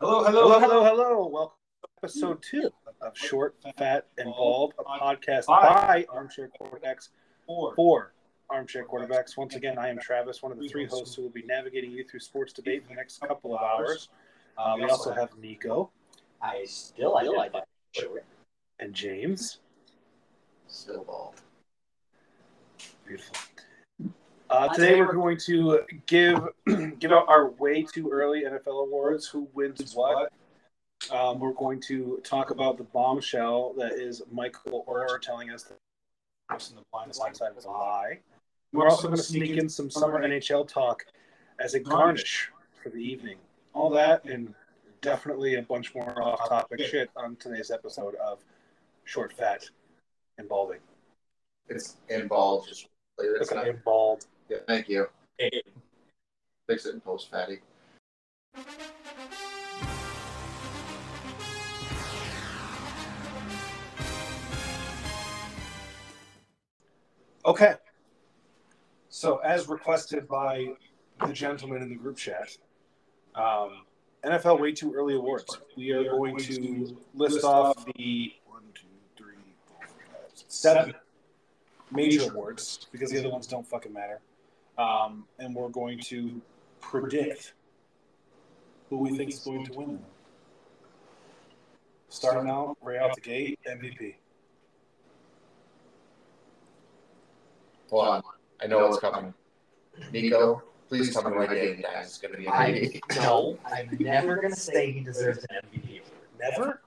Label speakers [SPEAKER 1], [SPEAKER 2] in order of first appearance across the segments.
[SPEAKER 1] Hello, hello,
[SPEAKER 2] Hello, hello, hello. Welcome to episode two of Short, Fat, and Bald, a podcast by Armchair Quarterbacks
[SPEAKER 1] Four.
[SPEAKER 2] for Armchair Quarterbacks. Once again, I am Travis, one of the three hosts who will be navigating you through sports debate for the next couple of hours. Uh, we also have Nico
[SPEAKER 3] I still identify as short.
[SPEAKER 2] and James.
[SPEAKER 3] Still bald.
[SPEAKER 2] Beautiful. Uh, today we're going to give give out our way too early NFL awards. Who wins what? Um, we're going to talk about the bombshell that is Michael Orr telling us that the person in the blind side was a lie. We're also going to sneak in some summer NHL talk as a garnish for the evening. All that and definitely a bunch more off-topic shit on today's episode of Short, Fat, and Balding.
[SPEAKER 4] It's involved. Just it's
[SPEAKER 2] Okay,
[SPEAKER 4] not,
[SPEAKER 2] and bald.
[SPEAKER 4] yeah, thank you. Fix it in post, fatty.
[SPEAKER 2] Okay. So, as requested by the gentleman in the group chat, um, NFL Way Too Early Awards. We are going to list off the
[SPEAKER 1] One, two, three, four, five, six,
[SPEAKER 2] seven major awards because the other ones don't fucking matter. Um, and we're going to predict who we think is going to win them. Starting out, right out the gate, MVP.
[SPEAKER 4] Hold on. I know what's coming. Nico, please tell me why Danny Dimes is going to be an
[SPEAKER 3] I
[SPEAKER 4] MVP.
[SPEAKER 3] no, I'm never gonna say he deserves an MVP award.
[SPEAKER 2] Never?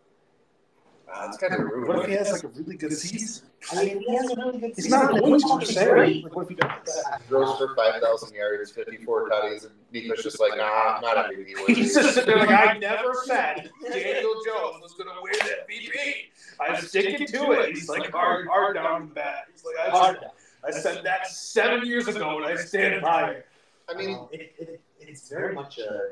[SPEAKER 4] That's kind of rude.
[SPEAKER 2] What if he has like a really good season?
[SPEAKER 3] I mean, he has a really good
[SPEAKER 2] He's not
[SPEAKER 3] season.
[SPEAKER 2] going
[SPEAKER 3] He's
[SPEAKER 2] to
[SPEAKER 3] fucking
[SPEAKER 2] say.
[SPEAKER 3] great.
[SPEAKER 2] Like, what if he does?
[SPEAKER 4] He throws for 5,000 yards, 54 tutties, and Nico's just like, nah, not MVP. worthy."
[SPEAKER 2] He's just sitting there like, I never said Daniel Jones was going to win MVP. I'm sticking to it. He's like, hard, hard down the bat. He's like, I,
[SPEAKER 3] Hard enough.
[SPEAKER 2] I said that seven years ago, and I stand by it.
[SPEAKER 4] I mean,
[SPEAKER 3] it, it, it's very much a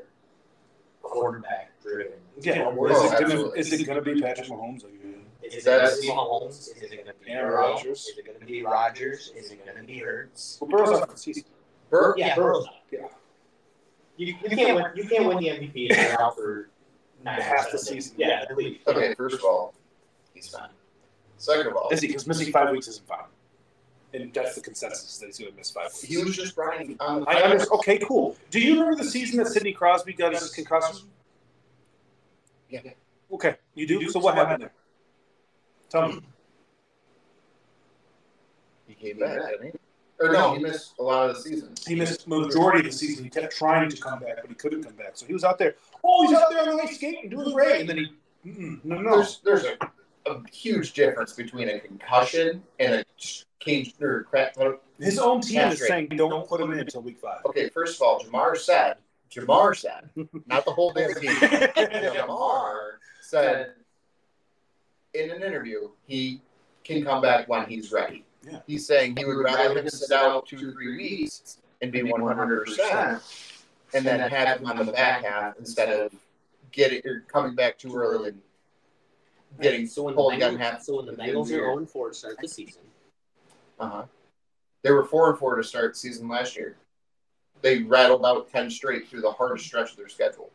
[SPEAKER 3] quarterback driven.
[SPEAKER 2] Yeah,
[SPEAKER 4] Well,
[SPEAKER 2] is it gonna,
[SPEAKER 4] absolutely.
[SPEAKER 2] is it gonna be Patrick Mahomes? again?
[SPEAKER 3] Is it gonna
[SPEAKER 4] That's-
[SPEAKER 3] be Mahomes? Is it gonna be
[SPEAKER 2] Aaron
[SPEAKER 3] Burrow?
[SPEAKER 2] Rodgers.
[SPEAKER 3] Is it gonna be Rodgers? Is it gonna be Hurts?
[SPEAKER 2] Well, Burrow's out for the season.
[SPEAKER 4] Burke,
[SPEAKER 3] Yeah, Burrow's up.
[SPEAKER 2] Yeah.
[SPEAKER 3] You, you, can't win, you can't win the MVP if you're out for nine
[SPEAKER 2] Half the
[SPEAKER 3] percent of
[SPEAKER 2] season.
[SPEAKER 3] Yeah, at least.
[SPEAKER 4] okay, first of all,
[SPEAKER 3] He's fine.
[SPEAKER 4] second of all,
[SPEAKER 2] Is he? Because missing five weeks isn't fine. And that's the consensus that he's gonna miss five
[SPEAKER 4] he
[SPEAKER 2] weeks.
[SPEAKER 4] was just running on the
[SPEAKER 2] I understand. Okay, cool. Do you remember the season that Sidney Crosby got his concussion?
[SPEAKER 4] Yeah.
[SPEAKER 2] Okay, you do. So what happened there? Tell me.
[SPEAKER 4] He came back, didn't he? Or no, he missed a lot of the season.
[SPEAKER 2] He missed the majority of the season. He kept trying to come back, but he couldn't come back. So he was out there. Oh, he's out there on the ice skating, doing great. And then he, mm-mm, no, no,
[SPEAKER 4] There's there's a, a huge difference between a concussion and a ch- cage or crap.
[SPEAKER 2] his own team
[SPEAKER 4] That's
[SPEAKER 2] is
[SPEAKER 4] right.
[SPEAKER 2] saying don't put him in Oh, until week five.
[SPEAKER 4] Okay, first of all, Jamar said Jamar said not the whole damn team. Jamar said in an interview he can come back when he's ready.
[SPEAKER 2] Yeah.
[SPEAKER 4] He's saying he would rather him sit out two three weeks and be one hundred percent, and then have him on the back half instead of getting or coming back too early and getting
[SPEAKER 5] so when the
[SPEAKER 4] pulled down half
[SPEAKER 5] Bengals, so when the Bengals are 0 and 4 to start the season,
[SPEAKER 4] Uh-huh. They were four and four to start the season last year. They rattled out ten straight through the hardest stretch of their schedule.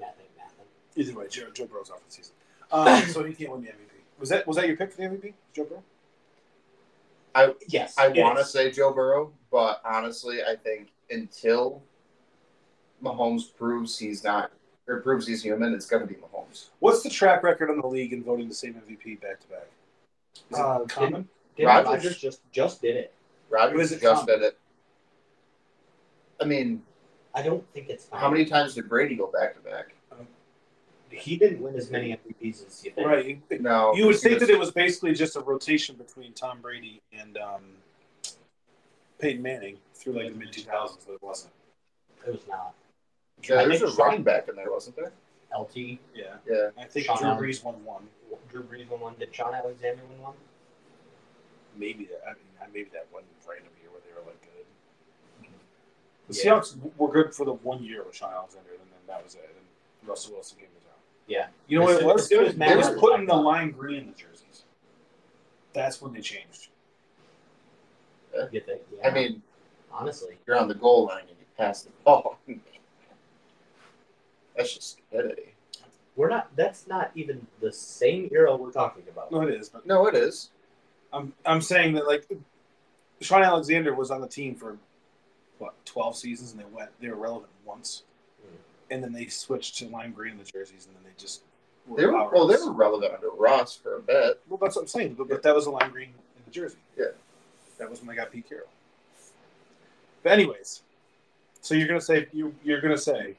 [SPEAKER 5] nothing, nothing.
[SPEAKER 2] Either way, Joe, Joe Burrow's off the season, um, so he can't win the MVP. Was that was that your pick for the MVP, Joe Burrow?
[SPEAKER 3] Yes.
[SPEAKER 4] I
[SPEAKER 3] it
[SPEAKER 4] want to
[SPEAKER 3] is.
[SPEAKER 4] say Joe Burrow, but honestly, I think until Mahomes proves he's not or proves he's human, it's going to be Mahomes.
[SPEAKER 2] What's the track record on the league in voting the same MVP back to back? Is it
[SPEAKER 3] Uh,
[SPEAKER 2] common?
[SPEAKER 3] Didn't
[SPEAKER 4] Rodgers-
[SPEAKER 3] Rodgers just just did it.
[SPEAKER 4] Rodgers
[SPEAKER 2] Who is it
[SPEAKER 4] just
[SPEAKER 2] from?
[SPEAKER 4] did it. I mean,
[SPEAKER 3] I don't think it's
[SPEAKER 4] how many times did Brady go back to back?
[SPEAKER 3] He didn't win as many MVPs as you think.
[SPEAKER 2] Right. You-
[SPEAKER 4] No,
[SPEAKER 2] You would
[SPEAKER 4] he
[SPEAKER 2] think
[SPEAKER 4] was-
[SPEAKER 2] that it was basically just a rotation between Tom Brady and um, Peyton Manning through like the mid two thousands, but it wasn't.
[SPEAKER 3] It was not.
[SPEAKER 4] Yeah,
[SPEAKER 3] I
[SPEAKER 4] there's a
[SPEAKER 3] think-
[SPEAKER 4] running back in there, wasn't there?
[SPEAKER 3] LT.
[SPEAKER 2] Yeah.
[SPEAKER 4] Yeah.
[SPEAKER 2] I think
[SPEAKER 3] Sean
[SPEAKER 2] Drew
[SPEAKER 3] Allen.
[SPEAKER 2] Brees won one.
[SPEAKER 3] Drew Brees won one. Did Sean Alexander win one?
[SPEAKER 2] Maybe that. I mean, maybe that one random year where they were like good. The
[SPEAKER 3] Yeah.
[SPEAKER 2] Seahawks were good for the one year with Sean Alexander, and then that was it. And Russell Wilson came to town.
[SPEAKER 3] Yeah.
[SPEAKER 2] You know what
[SPEAKER 3] As
[SPEAKER 2] it
[SPEAKER 3] soon-
[SPEAKER 2] was?
[SPEAKER 3] as soon as
[SPEAKER 2] they
[SPEAKER 3] Matt
[SPEAKER 2] was
[SPEAKER 3] Ryan
[SPEAKER 2] putting the
[SPEAKER 3] was back.
[SPEAKER 2] lime green in the jerseys. That's when they changed.
[SPEAKER 3] You think? Yeah.
[SPEAKER 4] I mean,
[SPEAKER 3] honestly,
[SPEAKER 4] you're on the goal line and you pass the ball. That's just stupidity.
[SPEAKER 6] We're not. That's not even the same era we're talking about.
[SPEAKER 2] No, it is. But
[SPEAKER 4] No, it is.
[SPEAKER 2] I'm I'm saying that like Sean Alexander was on the team for what twelve seasons, and they went they were relevant once,
[SPEAKER 6] Mm.
[SPEAKER 2] and then they switched to lime green in the jerseys, and then they just
[SPEAKER 4] They were
[SPEAKER 2] powerhouse.
[SPEAKER 4] well, they were relevant under Ross for a bit.
[SPEAKER 2] Well, that's what I'm saying. But, but that was a lime green in the jersey.
[SPEAKER 4] Yeah.
[SPEAKER 2] That was when they got Pete Carroll. But anyways, so you're gonna say you you're gonna say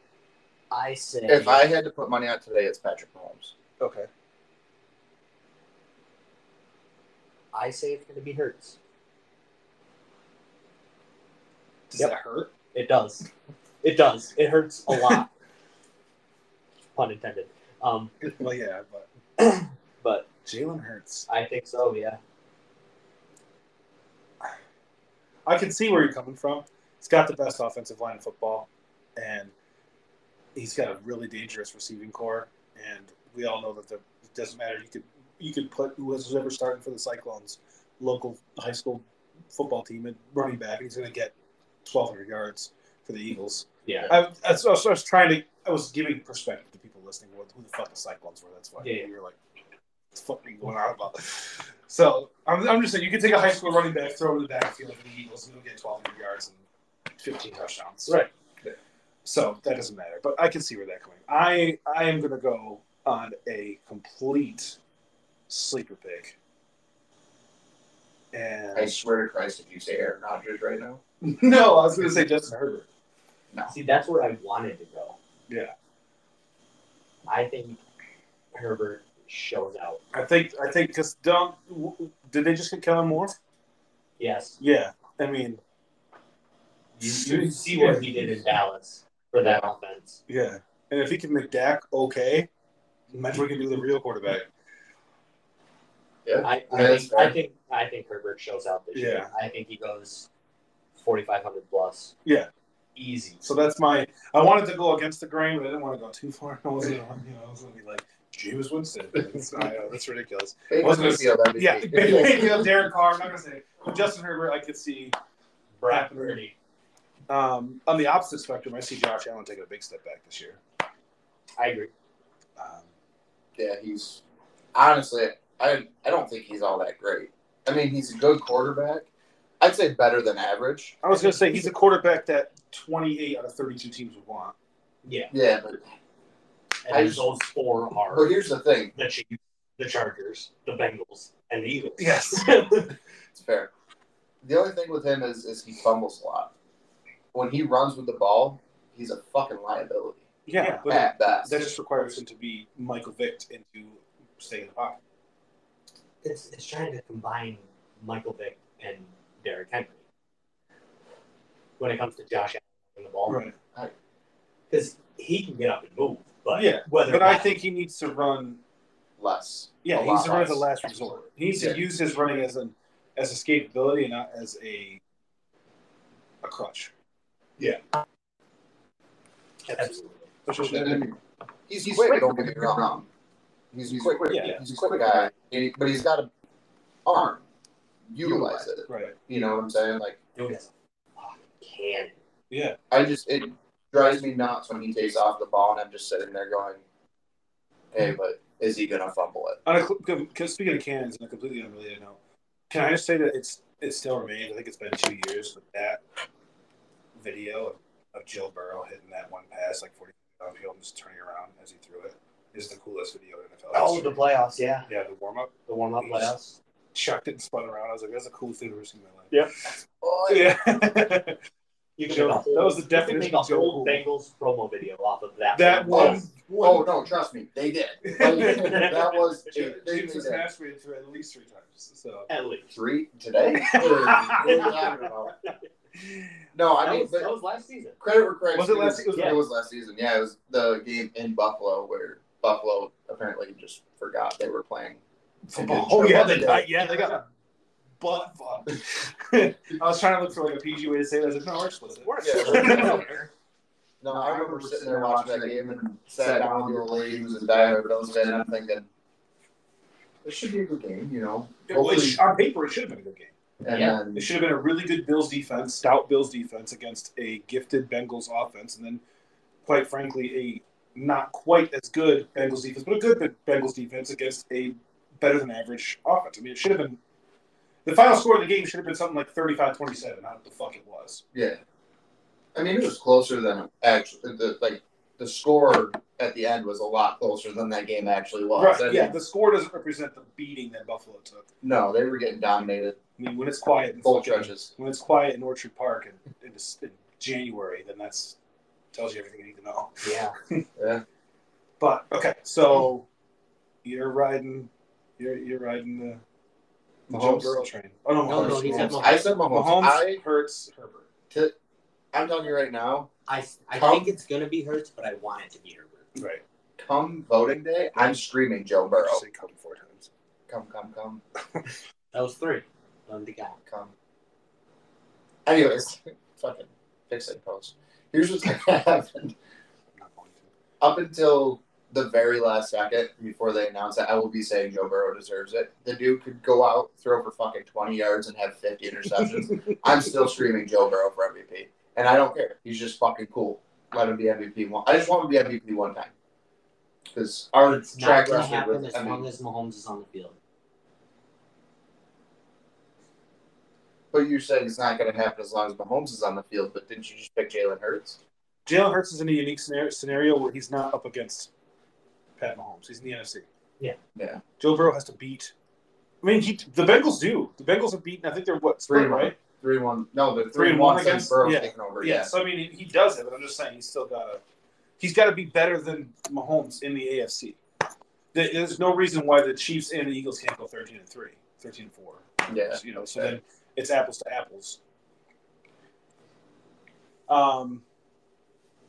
[SPEAKER 7] I say.
[SPEAKER 4] If I had to put money on today, it's Patrick Mahomes.
[SPEAKER 2] okay.
[SPEAKER 7] I say it's going to be Hurts.
[SPEAKER 2] Does
[SPEAKER 7] Yep.
[SPEAKER 2] that hurt?
[SPEAKER 7] It does. It does. It hurts a lot. Pun intended. Um,
[SPEAKER 2] well, yeah, but
[SPEAKER 7] but
[SPEAKER 2] Jalen Hurts.
[SPEAKER 7] I think so. Yeah.
[SPEAKER 2] I can see where you're coming from. He's got the best offensive line in football, and he's got a really dangerous receiving core. And we all know that the, it doesn't matter. You could you could put whoever's ever starting for the Cyclones, local high school football team, at running back, and he's going to get 1,200 yards for the Eagles.
[SPEAKER 7] Yeah.
[SPEAKER 2] I, that's what I, was, I was trying to. I was giving perspective to people listening. What, who the fuck the Cyclones were? That's why
[SPEAKER 7] Yeah.
[SPEAKER 2] you were like, "What the fuck are you going on about?" So I'm, I'm just saying, you could take a high school running back, throw him in the backfield for the Eagles, and he'll get 1,200 yards and 15 touchdowns.
[SPEAKER 7] Right.
[SPEAKER 2] So that doesn't matter. But I can see where that coming. I I am going to go on a complete sleeper pick. And
[SPEAKER 4] I swear to Christ, if you say Aaron Rodgers right now,
[SPEAKER 2] no, I was going to say Justin Herbert.
[SPEAKER 7] See, that's where I wanted to go.
[SPEAKER 2] Yeah.
[SPEAKER 7] I think Herbert shows out.
[SPEAKER 2] I think I think because don't did they just get Kellen Moore?
[SPEAKER 7] Yes.
[SPEAKER 2] Yeah, I mean,
[SPEAKER 7] You, you see what he did in Dallas for that offense.
[SPEAKER 2] yeah. And if he can make Dak okay, imagine we can do the real quarterback.
[SPEAKER 4] yeah,
[SPEAKER 7] I, I,
[SPEAKER 4] Yeah, that's
[SPEAKER 7] think, I
[SPEAKER 4] fair.
[SPEAKER 7] think I think Herbert shows out this
[SPEAKER 2] Yeah.
[SPEAKER 7] year. I think he goes 4,500 plus.
[SPEAKER 2] Yeah.
[SPEAKER 7] Easy.
[SPEAKER 2] So that's my. I wanted to go against the grain, but I didn't want to go too far. I wasn't, you know, I was gonna be like James Winston. That's, I know, that's ridiculous.
[SPEAKER 4] Baker
[SPEAKER 2] Wasn't it-
[SPEAKER 4] Mayfield MVP.
[SPEAKER 2] Yeah, Derek Carr. I'm not gonna say, but Justin Herbert, I could see.
[SPEAKER 7] Brad Purdy.
[SPEAKER 2] Um, on the opposite spectrum, I see Josh Allen taking a big step back this year.
[SPEAKER 7] I agree.
[SPEAKER 2] Um,
[SPEAKER 4] yeah, he's honestly, I I don't think he's all that great. I mean, he's a good quarterback. I'd say better than average.
[SPEAKER 2] I was gonna say he's a quarterback that 28 out of 32 teams would want.
[SPEAKER 7] Yeah.
[SPEAKER 4] Yeah, but
[SPEAKER 7] And
[SPEAKER 4] I-
[SPEAKER 7] those four
[SPEAKER 4] but
[SPEAKER 7] are
[SPEAKER 4] here's the thing.
[SPEAKER 7] the Chiefs, the Chargers, the Bengals, and the Eagles.
[SPEAKER 2] Yes.
[SPEAKER 4] It's fair. The only thing with him is is he fumbles a lot. When he runs with the ball, he's a fucking liability
[SPEAKER 2] Yeah,
[SPEAKER 7] Yeah.
[SPEAKER 2] but
[SPEAKER 4] at best.
[SPEAKER 2] that just requires him to be Michael Vick and to stay in the pocket.
[SPEAKER 7] it's, it's trying to combine Michael Vick and Derrick Henry when it comes to Josh Allen and the ball because he can get up and move, but
[SPEAKER 2] Yeah,
[SPEAKER 7] whether
[SPEAKER 2] But I
[SPEAKER 7] that-
[SPEAKER 2] think he needs to run.
[SPEAKER 4] less.
[SPEAKER 2] Yeah,
[SPEAKER 4] A
[SPEAKER 2] he
[SPEAKER 4] lot
[SPEAKER 2] needs to run as a
[SPEAKER 4] less.
[SPEAKER 2] last resort. He needs
[SPEAKER 4] Yeah.
[SPEAKER 2] to use his running as an as a scapability and not as a a crutch.
[SPEAKER 7] absolutely.
[SPEAKER 4] And he's, he's quick. Don't get me wrong. He's, he's quick.
[SPEAKER 2] Yeah.
[SPEAKER 4] He's a quick guy, and he- but he's got an arm. Utilize it.
[SPEAKER 2] Right.
[SPEAKER 4] You know what I'm saying? Like
[SPEAKER 7] Dude is a fucking cannon.
[SPEAKER 2] Yeah.
[SPEAKER 4] I just it drives me nuts when he takes off the ball, and I'm just sitting there going, "Hey, but is he gonna fumble it?"
[SPEAKER 2] On a, cl- cause speaking of cannons, and a completely unrelated note, can I just say that it's it still remains? I think it's been two years with that video of, of Jill Burrow hitting that one pass like forty downfield and just turning around as he threw it is the coolest video in NFL.
[SPEAKER 7] Oh,
[SPEAKER 2] history.
[SPEAKER 7] the playoffs, yeah,
[SPEAKER 2] yeah, the warm up
[SPEAKER 7] the warm up playoffs.
[SPEAKER 2] chucked it and spun around. I was like, that's the coolest thing I've ever seen in my life.
[SPEAKER 4] Oh,
[SPEAKER 2] Yeah.
[SPEAKER 7] You
[SPEAKER 2] Joe-
[SPEAKER 7] make a whole-
[SPEAKER 2] that was the
[SPEAKER 7] you can
[SPEAKER 2] definition
[SPEAKER 7] make a
[SPEAKER 2] of Joe Cool.
[SPEAKER 7] whole Bengals promo video off of that.
[SPEAKER 2] that
[SPEAKER 4] one-
[SPEAKER 2] one.
[SPEAKER 4] Oh no, trust me, they did. Like, that was
[SPEAKER 2] She
[SPEAKER 4] they, they
[SPEAKER 2] was
[SPEAKER 4] did that.
[SPEAKER 2] smashed me through at least three times. So
[SPEAKER 7] at least.
[SPEAKER 4] three today. Or- or I don't know. no, I
[SPEAKER 7] that,
[SPEAKER 4] mean,
[SPEAKER 7] was, that
[SPEAKER 4] but
[SPEAKER 7] was last season.
[SPEAKER 4] credit where credit.
[SPEAKER 2] Was it last- it was-
[SPEAKER 4] it was last season. Yeah, it was the game in Buffalo where Buffalo apparently just forgot they were playing.
[SPEAKER 2] Football. Oh yeah, they got yeah they got butt fucked. I was trying to look for like a PG way to say that. I was like, no, we're explicit. We're
[SPEAKER 4] Yeah. No, I remember sitting there watching that game and sat down with the old lady who was a diehard Bills fan, and I'm thinking, this should be a good game, you know.
[SPEAKER 2] Well, it sh- on paper, it should have been a good game.
[SPEAKER 4] And
[SPEAKER 7] Yeah.
[SPEAKER 4] then,
[SPEAKER 2] It should have been a really good Bills defense, stout Bills defense against a gifted Bengals offense, and then, quite frankly, not quite as good Bengals defense, but a good Bengals defense against a better than average offense. I mean, it should have been the final score of the game should have been something like 35-27. Not what the fuck it was.
[SPEAKER 4] Yeah. I mean, it was closer than actually the like the score at the end was a lot closer than that game actually was.
[SPEAKER 2] right?
[SPEAKER 4] I mean,
[SPEAKER 2] yeah, the score doesn't represent the beating that Buffalo took.
[SPEAKER 4] No, they were getting dominated
[SPEAKER 2] I mean, when it's quiet, in
[SPEAKER 4] both
[SPEAKER 2] fucking-
[SPEAKER 4] stretches.
[SPEAKER 2] when it's quiet in Orchard Park and, and it's in January, then that's tells you everything you need to know.
[SPEAKER 5] Yeah.
[SPEAKER 2] But okay, so you're riding, you're you're riding the, the Joe
[SPEAKER 4] Mahomes.
[SPEAKER 2] Burrow train. Oh no,
[SPEAKER 5] No,
[SPEAKER 2] Mahomes.
[SPEAKER 5] no, he said Mahomes.
[SPEAKER 4] I said Mahomes.
[SPEAKER 2] Mahomes
[SPEAKER 4] I
[SPEAKER 2] hurts Herbert.
[SPEAKER 4] t- I'm telling you right now,
[SPEAKER 3] I, I
[SPEAKER 4] Tom?
[SPEAKER 3] think it's gonna be Hurts, but I want it to be Herbert.
[SPEAKER 2] Right.
[SPEAKER 4] come voting day, I'm screaming Joe Burrow.
[SPEAKER 2] Just say come four times.
[SPEAKER 4] Come, come, come,
[SPEAKER 5] That was three.
[SPEAKER 3] Um, the guy.
[SPEAKER 4] come. Anyways, fucking fix it post. Here's what's gonna happen.
[SPEAKER 2] I'm not going to.
[SPEAKER 4] up until the very last second before they announce that, I will be saying Joe Burrow deserves it. The dude could go out, throw for fucking 20 yards, and have 50 interceptions. I'm still screaming Joe Burrow for MVP. And I don't care. He's just fucking cool. Let him be MVP one. I just want him to be MVP one time. Because our
[SPEAKER 5] It's
[SPEAKER 3] Not
[SPEAKER 4] track
[SPEAKER 3] gonna
[SPEAKER 4] record
[SPEAKER 3] happen
[SPEAKER 4] with
[SPEAKER 3] as
[SPEAKER 4] I mean,
[SPEAKER 3] long as Mahomes is on the field.
[SPEAKER 4] but you said it's not going to happen as long as Mahomes is on the field. But didn't you just pick Jalen Hurts?
[SPEAKER 2] Jalen Hurts is in a unique scenario, scenario where he's not up against Pat Mahomes. He's in the NFC.
[SPEAKER 5] Yeah.
[SPEAKER 4] Yeah.
[SPEAKER 2] Joe Burrow has to beat. I mean, he, the Bengals do. The Bengals have beaten. I think they're what
[SPEAKER 4] Three
[SPEAKER 2] three,
[SPEAKER 4] and one.
[SPEAKER 2] right?
[SPEAKER 4] Three one. No, they're three,
[SPEAKER 2] Three
[SPEAKER 4] and
[SPEAKER 2] and
[SPEAKER 4] one,
[SPEAKER 2] one
[SPEAKER 4] since
[SPEAKER 2] against-
[SPEAKER 4] Burrow's
[SPEAKER 2] yeah.
[SPEAKER 4] taken over.
[SPEAKER 2] Yeah. So I mean, he does it, but I'm just saying he's still got to. He's got to be better than Mahomes in the AFC. There- There's no reason why the Chiefs and the Eagles can't go 13 and 3, 13 and 4.
[SPEAKER 4] Yeah.
[SPEAKER 2] You know, so then it's apples to apples. Um.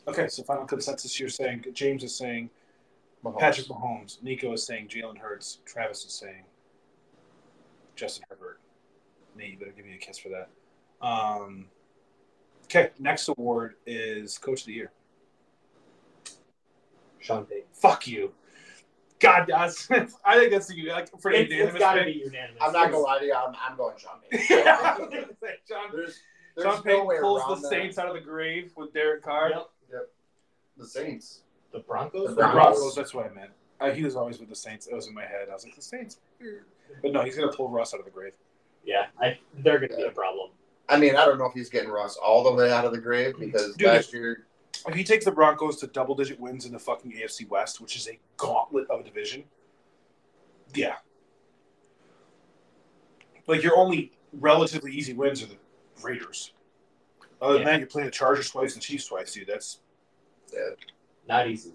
[SPEAKER 2] Okay, so final consensus. You're saying James is saying
[SPEAKER 4] Mahomes.
[SPEAKER 2] Patrick Mahomes. Nico is saying Jalen Hurts. Travis is saying Justin Herbert. Nate, you better give me a kiss for that. Um, okay, next award is Coach of the Year.
[SPEAKER 5] Sean Payton.
[SPEAKER 2] Fuck you. God, that's, I think that's the like for
[SPEAKER 5] It's- it's
[SPEAKER 2] unanimous
[SPEAKER 5] gotta be
[SPEAKER 2] pick.
[SPEAKER 5] unanimous.
[SPEAKER 4] I'm not gonna lie to you. I'm, I'm going Sean
[SPEAKER 2] Yeah,
[SPEAKER 4] Payton.
[SPEAKER 2] John,
[SPEAKER 4] There's, there's
[SPEAKER 2] John Payton
[SPEAKER 4] no way
[SPEAKER 2] pulls
[SPEAKER 4] around
[SPEAKER 2] the
[SPEAKER 4] that.
[SPEAKER 2] Saints out of the grave with Derek Carr.
[SPEAKER 5] Yep.
[SPEAKER 4] The Saints.
[SPEAKER 5] The Broncos.
[SPEAKER 2] The
[SPEAKER 4] The Broncos.
[SPEAKER 2] Broncos, that's what I meant. Uh, he was always with the Saints. It was in my head. I was like, the Saints.
[SPEAKER 5] Hmm.
[SPEAKER 2] But no, he's going to pull Russ out of the grave.
[SPEAKER 5] Yeah, I, they're gonna be a problem.
[SPEAKER 4] I mean, I don't know if he's getting Russ all the way out of the grave because
[SPEAKER 2] Dude.
[SPEAKER 4] last year,
[SPEAKER 2] If he takes the Broncos to double digit wins in the fucking AFC West, which is a gauntlet of a division, yeah. Like your only relatively easy wins are the Raiders. Other than
[SPEAKER 5] Yeah.
[SPEAKER 2] that, you're playing the Chargers twice and Chiefs twice, dude. That's
[SPEAKER 5] Not easy.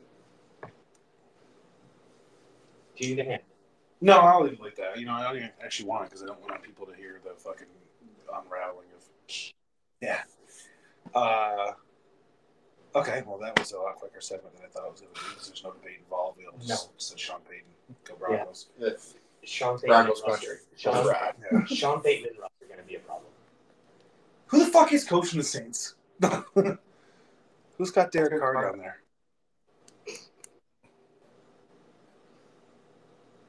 [SPEAKER 5] Gee the hand.
[SPEAKER 2] no, I'll leave it like that. You know, I don't even actually want it because I don't want people to hear the fucking unraveling of. Yeah. Uh, okay, well, that was a lot quicker segment than I thought it was going to be because there's no debate involved. We all just said Sean Payton, go Broncos.
[SPEAKER 4] the
[SPEAKER 5] Sean Payton.
[SPEAKER 4] Broncos
[SPEAKER 5] and Russ are-
[SPEAKER 4] country.
[SPEAKER 5] Sean,
[SPEAKER 4] Right.
[SPEAKER 2] Yeah.
[SPEAKER 5] Sean Payton and Russ are gonna be a problem.
[SPEAKER 2] Who the fuck is coaching the Saints? Who's got Derek Carr down there?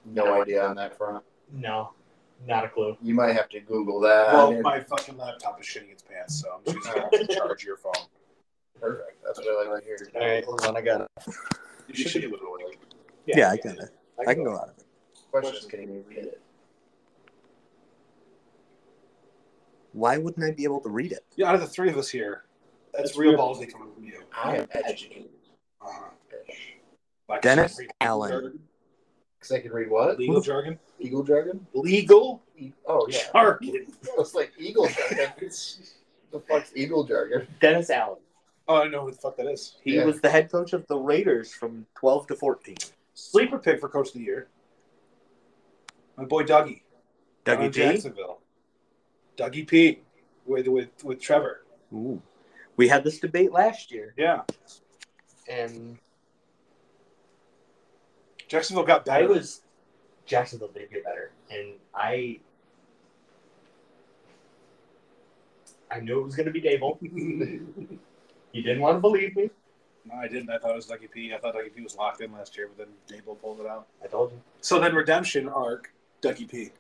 [SPEAKER 4] No idea on that front.
[SPEAKER 5] No, not a clue.
[SPEAKER 4] You might have to Google that. I
[SPEAKER 2] well,
[SPEAKER 4] mean,
[SPEAKER 2] my fucking laptop is shitting its pants, so I'm just gonna have to charge your phone.
[SPEAKER 4] perfect. That's what I like to hear.
[SPEAKER 5] All right.
[SPEAKER 8] Hold on, I got it.
[SPEAKER 2] You should be able to like.
[SPEAKER 8] Yeah, I can. I can go out of it.
[SPEAKER 4] Question is, can you read it?
[SPEAKER 8] Why wouldn't I be able to read it?
[SPEAKER 2] Yeah, out of the three of us here, that's real ballsy coming from you.
[SPEAKER 4] I am educated.
[SPEAKER 2] Uh-huh. Like,
[SPEAKER 8] Dennis
[SPEAKER 2] legal
[SPEAKER 8] Allen.
[SPEAKER 2] jargon?
[SPEAKER 4] Because I can read what?
[SPEAKER 2] Legal jargon.
[SPEAKER 4] Eagle Dragon?
[SPEAKER 2] Legal
[SPEAKER 4] E- oh, yeah.
[SPEAKER 2] jargon.
[SPEAKER 4] It's like Eagle Dragon. the fuck's Eagle Dragon?
[SPEAKER 8] Dennis Allen.
[SPEAKER 2] Oh, I know who the fuck that is.
[SPEAKER 8] He
[SPEAKER 4] Yeah.
[SPEAKER 8] was the head coach of the Raiders from 12 to 14.
[SPEAKER 2] Sleeper pick for coach of the year. My boy Dougie. down in
[SPEAKER 8] Dougie P.
[SPEAKER 2] Jacksonville. Dougie P. With with with Trevor.
[SPEAKER 8] Ooh. We had this debate last year,
[SPEAKER 2] Yeah.
[SPEAKER 8] and
[SPEAKER 2] Jacksonville got
[SPEAKER 5] I
[SPEAKER 2] better.
[SPEAKER 5] was Jacksonville did get better, and I I knew it was going to be Dable. You didn't want to believe me.
[SPEAKER 2] No, I didn't. I thought it was Lucky P. I thought Lucky P was locked in last year, but then Dable pulled it out.
[SPEAKER 5] I told you.
[SPEAKER 2] So then redemption arc, Ducky P.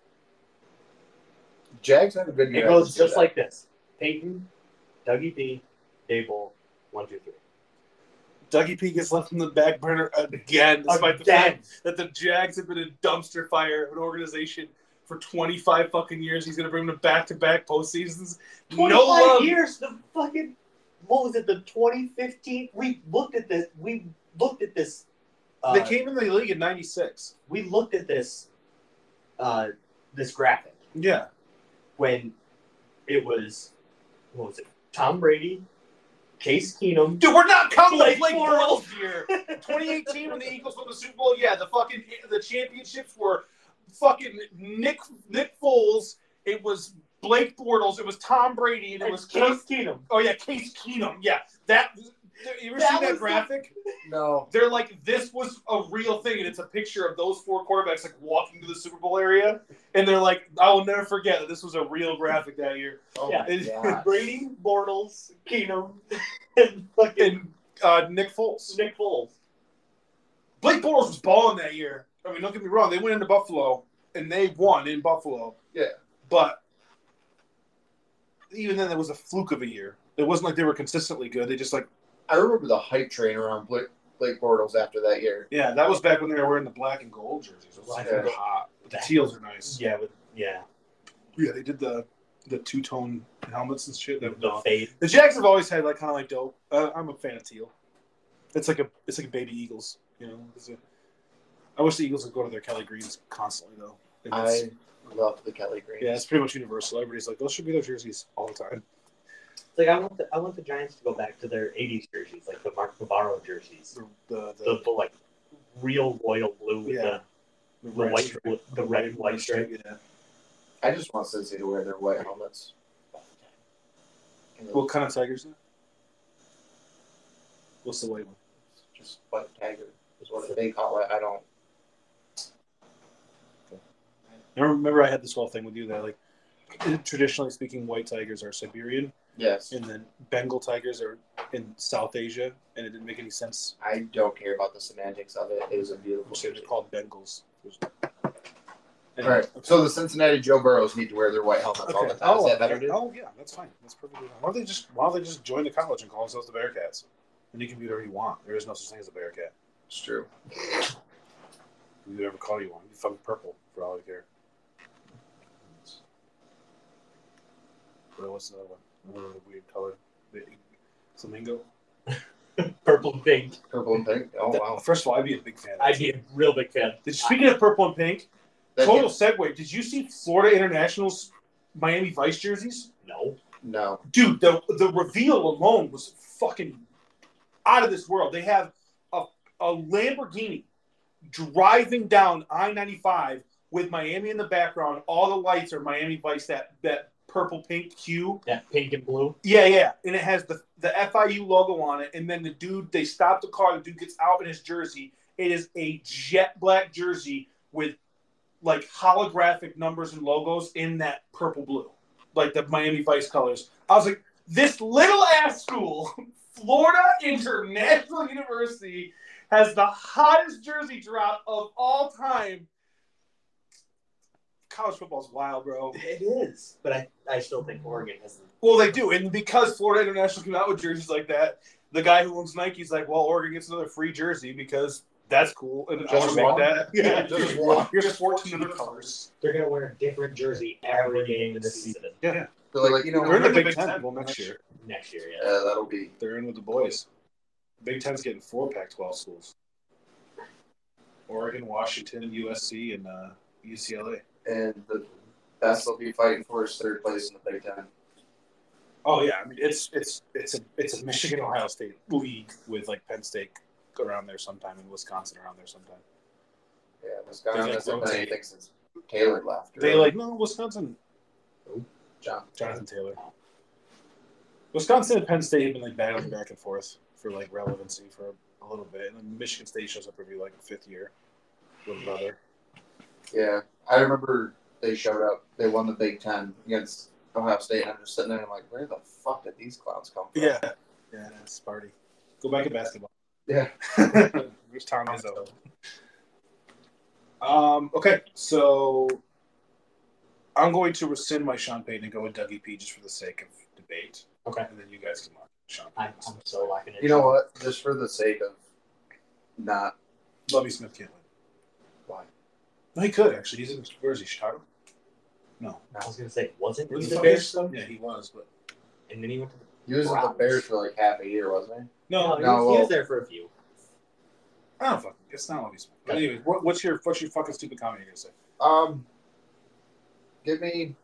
[SPEAKER 4] Jags had a good year.
[SPEAKER 5] It goes just like this: Peyton, Dougie B, Dable, one, two, three.
[SPEAKER 8] Dougie P gets left in the back burner again, despite the fact that the Jags have been a dumpster fire of an organization for 25 fucking years. He's going to bring them to back-to-back postseasons. No
[SPEAKER 7] 25
[SPEAKER 8] love.
[SPEAKER 7] years. The fucking what was it? The 2015. We looked at this. We looked at this. Uh,
[SPEAKER 8] they came in the league in '96.
[SPEAKER 7] we looked at this. Uh, this graphic
[SPEAKER 8] Yeah,
[SPEAKER 7] when it was what was it? Tom Brady, Case Keenum.
[SPEAKER 8] dude, we're not counting
[SPEAKER 7] Blake
[SPEAKER 8] the Blake
[SPEAKER 7] Bortles.
[SPEAKER 8] Bortles here. 2018 when the Eagles won the Super Bowl. Yeah, the fucking the championships were fucking Nick Nick Foles. It was Blake Bortles. It was Tom Brady, and it was Case.
[SPEAKER 7] Keenum.
[SPEAKER 8] Oh yeah, Case Keenum. Yeah, that. You ever
[SPEAKER 7] That
[SPEAKER 8] seen
[SPEAKER 7] was
[SPEAKER 8] that
[SPEAKER 7] the-
[SPEAKER 8] graphic?
[SPEAKER 4] No.
[SPEAKER 8] They're like, this was a real thing, and it's a picture of those four quarterbacks like walking to the Super Bowl area, and they're like, I will never forget that this was a real graphic that year.
[SPEAKER 4] Oh
[SPEAKER 7] Yeah.
[SPEAKER 4] my God.
[SPEAKER 7] Brady, Bortles, Keenum, and fucking
[SPEAKER 8] And uh, Nick Foles.
[SPEAKER 7] Nick Foles.
[SPEAKER 8] Blake Bortles was balling that year. I mean, don't get me wrong. They went into Buffalo and they won in Buffalo.
[SPEAKER 4] Yeah.
[SPEAKER 8] But even then, it was a fluke of a year. It wasn't like they were consistently good. They just like,
[SPEAKER 4] I remember the hype train around Blake, Blake Bortles after that year.
[SPEAKER 8] yeah, that was back when they were wearing the black and gold jerseys. It was like
[SPEAKER 4] Yeah.
[SPEAKER 8] hot. But the teals are nice.
[SPEAKER 7] Yeah, but yeah,
[SPEAKER 8] Yeah, they did the the two tone helmets and shit. That
[SPEAKER 7] the fade.
[SPEAKER 8] The Jags have always had like kind of like dope. Uh, I'm a fan of teal. It's like a it's like a baby Eagles. You know, It's a- I wish the Eagles would go to their Kelly greens constantly though. And it's-
[SPEAKER 4] I love the Kelly Green.
[SPEAKER 8] Yeah, it's pretty much universal. Everybody's like, those should be their jerseys all the time.
[SPEAKER 7] It's like I want the I want the Giants to go back to their '80s jerseys, like the Mark Navarro jerseys,
[SPEAKER 8] The the, the,
[SPEAKER 7] the, the like real royal blue with
[SPEAKER 8] Yeah.
[SPEAKER 7] the, the white the red and white stripe.
[SPEAKER 8] Yeah.
[SPEAKER 4] I just want Cincy to wear their white helmets.
[SPEAKER 8] What kind of tigers? is it? What's the white one?
[SPEAKER 4] Just white tiger is what they call it. I don't.
[SPEAKER 8] I remember I had this whole thing with you that like traditionally speaking, white tigers are Siberian,
[SPEAKER 4] Yes.
[SPEAKER 8] and then Bengal tigers are in South Asia, and it didn't make any sense.
[SPEAKER 4] I don't care about the semantics of it. It was a beautiful
[SPEAKER 8] So
[SPEAKER 4] jersey.
[SPEAKER 8] they're called Bengals.
[SPEAKER 4] All right. So the Cincinnati Joe Burrows need to wear their white helmets all the time. is that better, dude?
[SPEAKER 8] oh yeah, that's fine. That's perfectly fine. Why don't they just why don't they just join the college and call themselves the Bearcats? And you can be whatever you want. There is no such thing as a Bearcat.
[SPEAKER 4] It's true.
[SPEAKER 8] We could ever call you one. You fucking purple for all I care. What was the other one? Another weird color. The flamingo.
[SPEAKER 7] Purple pink.
[SPEAKER 4] Purple and pink. Oh wow.
[SPEAKER 8] First of all, I'd be a big fan. Of that.
[SPEAKER 7] I'd be a real big fan.
[SPEAKER 8] Did, speaking of purple and pink,
[SPEAKER 4] That
[SPEAKER 8] total
[SPEAKER 4] is-
[SPEAKER 8] segue. Did you see Florida International's Miami Vice jerseys?
[SPEAKER 7] No,
[SPEAKER 4] no.
[SPEAKER 8] Dude, the the reveal alone was fucking out of this world. They have a, a Lamborghini driving down I ninety five with Miami in the background. All the lights are Miami Vice. That that purple pink hue.
[SPEAKER 7] that pink and blue.
[SPEAKER 8] Yeah, yeah. And it has the the FIU logo on it. And then the dude, they stop the car. The dude gets out in his jersey. It is a jet black jersey with like holographic numbers and logos in that purple blue, like the Miami Vice colors. I was like, this little ass school, Florida International University, has the hottest jersey drop of all time. College football's wild, bro.
[SPEAKER 7] It is, but I, I still think Oregon has.
[SPEAKER 8] Well, they do, and because Florida International came out with jerseys like that, the guy who owns Nike's like, "Well, Oregon gets another free jersey because that's cool." And
[SPEAKER 4] Just
[SPEAKER 8] I wanna make
[SPEAKER 4] one?
[SPEAKER 8] that. Yeah,
[SPEAKER 4] Just one.
[SPEAKER 8] Here's 14 other colors.
[SPEAKER 7] They're gonna wear a different jersey every game this season
[SPEAKER 4] They're like you know.
[SPEAKER 8] They're in the Big Ten. Well, next year
[SPEAKER 7] next year.
[SPEAKER 4] Yeah,
[SPEAKER 7] Yeah,
[SPEAKER 4] that'll be.
[SPEAKER 8] they're in with the boys. Big Ten's getting four Pac-12 schools: Oregon, Washington, USC, and uh, UCLA.
[SPEAKER 4] And the best they'll be fighting for is third place in the Big Ten.
[SPEAKER 8] Oh yeah, I mean it's it's it's a it's a Michigan Ohio State league with like Penn State around there sometime and Wisconsin around there sometime.
[SPEAKER 4] Yeah, Wisconsin
[SPEAKER 8] They're like
[SPEAKER 4] hasn't done
[SPEAKER 8] rotating.
[SPEAKER 4] anything since Taylor left. or
[SPEAKER 8] They like no Wisconsin
[SPEAKER 4] John.
[SPEAKER 8] Jonathan Taylor. Wisconsin and Penn State have been like battling back and forth for like relevancy for a little bit, and then Michigan State shows up every like fifth year with another.
[SPEAKER 4] Yeah, I remember they showed up. They won the Big Ten against Ohio State. And I'm just sitting there. I'm like, where the fuck did these clowns come from?
[SPEAKER 8] yeah, it's Sparty. Go back to basketball.
[SPEAKER 4] Yeah.
[SPEAKER 8] Where's Tom Izzo? Um. Okay, so I'm going to rescind my Sean Payton and go with Dougie P just for the sake of debate.
[SPEAKER 7] Okay.
[SPEAKER 8] and then you guys can.
[SPEAKER 2] Sean
[SPEAKER 7] I, I'm
[SPEAKER 2] Payton.
[SPEAKER 7] so lacking. in-
[SPEAKER 4] You know what? Just for the sake of not
[SPEAKER 2] Lovey Smith can't win.
[SPEAKER 4] Why?
[SPEAKER 2] No, he could actually. He's in where is he? Chicago. No,
[SPEAKER 7] I was gonna say, wasn't
[SPEAKER 2] Where's
[SPEAKER 7] he
[SPEAKER 2] the
[SPEAKER 7] the
[SPEAKER 2] Bears?
[SPEAKER 7] Bears though?
[SPEAKER 2] yeah, he was, but
[SPEAKER 7] And then he went to the.
[SPEAKER 4] he was with the
[SPEAKER 7] Browns.
[SPEAKER 4] Bears for like half a year, wasn't he?
[SPEAKER 7] No,
[SPEAKER 2] no,
[SPEAKER 7] he,
[SPEAKER 4] no,
[SPEAKER 7] was, he
[SPEAKER 4] well-
[SPEAKER 7] was there for a few.
[SPEAKER 2] I don't fucking. It's not Lovey Smith. But anyways, what, what's your what's your fucking stupid comment you're gonna say?
[SPEAKER 4] Um, give me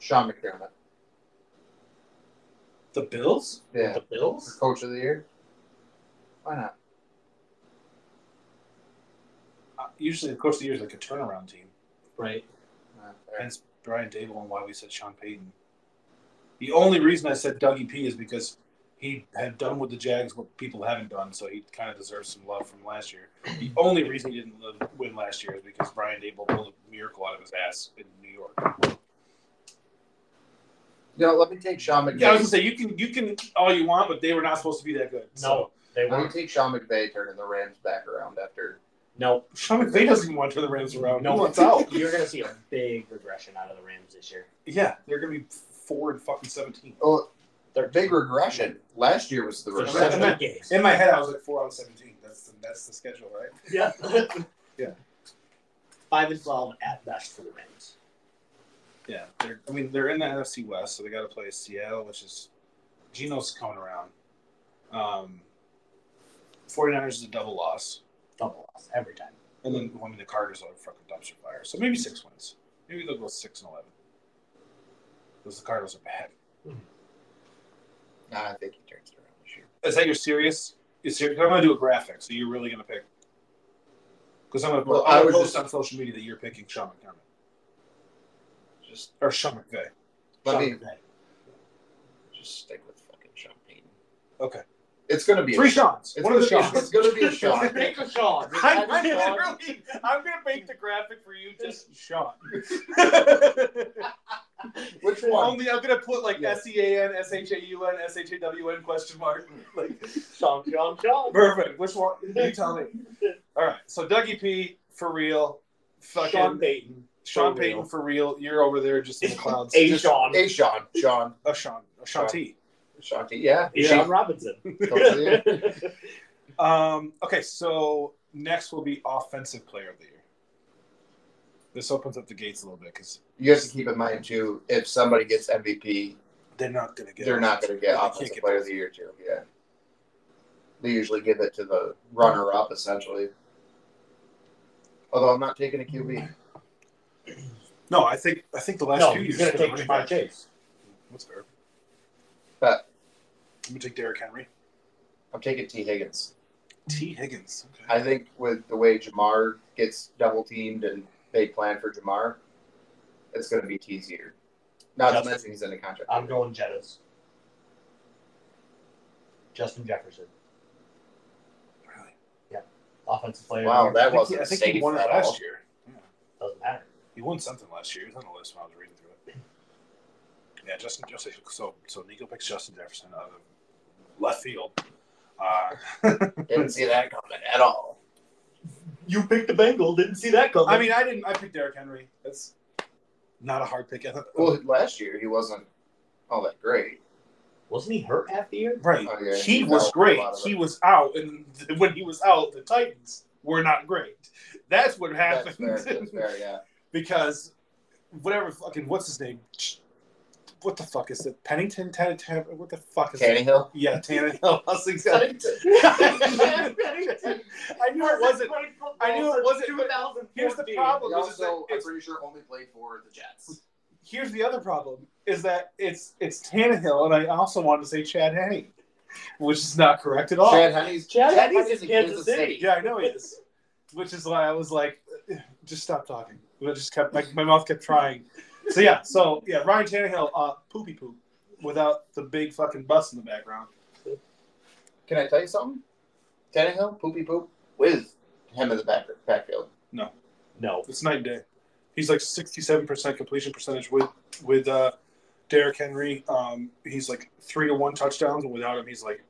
[SPEAKER 4] Sean McDermott.
[SPEAKER 2] The Bills?
[SPEAKER 4] Yeah,
[SPEAKER 7] The Bills.
[SPEAKER 4] for coach of the year. Why not?
[SPEAKER 2] Uh, usually, the coach of the year is like a turnaround team.
[SPEAKER 7] Right.
[SPEAKER 4] Uh, fair.
[SPEAKER 2] Hence Brian Dable and why we said Sean Payton. The only reason I said Dougie P is because he had done with the Jags what people haven't done, so he kind of deserves some love from last year. The only reason he didn't live, win last year is because Brian Dable pulled a miracle out of his ass in New York.
[SPEAKER 4] No, let me take Sean McVay.
[SPEAKER 2] Yeah, I was gonna say you can you can all you want, but they were not supposed to be that good.
[SPEAKER 7] No, they
[SPEAKER 4] let me
[SPEAKER 7] weren't.
[SPEAKER 4] take Sean McVay turning the Rams back around after.
[SPEAKER 7] No,
[SPEAKER 2] So, Sean McVay doesn't even want to turn the Rams around.
[SPEAKER 7] No.
[SPEAKER 2] he wants out.
[SPEAKER 7] you're gonna see a big regression out of the Rams this year.
[SPEAKER 2] Yeah, they're gonna be four and fucking seventeen.
[SPEAKER 4] Oh, their big regression last year was the
[SPEAKER 7] For
[SPEAKER 2] seven-
[SPEAKER 4] regression.
[SPEAKER 7] seventy games.
[SPEAKER 2] In my head, I was like four out of seventeen. That's the, that's the schedule, right?
[SPEAKER 7] Yeah.
[SPEAKER 2] Yeah.
[SPEAKER 7] Five and twelve at best for the Rams.
[SPEAKER 2] Yeah, they're. I mean, they're in the NFC West, so they got to play Seattle, which is Geno's coming around. Um, 49ers is a double loss,
[SPEAKER 7] Double loss every time.
[SPEAKER 2] and then I mean the Cardinals are a fucking dumpster fire. So maybe six wins. Maybe they'll go six and eleven. Because the Cardinals are bad.
[SPEAKER 4] Nah, I think he turns it around this year.
[SPEAKER 2] Is that your serious? Is serious? I'm gonna do a graphic, so you're really gonna pick. Because I'm gonna,
[SPEAKER 4] Well,
[SPEAKER 2] I'm
[SPEAKER 4] I
[SPEAKER 2] gonna
[SPEAKER 4] would
[SPEAKER 2] post
[SPEAKER 4] just-
[SPEAKER 2] on social media that you're picking Sean McDermott
[SPEAKER 4] Just
[SPEAKER 2] or Sean McVay.
[SPEAKER 4] let
[SPEAKER 7] Sean
[SPEAKER 4] me
[SPEAKER 7] McVay.
[SPEAKER 4] just stick with fucking Sean Payton.
[SPEAKER 2] Okay.
[SPEAKER 4] It's gonna be a
[SPEAKER 2] Three
[SPEAKER 4] Sean.
[SPEAKER 2] shots.
[SPEAKER 4] It's
[SPEAKER 2] One of the
[SPEAKER 4] gonna be-
[SPEAKER 2] shots.
[SPEAKER 4] It's gonna be a Sean.
[SPEAKER 7] Take a shot.
[SPEAKER 2] I'm
[SPEAKER 4] I'm
[SPEAKER 2] really,
[SPEAKER 4] Sean.
[SPEAKER 2] I'm gonna make the graphic for you, just Sean.
[SPEAKER 4] Which one?
[SPEAKER 2] Only I'm gonna put like
[SPEAKER 4] Yeah.
[SPEAKER 2] S E A N S H A U N S H A W N question mark. Like
[SPEAKER 7] Sean, Sean, Sean.
[SPEAKER 2] perfect. Which one? You tell me. All right. So Dougie P for real. Fucking
[SPEAKER 7] Sean
[SPEAKER 2] Sean,
[SPEAKER 7] Payton. for
[SPEAKER 2] Payton
[SPEAKER 7] real.
[SPEAKER 2] for real. You're over there just in the clouds.
[SPEAKER 7] A
[SPEAKER 2] Just
[SPEAKER 7] Sean.
[SPEAKER 4] A Sean. Sean.
[SPEAKER 2] a Sean. A Sean T.
[SPEAKER 4] Sean T. Yeah.
[SPEAKER 7] A Sean Robinson.
[SPEAKER 4] Coach of the year.
[SPEAKER 2] Um, okay, so next will be offensive player of the year. This opens up the gates a little bit because
[SPEAKER 4] You have to keep in mind too, if somebody gets MVP,
[SPEAKER 2] they're not gonna get.
[SPEAKER 4] they're not going to get
[SPEAKER 2] They can't
[SPEAKER 4] offensive
[SPEAKER 2] get
[SPEAKER 4] player of the year too. Yeah, they usually give it to the runner up essentially. Although I'm not taking a QB.
[SPEAKER 2] No, I think I think the last
[SPEAKER 7] No,
[SPEAKER 2] few
[SPEAKER 7] he's
[SPEAKER 2] years.
[SPEAKER 7] gonna
[SPEAKER 2] it's
[SPEAKER 7] take
[SPEAKER 2] been
[SPEAKER 7] Jamar
[SPEAKER 2] running back.
[SPEAKER 7] Chase.
[SPEAKER 2] That's fair.
[SPEAKER 4] But
[SPEAKER 2] I'm gonna take Derrick Henry.
[SPEAKER 4] I'm taking T Higgins.
[SPEAKER 2] T. Higgins. Okay.
[SPEAKER 4] I think with the way Jamar gets double teamed and they plan for Jamar, it's going to be T's year. Not
[SPEAKER 7] Justin.
[SPEAKER 4] to mention he's in a contract.
[SPEAKER 7] I'm going Jettas. Justin Jefferson,
[SPEAKER 2] Really?
[SPEAKER 7] offensive player.
[SPEAKER 4] Wow,
[SPEAKER 7] of the year.
[SPEAKER 4] that
[SPEAKER 2] I think,
[SPEAKER 4] wasn't
[SPEAKER 2] he, I think he
[SPEAKER 4] safe
[SPEAKER 2] won it
[SPEAKER 4] at
[SPEAKER 2] last
[SPEAKER 4] all.
[SPEAKER 2] year. Yeah.
[SPEAKER 7] doesn't matter.
[SPEAKER 2] He won something last year. He was on the list when I was reading through it. Yeah, Justin Joseph. So so Nico picks Justin Jefferson out of left field. Uh,
[SPEAKER 4] Didn't see that coming at all.
[SPEAKER 7] You picked the Bengal. Didn't see that coming.
[SPEAKER 2] I mean, I didn't. I picked Derrick Henry. That's not a hard pick. I thought-
[SPEAKER 4] Well, last year he wasn't all that great.
[SPEAKER 7] wasn't he hurt half the year?
[SPEAKER 2] right.
[SPEAKER 4] Oh, yeah,
[SPEAKER 2] he
[SPEAKER 4] he
[SPEAKER 2] was
[SPEAKER 4] fell
[SPEAKER 2] great.
[SPEAKER 4] a lot of
[SPEAKER 2] He
[SPEAKER 4] it.
[SPEAKER 2] was out, and when he was out, the Titans were not great. That's what happened.
[SPEAKER 4] That's fair. That's fair. Yeah.
[SPEAKER 2] because whatever fucking what's his name? What the fuck is it? Pennington? Tan- Tan- what the fuck is it?
[SPEAKER 4] Tannehill.
[SPEAKER 2] Yeah, Tannehill. I was like, I knew it wasn't. I knew it wasn't. but Here's the problem.
[SPEAKER 4] He
[SPEAKER 2] Is that
[SPEAKER 4] also, I'm
[SPEAKER 2] it's,
[SPEAKER 4] pretty sure, only played for the Jets.
[SPEAKER 2] here's the other problem: is that it's it's Tannehill, and I also wanted to say Chad Henne, which is not correct at all.
[SPEAKER 4] Chad Henney's
[SPEAKER 7] Oh, Chad
[SPEAKER 4] Chad
[SPEAKER 7] Henney's
[SPEAKER 4] Henney's
[SPEAKER 7] in
[SPEAKER 4] in
[SPEAKER 7] Kansas
[SPEAKER 4] Kansas
[SPEAKER 7] City.
[SPEAKER 2] Yeah, I know he is. Which is why I was like, just stop talking. I just kept my, my mouth kept trying. So yeah, so yeah, Ryan Tannehill, uh, poopy poop, without the big fucking bus in the background.
[SPEAKER 4] Can I tell you something? Tannehill, poopy poop, with him in the back, backfield.
[SPEAKER 7] No.
[SPEAKER 2] It's night and day. He's like sixty-seven percent completion percentage with with uh, Derrick Henry. Um, he's like three to one touchdowns, and without him, he's like.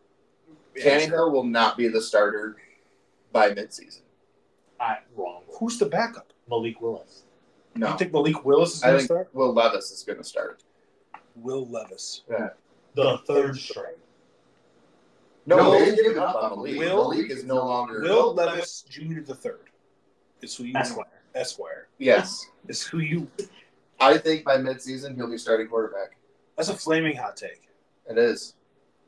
[SPEAKER 2] yeah,
[SPEAKER 4] Tannehill
[SPEAKER 2] sure.
[SPEAKER 4] will not be the starter by midseason.
[SPEAKER 7] I, wrong.
[SPEAKER 2] Who's the backup?
[SPEAKER 7] Malik Willis.
[SPEAKER 2] You
[SPEAKER 4] No,
[SPEAKER 2] think Malik Willis is
[SPEAKER 4] I
[SPEAKER 2] going to
[SPEAKER 4] think
[SPEAKER 2] start?
[SPEAKER 4] Will Levis is going to start.
[SPEAKER 2] Will Levis.
[SPEAKER 7] The third string.
[SPEAKER 4] No,
[SPEAKER 2] No,
[SPEAKER 4] they've given up on the league.
[SPEAKER 2] Will-
[SPEAKER 4] the league is no longer.
[SPEAKER 2] Will Levis Jr. the third is who you
[SPEAKER 8] Esquire.
[SPEAKER 2] Esquire
[SPEAKER 4] Yes,
[SPEAKER 2] is who you.
[SPEAKER 4] I think by midseason he'll be starting quarterback.
[SPEAKER 2] That's a flaming hot take.
[SPEAKER 4] It is.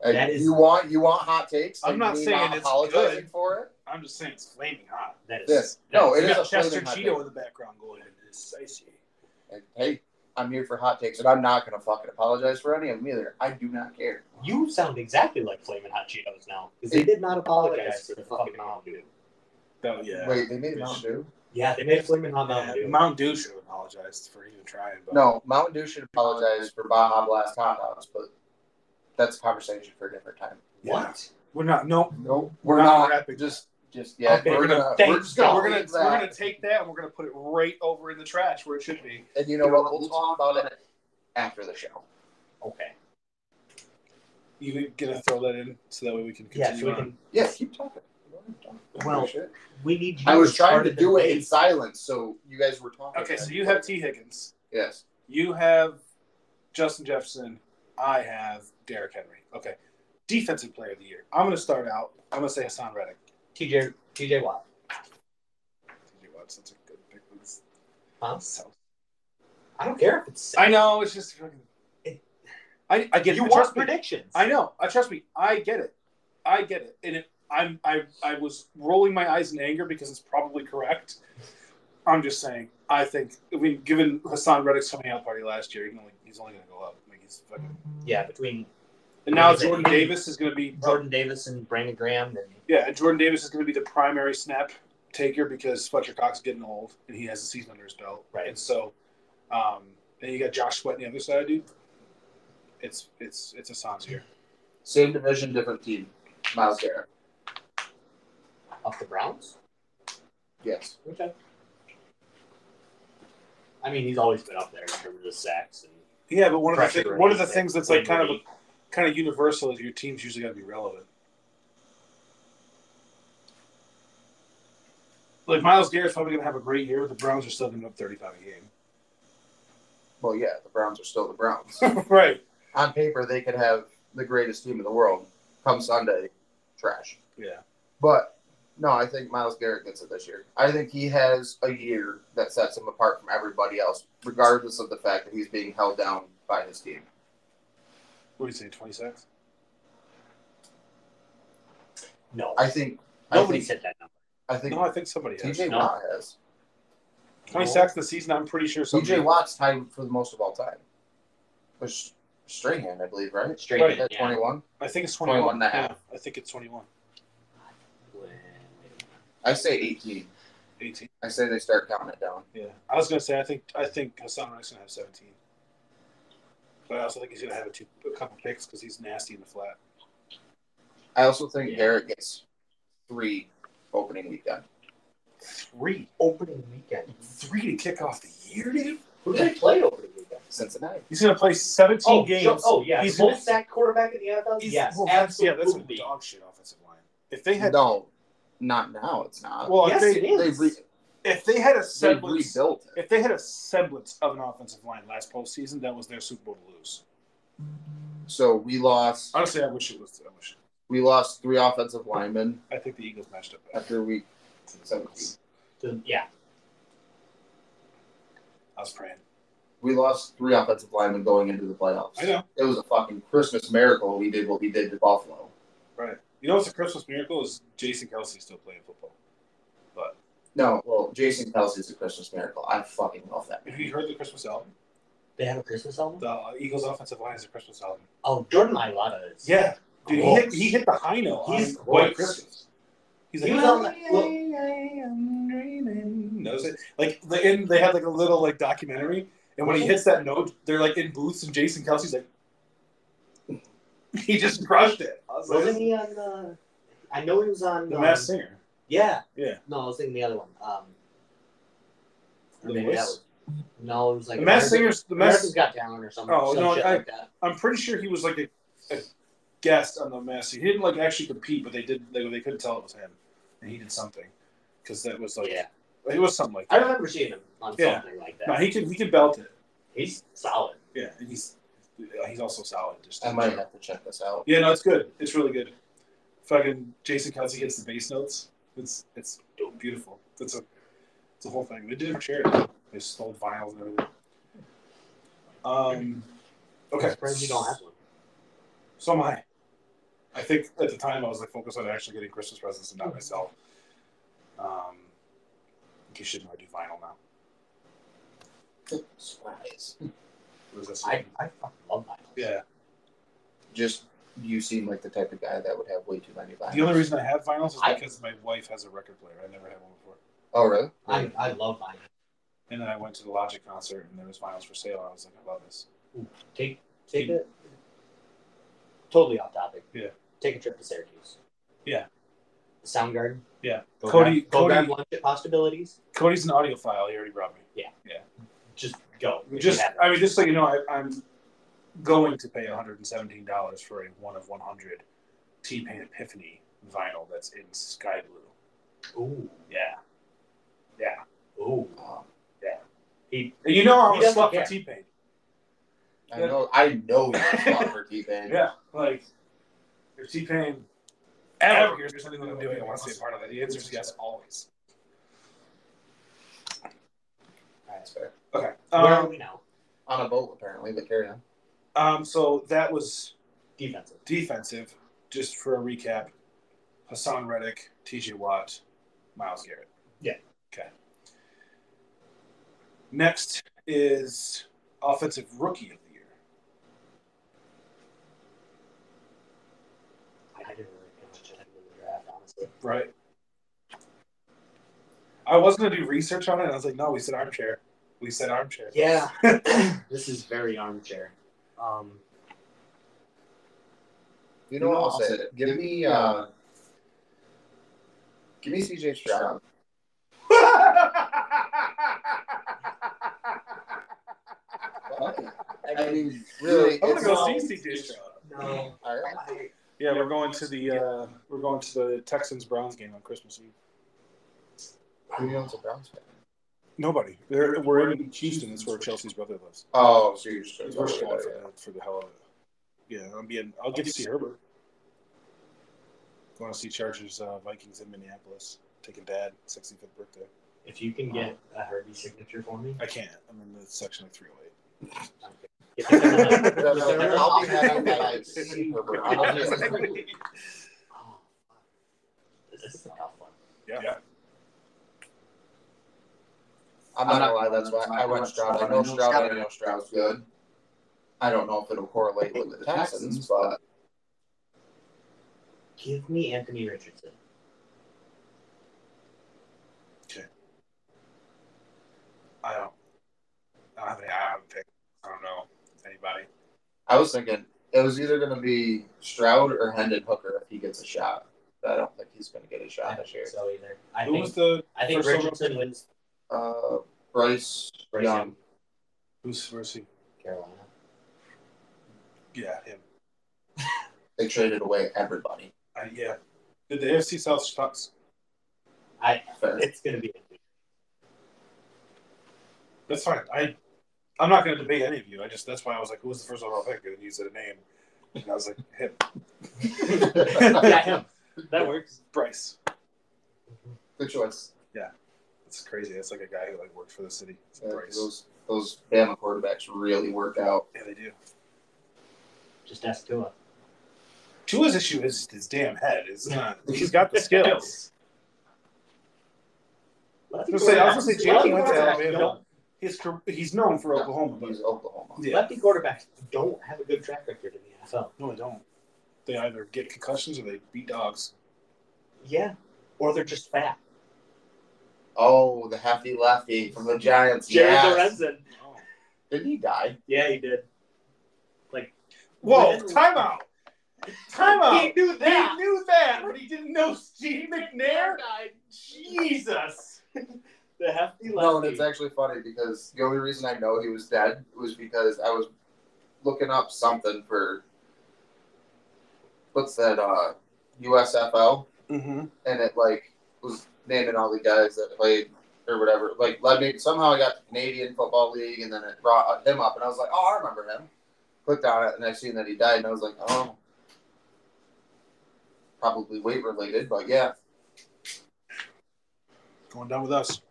[SPEAKER 4] Uh,
[SPEAKER 7] That is-
[SPEAKER 4] you want you want hot takes?
[SPEAKER 2] I'm
[SPEAKER 4] and
[SPEAKER 2] not
[SPEAKER 4] me
[SPEAKER 2] saying it's
[SPEAKER 4] apologizing
[SPEAKER 2] good.
[SPEAKER 4] for it.
[SPEAKER 2] I'm just saying it's flaming hot.
[SPEAKER 7] That is
[SPEAKER 4] Yes. No,
[SPEAKER 2] You
[SPEAKER 4] it is
[SPEAKER 2] got
[SPEAKER 4] a
[SPEAKER 2] Chester
[SPEAKER 4] flaming hot
[SPEAKER 2] Cheeto in the background going. It's icy.
[SPEAKER 4] take. And, Hey, I'm here for hot takes, and I'm not going to fucking apologize for any of them either. I do not care.
[SPEAKER 7] You sound exactly like Flamin' Hot Cheetos now because they did not apologize for the fucking Mountain Dew.
[SPEAKER 2] Oh yeah.
[SPEAKER 4] Wait, they made Mountain Dew?
[SPEAKER 7] Yeah, they made Flamin' Hot
[SPEAKER 2] Yeah,
[SPEAKER 7] Mountain Dew.
[SPEAKER 2] Um, Mountain Dew should have apologized for even trying. But
[SPEAKER 4] No, Mountain Dew should apologize for Baja Blast hot dogs, but that's a conversation for a different time.
[SPEAKER 7] What?
[SPEAKER 2] we're not. No,
[SPEAKER 4] No, we're,
[SPEAKER 2] We're
[SPEAKER 4] not.
[SPEAKER 2] not wrapping.
[SPEAKER 4] Just, just yeah.
[SPEAKER 2] Okay,
[SPEAKER 4] we're, gonna.
[SPEAKER 2] thank
[SPEAKER 4] We're just gonna.
[SPEAKER 2] God.
[SPEAKER 4] We're gonna.
[SPEAKER 2] we're gonna take that and we're gonna put it right over in the trash where it should be.
[SPEAKER 4] And you know what? We'll talk about it after the show.
[SPEAKER 7] Okay.
[SPEAKER 2] You gonna throw that in so that way we can continue
[SPEAKER 7] Yeah, so we
[SPEAKER 2] on.
[SPEAKER 7] can.
[SPEAKER 4] Yeah, keep talking. You don't have to talk.
[SPEAKER 7] Well,
[SPEAKER 4] Shit.
[SPEAKER 7] We need. You
[SPEAKER 4] I was
[SPEAKER 7] as
[SPEAKER 4] trying
[SPEAKER 7] part
[SPEAKER 4] to
[SPEAKER 7] of the
[SPEAKER 4] do it in
[SPEAKER 7] debate.
[SPEAKER 4] silence, so you guys were talking.
[SPEAKER 2] Okay, so you have T. Higgins.
[SPEAKER 4] Yes.
[SPEAKER 2] You have Justin Jefferson. I have Derrick Henry. Okay. Defensive player of the year. I'm going to start out. I'm going to say Hassan Reddick.
[SPEAKER 7] TJ TJ Watt.
[SPEAKER 2] TJ Watt's such a good pick. but it's-
[SPEAKER 7] Huh?
[SPEAKER 2] so-
[SPEAKER 7] I don't care if it's.
[SPEAKER 2] I know. It's just fucking. I, I get it.
[SPEAKER 7] you
[SPEAKER 2] but
[SPEAKER 7] want
[SPEAKER 2] trust me.
[SPEAKER 7] predictions.
[SPEAKER 2] I know. I trust me. I get it. I get it. And it, I'm I I was rolling my eyes in anger because it's probably correct. I'm just saying. I think. I mean, given Hassan Reddick's coming out party last year, he can only, he's only going to go up. Like he's fucking.
[SPEAKER 7] Yeah, between
[SPEAKER 2] And now
[SPEAKER 7] Is it-
[SPEAKER 2] Jordan Davis is going to be
[SPEAKER 7] Jordan Davis and Brandon Graham, and
[SPEAKER 2] Yeah, and Jordan Davis is going to be the primary snap taker because Fletcher Cox is getting old and he has a season under his belt.
[SPEAKER 7] Right.
[SPEAKER 2] And so, um, and you got Josh Sweat on the other side, dude. It's it's it's a Sans year.
[SPEAKER 4] Same division, different team. Miles Garrett.
[SPEAKER 7] of the Browns.
[SPEAKER 4] Yes.
[SPEAKER 7] Okay. I mean, he's always been up there in terms of the sacks and
[SPEAKER 2] Yeah, but one of the
[SPEAKER 7] Pressure
[SPEAKER 2] thi-
[SPEAKER 7] rate
[SPEAKER 2] one of the
[SPEAKER 7] and
[SPEAKER 2] things that's like
[SPEAKER 7] win
[SPEAKER 2] kind of
[SPEAKER 7] rate.
[SPEAKER 2] kind of universal is your team's usually got to be relevant. Like Miles Garrett's probably going to have a great year, but the Browns are still going to up thirty-five a
[SPEAKER 4] Well, yeah, the Browns are still the Browns.
[SPEAKER 2] game. right.
[SPEAKER 4] On paper, they could have the greatest team in the world. Come Sunday, trash.
[SPEAKER 2] Yeah.
[SPEAKER 4] But no, I think Miles Garrett gets it this year. I think he has a year that sets him apart from everybody else, regardless of the fact that he's being held down by his team.
[SPEAKER 2] What do you say? Twenty-six.
[SPEAKER 7] no,
[SPEAKER 4] I think. I
[SPEAKER 7] nobody
[SPEAKER 4] think.
[SPEAKER 7] said that number.
[SPEAKER 4] I think.
[SPEAKER 2] No, I think somebody has.
[SPEAKER 4] TJ
[SPEAKER 7] No.
[SPEAKER 4] Watt has.
[SPEAKER 2] 20
[SPEAKER 7] No.
[SPEAKER 2] sacks this season. I'm pretty sure somebody.
[SPEAKER 4] TJ Watt's tied for the most of all time. Which Strahan, I believe, right?
[SPEAKER 7] Straight
[SPEAKER 2] Right.
[SPEAKER 7] yeah.
[SPEAKER 4] At 21.
[SPEAKER 2] I think it's 21.
[SPEAKER 4] 21 and a half.
[SPEAKER 2] Yeah, I think it's 21.
[SPEAKER 4] I say 18.
[SPEAKER 2] 18.
[SPEAKER 4] I say they start counting it down.
[SPEAKER 2] Yeah. I was gonna say I think I think Hassan Reddick's gonna have 17. But I also think he's gonna have a, two, a couple picks because he's nasty in the flat.
[SPEAKER 4] I also think
[SPEAKER 7] Yeah.
[SPEAKER 4] Garrett gets three opening weekend.
[SPEAKER 2] Three.
[SPEAKER 7] Opening weekend.
[SPEAKER 2] Three to kick off the year, dude.
[SPEAKER 7] Who did they play over the weekend?
[SPEAKER 4] Cincinnati.
[SPEAKER 2] He's gonna play 17
[SPEAKER 7] Oh,
[SPEAKER 2] games.
[SPEAKER 7] Joe- oh yeah,
[SPEAKER 2] He's
[SPEAKER 7] he's
[SPEAKER 2] gonna-
[SPEAKER 7] most sack quarterback in the NFL.
[SPEAKER 2] He's-
[SPEAKER 7] yes,
[SPEAKER 2] well, that's-
[SPEAKER 7] absolutely.
[SPEAKER 2] Yeah, that's a dog shit offensive line. If they had,
[SPEAKER 4] No, not now. It's not.
[SPEAKER 2] well,
[SPEAKER 7] yes,
[SPEAKER 2] if
[SPEAKER 7] it
[SPEAKER 2] they
[SPEAKER 4] they,
[SPEAKER 7] is.
[SPEAKER 4] re-
[SPEAKER 2] if they had a
[SPEAKER 4] they
[SPEAKER 2] semblance,
[SPEAKER 4] rebuilt it.
[SPEAKER 2] if they had a semblance of an offensive line last postseason, that was their Super Bowl to lose.
[SPEAKER 4] So we lost.
[SPEAKER 2] Honestly, I wish it was. I wish.
[SPEAKER 4] We lost three offensive linemen
[SPEAKER 2] I think the Eagles matched up better.
[SPEAKER 4] after week 17.
[SPEAKER 7] yeah,
[SPEAKER 2] I was praying.
[SPEAKER 4] We lost three offensive linemen going into the playoffs.
[SPEAKER 2] I know.
[SPEAKER 4] It was a fucking Christmas miracle. We did what we did to Buffalo.
[SPEAKER 2] Right. You know what's a Christmas miracle is Jason Kelsey still playing football. But
[SPEAKER 4] No, well, Jason Kelsey's a Christmas miracle. I fucking love that.
[SPEAKER 2] have you heard the Christmas album?
[SPEAKER 7] they have a Christmas album.
[SPEAKER 2] The Eagles offensive line is a Christmas album.
[SPEAKER 7] Oh, Jordan Mailata is. Oh,
[SPEAKER 2] Yeah. Dude, he hit,
[SPEAKER 7] Gross.
[SPEAKER 2] he hit the high note.
[SPEAKER 7] He's
[SPEAKER 2] on White
[SPEAKER 7] gross.
[SPEAKER 2] Christmas. He's
[SPEAKER 7] He
[SPEAKER 2] like,
[SPEAKER 7] was on
[SPEAKER 2] I,
[SPEAKER 7] that- look.
[SPEAKER 2] I, I'm dreaming. Knows it. Like, the, and they had like a little like documentary. And when he hits that note, they're like in booths, and Jason Kelsey's like, he just crushed it. I was
[SPEAKER 7] Wasn't
[SPEAKER 2] like,
[SPEAKER 7] he on the? I know he was on
[SPEAKER 2] the
[SPEAKER 7] um,
[SPEAKER 2] Masked Singer.
[SPEAKER 7] Yeah.
[SPEAKER 2] Yeah.
[SPEAKER 7] No, I was thinking the other one. Um, or
[SPEAKER 2] The
[SPEAKER 7] maybe
[SPEAKER 2] Voice?
[SPEAKER 7] that was, no, it was like
[SPEAKER 2] The Masked
[SPEAKER 7] American-
[SPEAKER 2] Singer's the Masked
[SPEAKER 7] America's Got Talent or something.
[SPEAKER 2] Oh,
[SPEAKER 7] some
[SPEAKER 2] no,
[SPEAKER 7] shit
[SPEAKER 2] I-
[SPEAKER 7] like that.
[SPEAKER 2] I'm pretty sure he was like a, a guest on the mass. He didn't like actually compete, but they did. They, they couldn't tell it was him, and he did something because that was like
[SPEAKER 7] yeah,
[SPEAKER 2] it was something like
[SPEAKER 7] I
[SPEAKER 2] that.
[SPEAKER 7] remember seeing him on
[SPEAKER 2] Oh, Yeah.
[SPEAKER 7] something like that.
[SPEAKER 2] No, he can he can belt it.
[SPEAKER 7] He's solid.
[SPEAKER 2] Yeah, and uh, he's he's also solid. Just
[SPEAKER 4] I might have to check this out.
[SPEAKER 2] Yeah, no, it's good. It's really good. fucking Jason Kelsey gets the bass notes. It's it's beautiful. That's a it's a whole thing. They didn't share it. They sold vinyls and everything. Um, okay.
[SPEAKER 7] Friends, you don't have one.
[SPEAKER 2] So am I. I think at the time I was like focused on actually getting Christmas presents and
[SPEAKER 7] Mm-hmm.
[SPEAKER 2] not myself. Um, you should know I do vinyl now.
[SPEAKER 7] Surprise.
[SPEAKER 2] What is this?
[SPEAKER 7] I, I fucking love vinyl.
[SPEAKER 2] yeah.
[SPEAKER 4] Just you seem like the type of guy that would have way too many vinyls.
[SPEAKER 2] The only reason I have vinyls is
[SPEAKER 7] I-
[SPEAKER 2] because my wife has a record player. I never had one before.
[SPEAKER 4] oh, really?
[SPEAKER 7] I, I love vinyl.
[SPEAKER 2] And then I went to the Logic concert and there was vinyls for sale. And I was like, I love this.
[SPEAKER 7] Take take it. Totally off topic.
[SPEAKER 2] Yeah.
[SPEAKER 7] Take a trip to Syracuse.
[SPEAKER 2] Yeah.
[SPEAKER 7] The Soundgarden.
[SPEAKER 2] Yeah.
[SPEAKER 7] Go
[SPEAKER 2] Cody-
[SPEAKER 7] grab, go
[SPEAKER 2] Cody-
[SPEAKER 7] grab lunch at possibilities.
[SPEAKER 2] Cody's an audiophile. He already brought me.
[SPEAKER 7] Just go. If you
[SPEAKER 2] Just,
[SPEAKER 7] have it.
[SPEAKER 2] I mean, just so you know, I, I'm going to pay $117 for a one of 100 T-Pain Epiphany vinyl that's in sky blue.
[SPEAKER 7] Ooh.
[SPEAKER 2] Yeah.
[SPEAKER 7] Ooh.
[SPEAKER 2] Yeah.
[SPEAKER 7] He
[SPEAKER 2] And you know I'm a
[SPEAKER 7] He doesn't
[SPEAKER 2] slut
[SPEAKER 7] care.
[SPEAKER 2] for T-Pain.
[SPEAKER 4] I know. I know you're a spot for T-Pain.
[SPEAKER 2] Yeah. Like, if T-Pain ever hears something that I'm doing, I want to be a part of it. The answer is yes, always.
[SPEAKER 4] That's fair.
[SPEAKER 2] Okay.
[SPEAKER 7] where are
[SPEAKER 2] Um,
[SPEAKER 7] we now?
[SPEAKER 4] On a boat, apparently, but carry on.
[SPEAKER 2] um, so that was
[SPEAKER 7] Defensive.
[SPEAKER 2] defensive. Just for a recap, Hassan Reddick, T.J. Watt, Miles Garrett.
[SPEAKER 7] Yeah.
[SPEAKER 2] Okay. Next is offensive rookie of the year.
[SPEAKER 7] I didn't really pay much attention to the draft, honestly.
[SPEAKER 2] Right. I was gonna do research on it. and I was like, no, we said armchair. We said armchair.
[SPEAKER 7] Yeah. this is very armchair. Um
[SPEAKER 4] You know what? I'll say it. Give me, uh, give me CJ Stroud. Fuck it. I mean, really,
[SPEAKER 2] I'm gonna
[SPEAKER 4] it's
[SPEAKER 2] go
[SPEAKER 4] all-
[SPEAKER 2] see CJ Stroud.
[SPEAKER 7] no.
[SPEAKER 4] all right.
[SPEAKER 7] I-
[SPEAKER 2] um, Yeah, we're going to the uh, we're going to the Texans Browns game on Christmas Eve.
[SPEAKER 4] Who owns a Browns fan?
[SPEAKER 2] Nobody. They're, we're in Houston. That's where Chelsea's brother lives.
[SPEAKER 4] Oh, so you're just going
[SPEAKER 2] It's
[SPEAKER 4] to
[SPEAKER 2] worth
[SPEAKER 4] go
[SPEAKER 2] it for,
[SPEAKER 4] with it.
[SPEAKER 2] the, for the hell of it. Yeah, I'm being. I'll get to see Herbert. Going to see Chargers uh, Vikings in Minneapolis. Taking Dad 65th birthday.
[SPEAKER 7] If you can get a Herbie signature for me,
[SPEAKER 2] I can't. I'm in the section of 308.
[SPEAKER 7] if you can-
[SPEAKER 4] No, no, no, I'll be happy if I see Herbert. I'll just-
[SPEAKER 7] Oh, fuck. This is a tough one.
[SPEAKER 2] Yeah.
[SPEAKER 4] I'm not gonna lie, that's why I went Stroud. I know Stroud, I know Stroud's good. I don't know if it'll correlate with the Texans, but
[SPEAKER 7] Give me Anthony Richardson.
[SPEAKER 2] I don't. I don't have any. I haven't picked. I don't know anybody.
[SPEAKER 4] I was thinking it was either gonna be Stroud or Hendon Hooker if he gets a shot. But I don't think he's gonna get a
[SPEAKER 7] I
[SPEAKER 4] shot
[SPEAKER 7] don't
[SPEAKER 4] this year.
[SPEAKER 7] think so either. I
[SPEAKER 2] Who was
[SPEAKER 7] think
[SPEAKER 2] the?
[SPEAKER 7] I think
[SPEAKER 2] first overall
[SPEAKER 7] Richardson wins
[SPEAKER 4] Uh, Bryce
[SPEAKER 7] Bryce
[SPEAKER 4] Young.
[SPEAKER 2] Who's where's he?
[SPEAKER 7] Carolina.
[SPEAKER 2] Yeah, him.
[SPEAKER 4] They traded away everybody.
[SPEAKER 2] I, yeah. Did the AFC South sucks?
[SPEAKER 7] I
[SPEAKER 4] Fair.
[SPEAKER 7] it's gonna be Anthony.
[SPEAKER 2] That's fine. I I'm not going to debate any of you. I just that's why I was like, who was the first overall pick? And you said a name, and I was like, him,
[SPEAKER 7] yeah, him. That works.
[SPEAKER 2] Bryce.
[SPEAKER 4] Good choice.
[SPEAKER 2] That's crazy. That's like a guy who like worked for the city. It's
[SPEAKER 4] Yeah,
[SPEAKER 2] Bryce.
[SPEAKER 4] Those those Bama quarterbacks really work out.
[SPEAKER 2] Yeah, they do.
[SPEAKER 7] Just ask Tua.
[SPEAKER 2] Tua's issue is his damn head. Is not. He's got the skills. I was gonna say, I was gonna say
[SPEAKER 7] Lefty
[SPEAKER 2] Jalen went to
[SPEAKER 7] quarterbacks
[SPEAKER 2] Alabama.
[SPEAKER 7] don't-
[SPEAKER 2] He's cor- he's known for Oklahoma, but
[SPEAKER 4] He's Oklahoma.
[SPEAKER 2] yeah,
[SPEAKER 7] Lefty quarterbacks don't have a good track record in the NFL.
[SPEAKER 2] no, they don't. They either get concussions or they beat dogs.
[SPEAKER 7] Yeah. Or they're just fat.
[SPEAKER 4] Oh, the hefty lefty from the Giants.
[SPEAKER 7] Jared
[SPEAKER 4] yes.
[SPEAKER 7] Lorenzen.
[SPEAKER 4] Did he die?
[SPEAKER 7] Yeah, he did.
[SPEAKER 2] Whoa! Timeout. Timeout. He
[SPEAKER 7] knew
[SPEAKER 2] knew that, but he didn't know Steve McNair. Jesus.
[SPEAKER 7] The hefty lefty.
[SPEAKER 4] No, and it's actually funny because the only reason I know he was dead was because I was looking up something for what's that uh USFL
[SPEAKER 2] Mm-hmm.
[SPEAKER 4] and it like was naming all the guys that played or whatever. Like led me somehow I got the Canadian Football League and then it brought him up and I was like, Oh, I remember him. Clicked on it and I seen that he died and I was like, Oh probably weight related, but yeah.
[SPEAKER 8] Going down with us.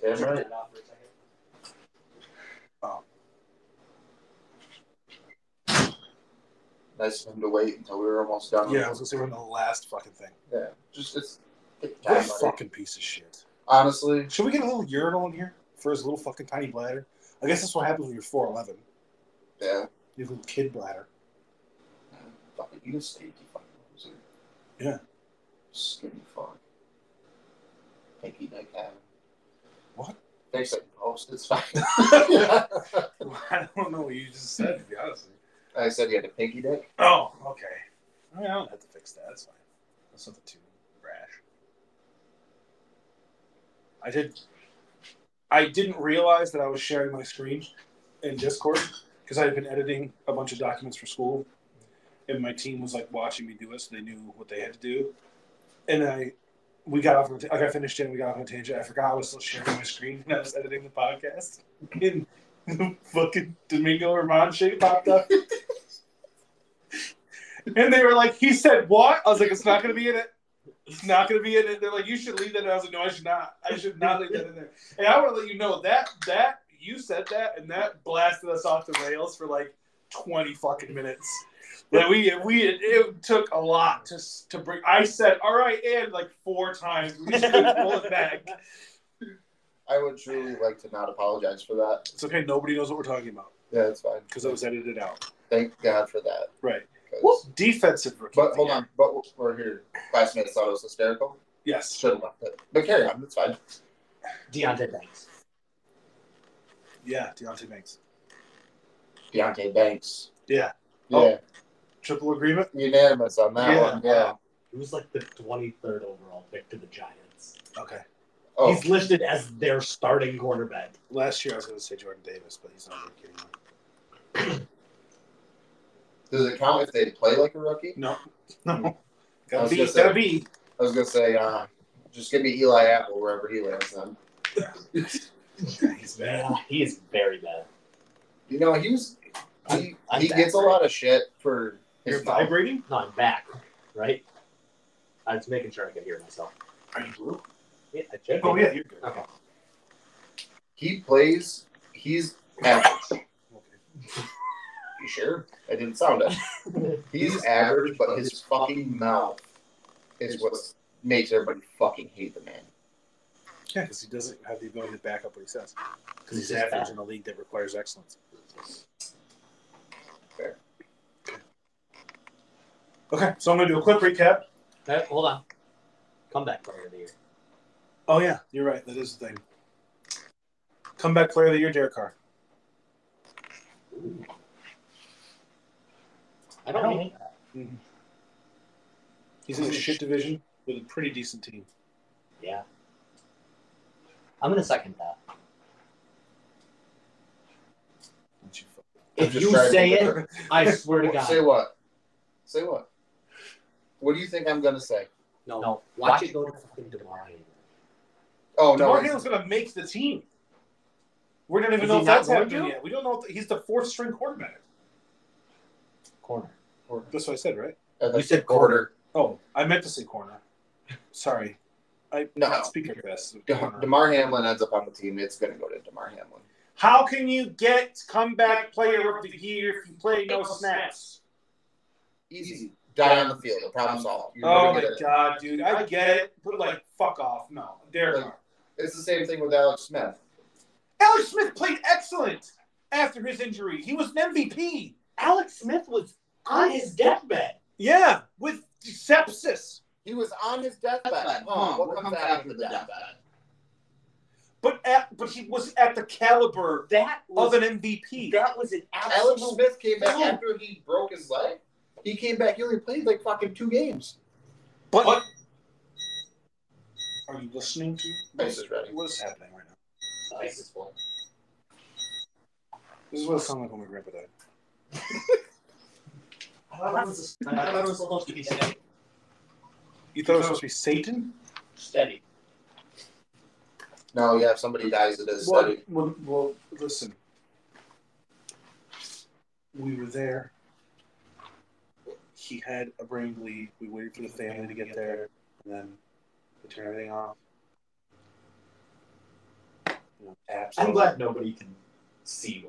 [SPEAKER 4] Damn right.
[SPEAKER 7] Turn it off for a second.
[SPEAKER 4] Nice of him to wait until we were almost done.
[SPEAKER 8] Yeah, I was gonna say we're in the last fucking thing.
[SPEAKER 4] Yeah. Just it's take
[SPEAKER 8] What a
[SPEAKER 4] time. on it.
[SPEAKER 8] fucking piece of shit.
[SPEAKER 4] Honestly,
[SPEAKER 8] Should we get a little urinal in here for his little fucking tiny bladder? I guess that's what happens when you're four eleven.
[SPEAKER 4] yeah.
[SPEAKER 8] You have a little kid bladder.
[SPEAKER 4] Fucking eat a steak, you fucking loser.
[SPEAKER 8] Yeah.
[SPEAKER 4] Skinny fuck. Can't eat like that.
[SPEAKER 8] What?
[SPEAKER 4] Thanks, like post. It's fine.
[SPEAKER 8] I don't know what you just said. To be honest.
[SPEAKER 4] I said you had a pinky dick.
[SPEAKER 8] Oh, okay. I, mean, I don't have to fix that. That's fine. That's nothing too rash. I did. I didn't realize that I was sharing my screen in Discord because I had been editing a bunch of documents for school, and my team was like watching me do it, so they knew what they had to do. And I, we got off. on a ta- Like I finished it, and we got off on a tangent. I forgot I was still sharing my screen, and I was editing the podcast. And fucking Domingo Herman shit popped up. And they were like, he said what? I was like, it's not going to be in it. It's not going to be in it. They're like, you should leave that. And I was like, no, I should not. I should not leave that in there. And I want to let you know that, that, you said that, and that blasted us off the rails for like 20 fucking minutes. That we, we, it took a lot to, to bring. I said, all right, and like four times. We just couldn't pull it back.
[SPEAKER 4] I would truly like to not apologize for that.
[SPEAKER 8] It's okay. Nobody knows what we're talking about
[SPEAKER 4] Yeah, it's fine.
[SPEAKER 8] because it was edited out.
[SPEAKER 4] Thank God for that.
[SPEAKER 8] Right.
[SPEAKER 4] 'cause-
[SPEAKER 8] Defensive rookie.
[SPEAKER 4] But hold on, but we're here. Classmates thought it was hysterical.
[SPEAKER 8] Yes.
[SPEAKER 4] Should have left it. But carry on, it's fine.
[SPEAKER 7] Deontay Banks.
[SPEAKER 8] Yeah. Deontay Banks.
[SPEAKER 4] Deontay Banks.
[SPEAKER 8] Yeah.
[SPEAKER 4] Yeah,
[SPEAKER 8] Oh. Triple agreement.
[SPEAKER 4] unanimous on that
[SPEAKER 8] Yeah.
[SPEAKER 4] one. Yeah.
[SPEAKER 7] He was like the 23rd overall pick to the Giants.
[SPEAKER 8] Okay.
[SPEAKER 4] Oh,
[SPEAKER 7] He's listed as their starting quarterback.
[SPEAKER 8] Last year I was going to say Jordan Davis, but he's not a rookie anymore.
[SPEAKER 4] does it count if they play like a rookie?
[SPEAKER 8] No,
[SPEAKER 4] No. I
[SPEAKER 8] Gotta
[SPEAKER 4] was
[SPEAKER 8] be,
[SPEAKER 4] gonna say-
[SPEAKER 8] gotta be.
[SPEAKER 4] I was gonna say, uh, just give me Eli Apple wherever he lands. Then
[SPEAKER 8] He's
[SPEAKER 7] Yeah, he is very bad.
[SPEAKER 4] you know he was he,
[SPEAKER 7] I'm- I'm
[SPEAKER 4] he
[SPEAKER 7] back,
[SPEAKER 4] gets a
[SPEAKER 7] right?
[SPEAKER 4] lot of shit for
[SPEAKER 8] You're
[SPEAKER 4] his mouth.
[SPEAKER 8] vibrating.
[SPEAKER 7] No, I'm back, right? I was making sure I could hear myself.
[SPEAKER 8] Are you blue?
[SPEAKER 7] Yeah, I checked.
[SPEAKER 8] Oh yeah, you're good.
[SPEAKER 7] Okay.
[SPEAKER 4] He plays. He's average.
[SPEAKER 8] Okay.
[SPEAKER 4] You sure? I didn't sound it. He's average, but his fucking mouth is what makes everybody fucking hate the man.
[SPEAKER 8] Yeah, because he doesn't have the ability to back up what he says. Because he's
[SPEAKER 7] He's just
[SPEAKER 8] average
[SPEAKER 7] bad.
[SPEAKER 8] in a league that requires excellence.
[SPEAKER 4] Fair.
[SPEAKER 8] Okay, so I'm gonna do a quick recap.
[SPEAKER 7] Hey, Uh, hold on. Comeback player of the year.
[SPEAKER 8] Oh yeah, you're right. That is the thing. Comeback player of the year, Derek Carr.
[SPEAKER 7] Ooh.
[SPEAKER 9] I
[SPEAKER 7] don't hate
[SPEAKER 9] that.
[SPEAKER 8] He's in a shit division with a pretty decent team.
[SPEAKER 7] Yeah. I'm gonna second that.
[SPEAKER 8] Don't you fuck-
[SPEAKER 4] I'm
[SPEAKER 7] If
[SPEAKER 4] just
[SPEAKER 7] you
[SPEAKER 4] trying to
[SPEAKER 7] say
[SPEAKER 4] think
[SPEAKER 7] it,
[SPEAKER 4] of-
[SPEAKER 7] I swear to
[SPEAKER 4] What- Say
[SPEAKER 7] God.
[SPEAKER 4] what? Say what? What do you think I'm gonna say?
[SPEAKER 7] No, watch it go to fucking DeMar Hamlin.
[SPEAKER 4] Oh no,
[SPEAKER 8] DeMar
[SPEAKER 4] he's-
[SPEAKER 8] Hamlin's going to make the team. We don't even
[SPEAKER 7] Is
[SPEAKER 8] know
[SPEAKER 7] he
[SPEAKER 8] if
[SPEAKER 7] not
[SPEAKER 8] that's
[SPEAKER 7] going
[SPEAKER 8] happening
[SPEAKER 7] to?
[SPEAKER 8] yet. We don't know. If he's the fourth string quarterback.
[SPEAKER 7] Corner.
[SPEAKER 8] That's what I said, right?
[SPEAKER 4] Uh, that's
[SPEAKER 7] You said
[SPEAKER 4] a quarter.
[SPEAKER 8] Oh, I meant to say corner. Sorry. I
[SPEAKER 4] No.
[SPEAKER 8] not speaker best.
[SPEAKER 4] De- Demar Hamlin ends up on the team. It's gonna go to Demar Hamlin.
[SPEAKER 8] How can you get comeback player of the year if you play no snaps?
[SPEAKER 4] Easy. Um, Die on the field. Problem solved. You're
[SPEAKER 8] Oh
[SPEAKER 4] gonna
[SPEAKER 8] my
[SPEAKER 4] get it.
[SPEAKER 8] god, dude! I get it, but like, fuck off. No, Derek. Carr.
[SPEAKER 4] It's the same thing with Alex Smith.
[SPEAKER 8] Alex Smith played excellent after his injury. He was an MVP.
[SPEAKER 7] Alex Smith was on his deathbed.
[SPEAKER 8] Yeah, with sepsis.
[SPEAKER 4] He was on his deathbed. Huh, what comes after the deathbed?
[SPEAKER 8] But at, but he was at the caliber
[SPEAKER 7] That
[SPEAKER 8] of
[SPEAKER 7] was
[SPEAKER 8] an MVP.
[SPEAKER 7] that was an
[SPEAKER 4] Alex
[SPEAKER 7] absolute
[SPEAKER 4] Smith came back
[SPEAKER 7] No.
[SPEAKER 4] after he broke his leg. He came back. He only played like fucking two games.
[SPEAKER 8] But are you listening to
[SPEAKER 4] This is ready.
[SPEAKER 8] what is happening right now?
[SPEAKER 7] ISIS one.
[SPEAKER 8] This is what it sounded like when my grandpa died.
[SPEAKER 7] I thought it was, I thought it was supposed to be steady.
[SPEAKER 8] You thought it was supposed to be Satan?
[SPEAKER 7] steady.
[SPEAKER 4] No, yeah. If somebody dies, it is
[SPEAKER 8] Well,
[SPEAKER 4] steady.
[SPEAKER 8] well, well, listen. We were there.
[SPEAKER 2] he had a brain bleed. We waited for the family to get there, and then we turned everything off. You know, apps.
[SPEAKER 3] I'm glad nobody can see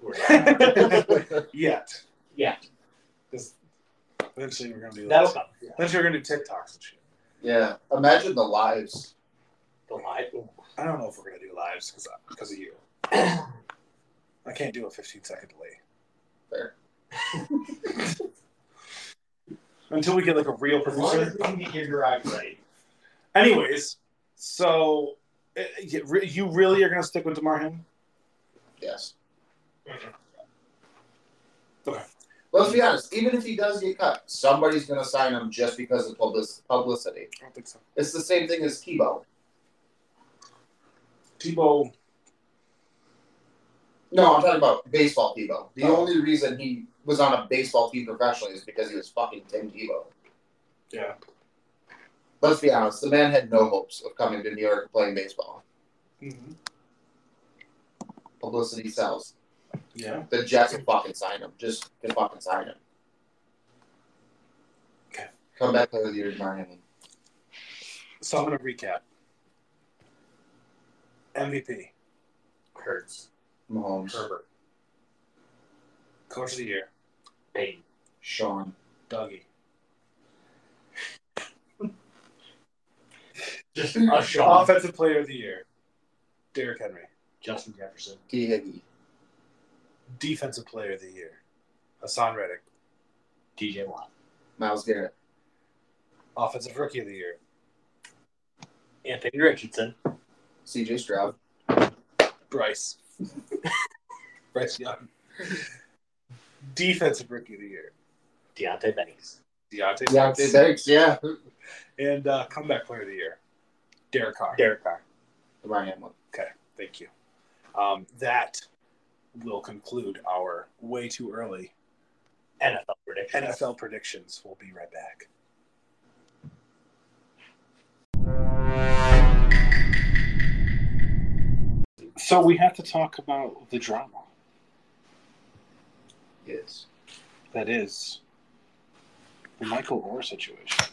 [SPEAKER 3] what we're. we're
[SPEAKER 2] Yet,
[SPEAKER 3] yeah,
[SPEAKER 2] eventually we're gonna do
[SPEAKER 3] that'll
[SPEAKER 2] that.
[SPEAKER 3] come. Yeah.
[SPEAKER 2] Eventually we're gonna do TikToks and shit.
[SPEAKER 4] Yeah. Imagine the lives.
[SPEAKER 3] The live.
[SPEAKER 2] I don't know if we're gonna do lives because because of you. I can't do a 15 second delay.
[SPEAKER 4] Fair.
[SPEAKER 2] Until we get like a real
[SPEAKER 3] As long
[SPEAKER 2] producer.
[SPEAKER 3] as we can get your garage right.
[SPEAKER 2] Anyways, so uh, you re- you really are gonna stick with Demar Hamlin?
[SPEAKER 4] Yes.
[SPEAKER 2] Okay.
[SPEAKER 4] Let's be honest. Even if he does get cut, somebody's going to sign him just because of public- publicity.
[SPEAKER 2] I don't think so.
[SPEAKER 4] It's the same thing as Tebow.
[SPEAKER 2] Tebow.
[SPEAKER 4] No, I'm talking about baseball Tebow. The
[SPEAKER 2] Oh.
[SPEAKER 4] only reason he was on a baseball team professionally is because he was fucking Tim Tebow.
[SPEAKER 2] Yeah.
[SPEAKER 4] Let's be honest. The man had no hopes of coming to New York and playing baseball.
[SPEAKER 2] Mm-hmm.
[SPEAKER 4] Publicity sells.
[SPEAKER 2] Yeah.
[SPEAKER 4] The Jets will fucking sign him. Just to fucking sign him.
[SPEAKER 2] Okay.
[SPEAKER 4] Come back play with your Miami.
[SPEAKER 2] So I'm gonna recap. MVP,
[SPEAKER 3] Hurts.
[SPEAKER 4] Mahomes.
[SPEAKER 3] Herbert.
[SPEAKER 2] Coach of the Year,
[SPEAKER 3] Payton.
[SPEAKER 4] Sean.
[SPEAKER 2] Dougie.
[SPEAKER 3] Just
[SPEAKER 5] Mm-hmm.
[SPEAKER 3] a shot.
[SPEAKER 2] Offensive Player of the Year, Derrick Henry.
[SPEAKER 3] Justin Jefferson.
[SPEAKER 4] D. Higgy.
[SPEAKER 2] Defensive Player of the Year, Hassan Reddick.
[SPEAKER 3] T.J. Watt.
[SPEAKER 4] Miles Garrett.
[SPEAKER 2] Offensive Rookie of the Year,
[SPEAKER 5] Anthony Richardson.
[SPEAKER 4] CJ Stroud.
[SPEAKER 2] Bryce. Bryce Young. Defensive Rookie of the Year,
[SPEAKER 5] Deontay Banks.
[SPEAKER 2] Deontay.
[SPEAKER 4] Yeah,
[SPEAKER 2] Banks.
[SPEAKER 4] thanks. Yeah.
[SPEAKER 2] And uh, Comeback Player of the Year, Derek Carr.
[SPEAKER 5] Derek Carr.
[SPEAKER 4] Demar Hamlin.
[SPEAKER 2] Thank you. Um, that will conclude our way too early
[SPEAKER 5] NFL prediction.
[SPEAKER 2] NFL predictions. We'll be right back. So we have to talk about the drama
[SPEAKER 4] Yes.
[SPEAKER 2] that is the Michael Orr situation.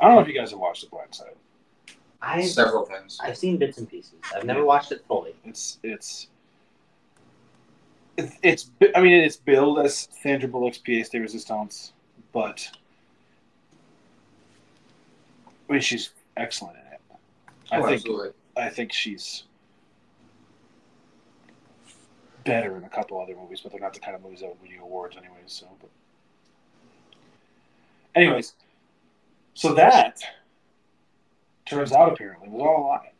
[SPEAKER 2] I don't know if you guys have watched The Blind Side.
[SPEAKER 5] I've,
[SPEAKER 4] Several times.
[SPEAKER 5] I've seen bits and pieces. I've never watched it fully.
[SPEAKER 2] It's it's it's, it's bi- I mean it's billed as Sandra Bullock's pièce de resistance, but I mean she's excellent in it. I
[SPEAKER 4] Oh,
[SPEAKER 2] think
[SPEAKER 4] absolutely.
[SPEAKER 2] I think she's better in a couple other movies, but they're not the kind of movies that would win you awards anyway. So, but anyways, so that turns out apparently was all a lie.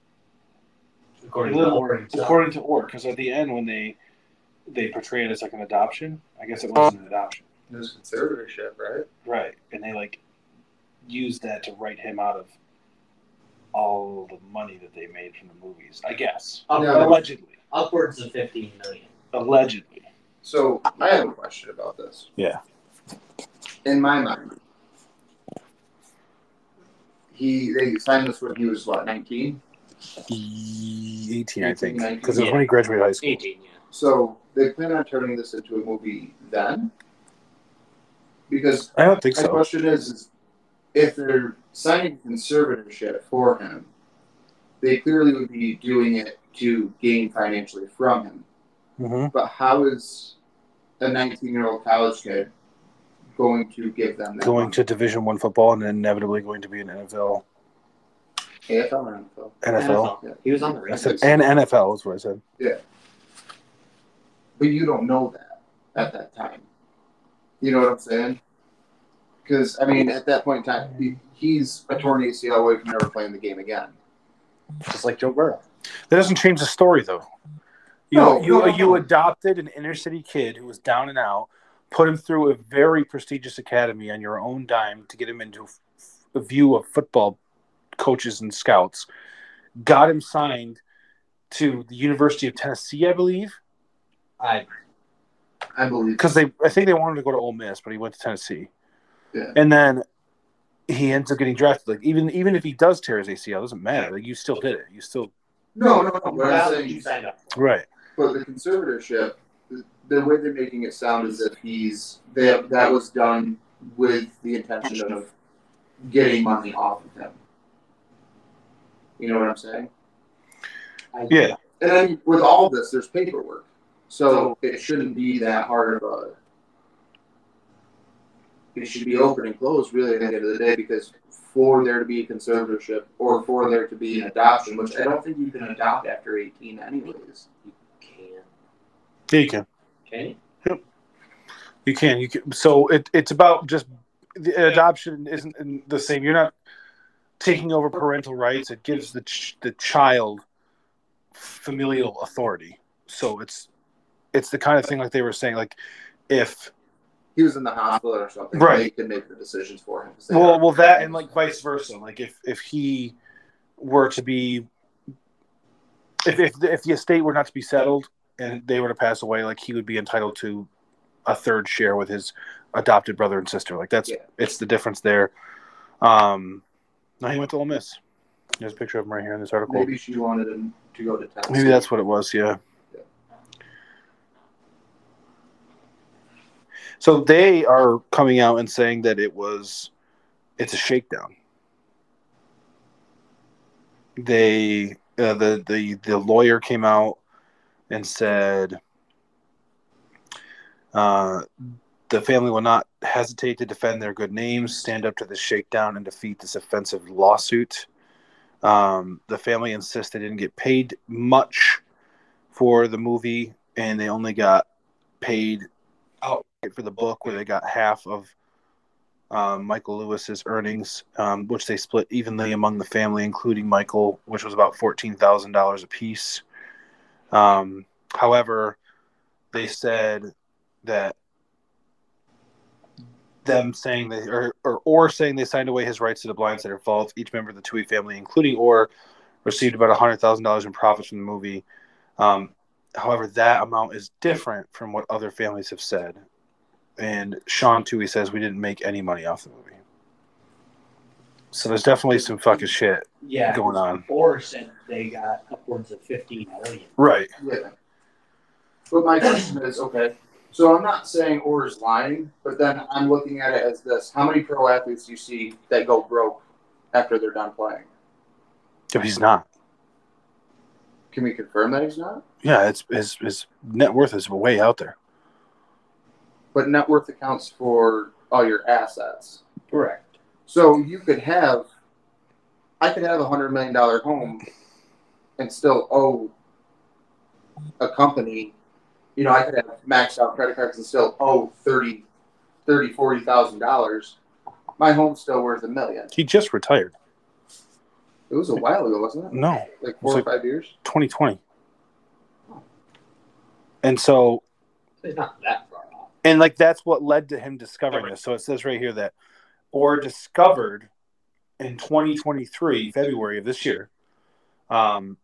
[SPEAKER 3] According
[SPEAKER 2] Little-
[SPEAKER 3] According to-
[SPEAKER 2] according to Orr, because at the end when they they portray it as like an adoption, I guess it wasn't an adoption,
[SPEAKER 4] It was conservatorship, right?
[SPEAKER 2] right? And they like used that to write him out of all the money that they made from the movies, I guess.
[SPEAKER 4] No.
[SPEAKER 5] Upwards,
[SPEAKER 2] Allegedly,
[SPEAKER 5] upwards of 15 million.
[SPEAKER 2] allegedly.
[SPEAKER 4] So I have a question about this.
[SPEAKER 2] Yeah.
[SPEAKER 4] In my mind, he they signed this when he was what nineteen.
[SPEAKER 2] Eighteen,
[SPEAKER 4] I think, 'cause it was
[SPEAKER 2] when he graduated high
[SPEAKER 5] 18, yeah.
[SPEAKER 4] So they plan on turning this into a movie then, because
[SPEAKER 2] I don't think
[SPEAKER 4] my question is, is if they're signing conservatorship for him, they clearly would be doing it to gain financially from him.
[SPEAKER 3] Mm-hmm.
[SPEAKER 4] But how is a 19 year old college kid going to give them that money?
[SPEAKER 2] Division One football and then inevitably going to be an NFL,
[SPEAKER 4] AFL or NFL?
[SPEAKER 5] NFL. He was on the radio.
[SPEAKER 2] and NFL is what I said.
[SPEAKER 4] But you don't know that at that time. You know what I'm saying? Because I mean, at that point in time, he, he's a torn ACL away from never playing the game again.
[SPEAKER 8] Just like Joe Burrow.
[SPEAKER 2] That doesn't change the story, though. You,
[SPEAKER 4] No,
[SPEAKER 2] you,
[SPEAKER 4] no, no,
[SPEAKER 2] you
[SPEAKER 4] no.
[SPEAKER 2] adopted an inner city kid who was down and out, put him through a very prestigious academy on your own dime to get him into f- a view of football coaches and scouts, got him signed to the University of Tennessee, I believe,
[SPEAKER 5] I,
[SPEAKER 4] I believe.
[SPEAKER 2] because they I think they wanted to go to Ole Miss, but he went to Tennessee,
[SPEAKER 4] Yeah.
[SPEAKER 2] and then he ends up getting drafted. Like even even if he does tear his ACL, it doesn't matter. Like you still did it. You still
[SPEAKER 4] No, no, no. What I'm
[SPEAKER 5] Well, you
[SPEAKER 4] saying,
[SPEAKER 5] signed up.
[SPEAKER 2] right.
[SPEAKER 4] but the conservatorship, the way they're making it sound is that he's that that was done with the intention of getting money off of him. You know what I'm saying?
[SPEAKER 2] Yeah.
[SPEAKER 4] And then with all of this, there's paperwork, so it shouldn't be that hard of a. It should be open and closed really at the end of the day because for there to be a conservatorship or for there to be an adoption, which I don't think you can adopt after 18 anyways.
[SPEAKER 5] Can.
[SPEAKER 2] Yeah, you can.
[SPEAKER 5] Can you?
[SPEAKER 2] You can. You can. So it, it's about just the adoption isn't in the same. You're not taking over parental rights. It gives the ch- the child familial authority. So it's it's the kind of thing like they were saying. Like if
[SPEAKER 4] He was in the hospital or something.
[SPEAKER 2] Right.
[SPEAKER 4] They could make the decisions for him.
[SPEAKER 2] well, well that and like vice versa. Like if if he were to be if if the, if the estate were not to be settled and they were to pass away, like he would be entitled to a third share with his adopted brother and sister. Like that's
[SPEAKER 4] Yeah.
[SPEAKER 2] it's the difference there. Um, now he went to Ole Miss. There's a picture of him right here in this article. Maybe,
[SPEAKER 4] maybe she wanted him to go to Tennessee.
[SPEAKER 2] that's what it was. Yeah.
[SPEAKER 4] Yeah.
[SPEAKER 2] So they are coming out and saying that it was, it's a shakedown. They uh, the the the lawyer came out and said uh, the family will not hesitate to defend their good names, stand up to the shakedown, and defeat this offensive lawsuit. Um, the family insists they didn't get paid much for the movie, and they only got paid outright for the book, where they got half of um, Michael Lewis's earnings, um, which they split evenly among the family, including Michael, which was about fourteen thousand dollars apiece. Um, however, they said that them saying they or, or or saying they signed away his rights to the blinds that involved each member of the Tui family, including Orr, received about hundred thousand dollars in profits from the movie. Um, however, that amount is different from what other families have said. And Sean Tui says we didn't make any money off the movie. So there's definitely some fucking shit
[SPEAKER 5] Yeah.
[SPEAKER 2] going on.
[SPEAKER 5] Or said they got upwards of 15 million.
[SPEAKER 2] Right.
[SPEAKER 4] Yeah. But my question is okay, so I'm not saying Orr is lying, but then I'm looking at it as this how many pro athletes do you see that go broke after they're done playing?
[SPEAKER 2] If he's not.
[SPEAKER 4] Can we confirm that he's not?
[SPEAKER 2] Yeah, it's his his net worth is way out there.
[SPEAKER 4] But net worth accounts for all your assets.
[SPEAKER 5] Correct.
[SPEAKER 4] So you could have, I could have a $100 million home and still owe a company. You know, I could have maxed out credit cards and still owe 30, 30 $40,000. My home's still worth a million.
[SPEAKER 2] He just retired.
[SPEAKER 4] It was a while ago, wasn't it?
[SPEAKER 2] No,
[SPEAKER 4] Like four or five years?
[SPEAKER 2] 2020. And so
[SPEAKER 5] It's not that far off.
[SPEAKER 2] and like that's what led to him discovering this. So it says right here that Orr discovered in 2023, February of this year, um,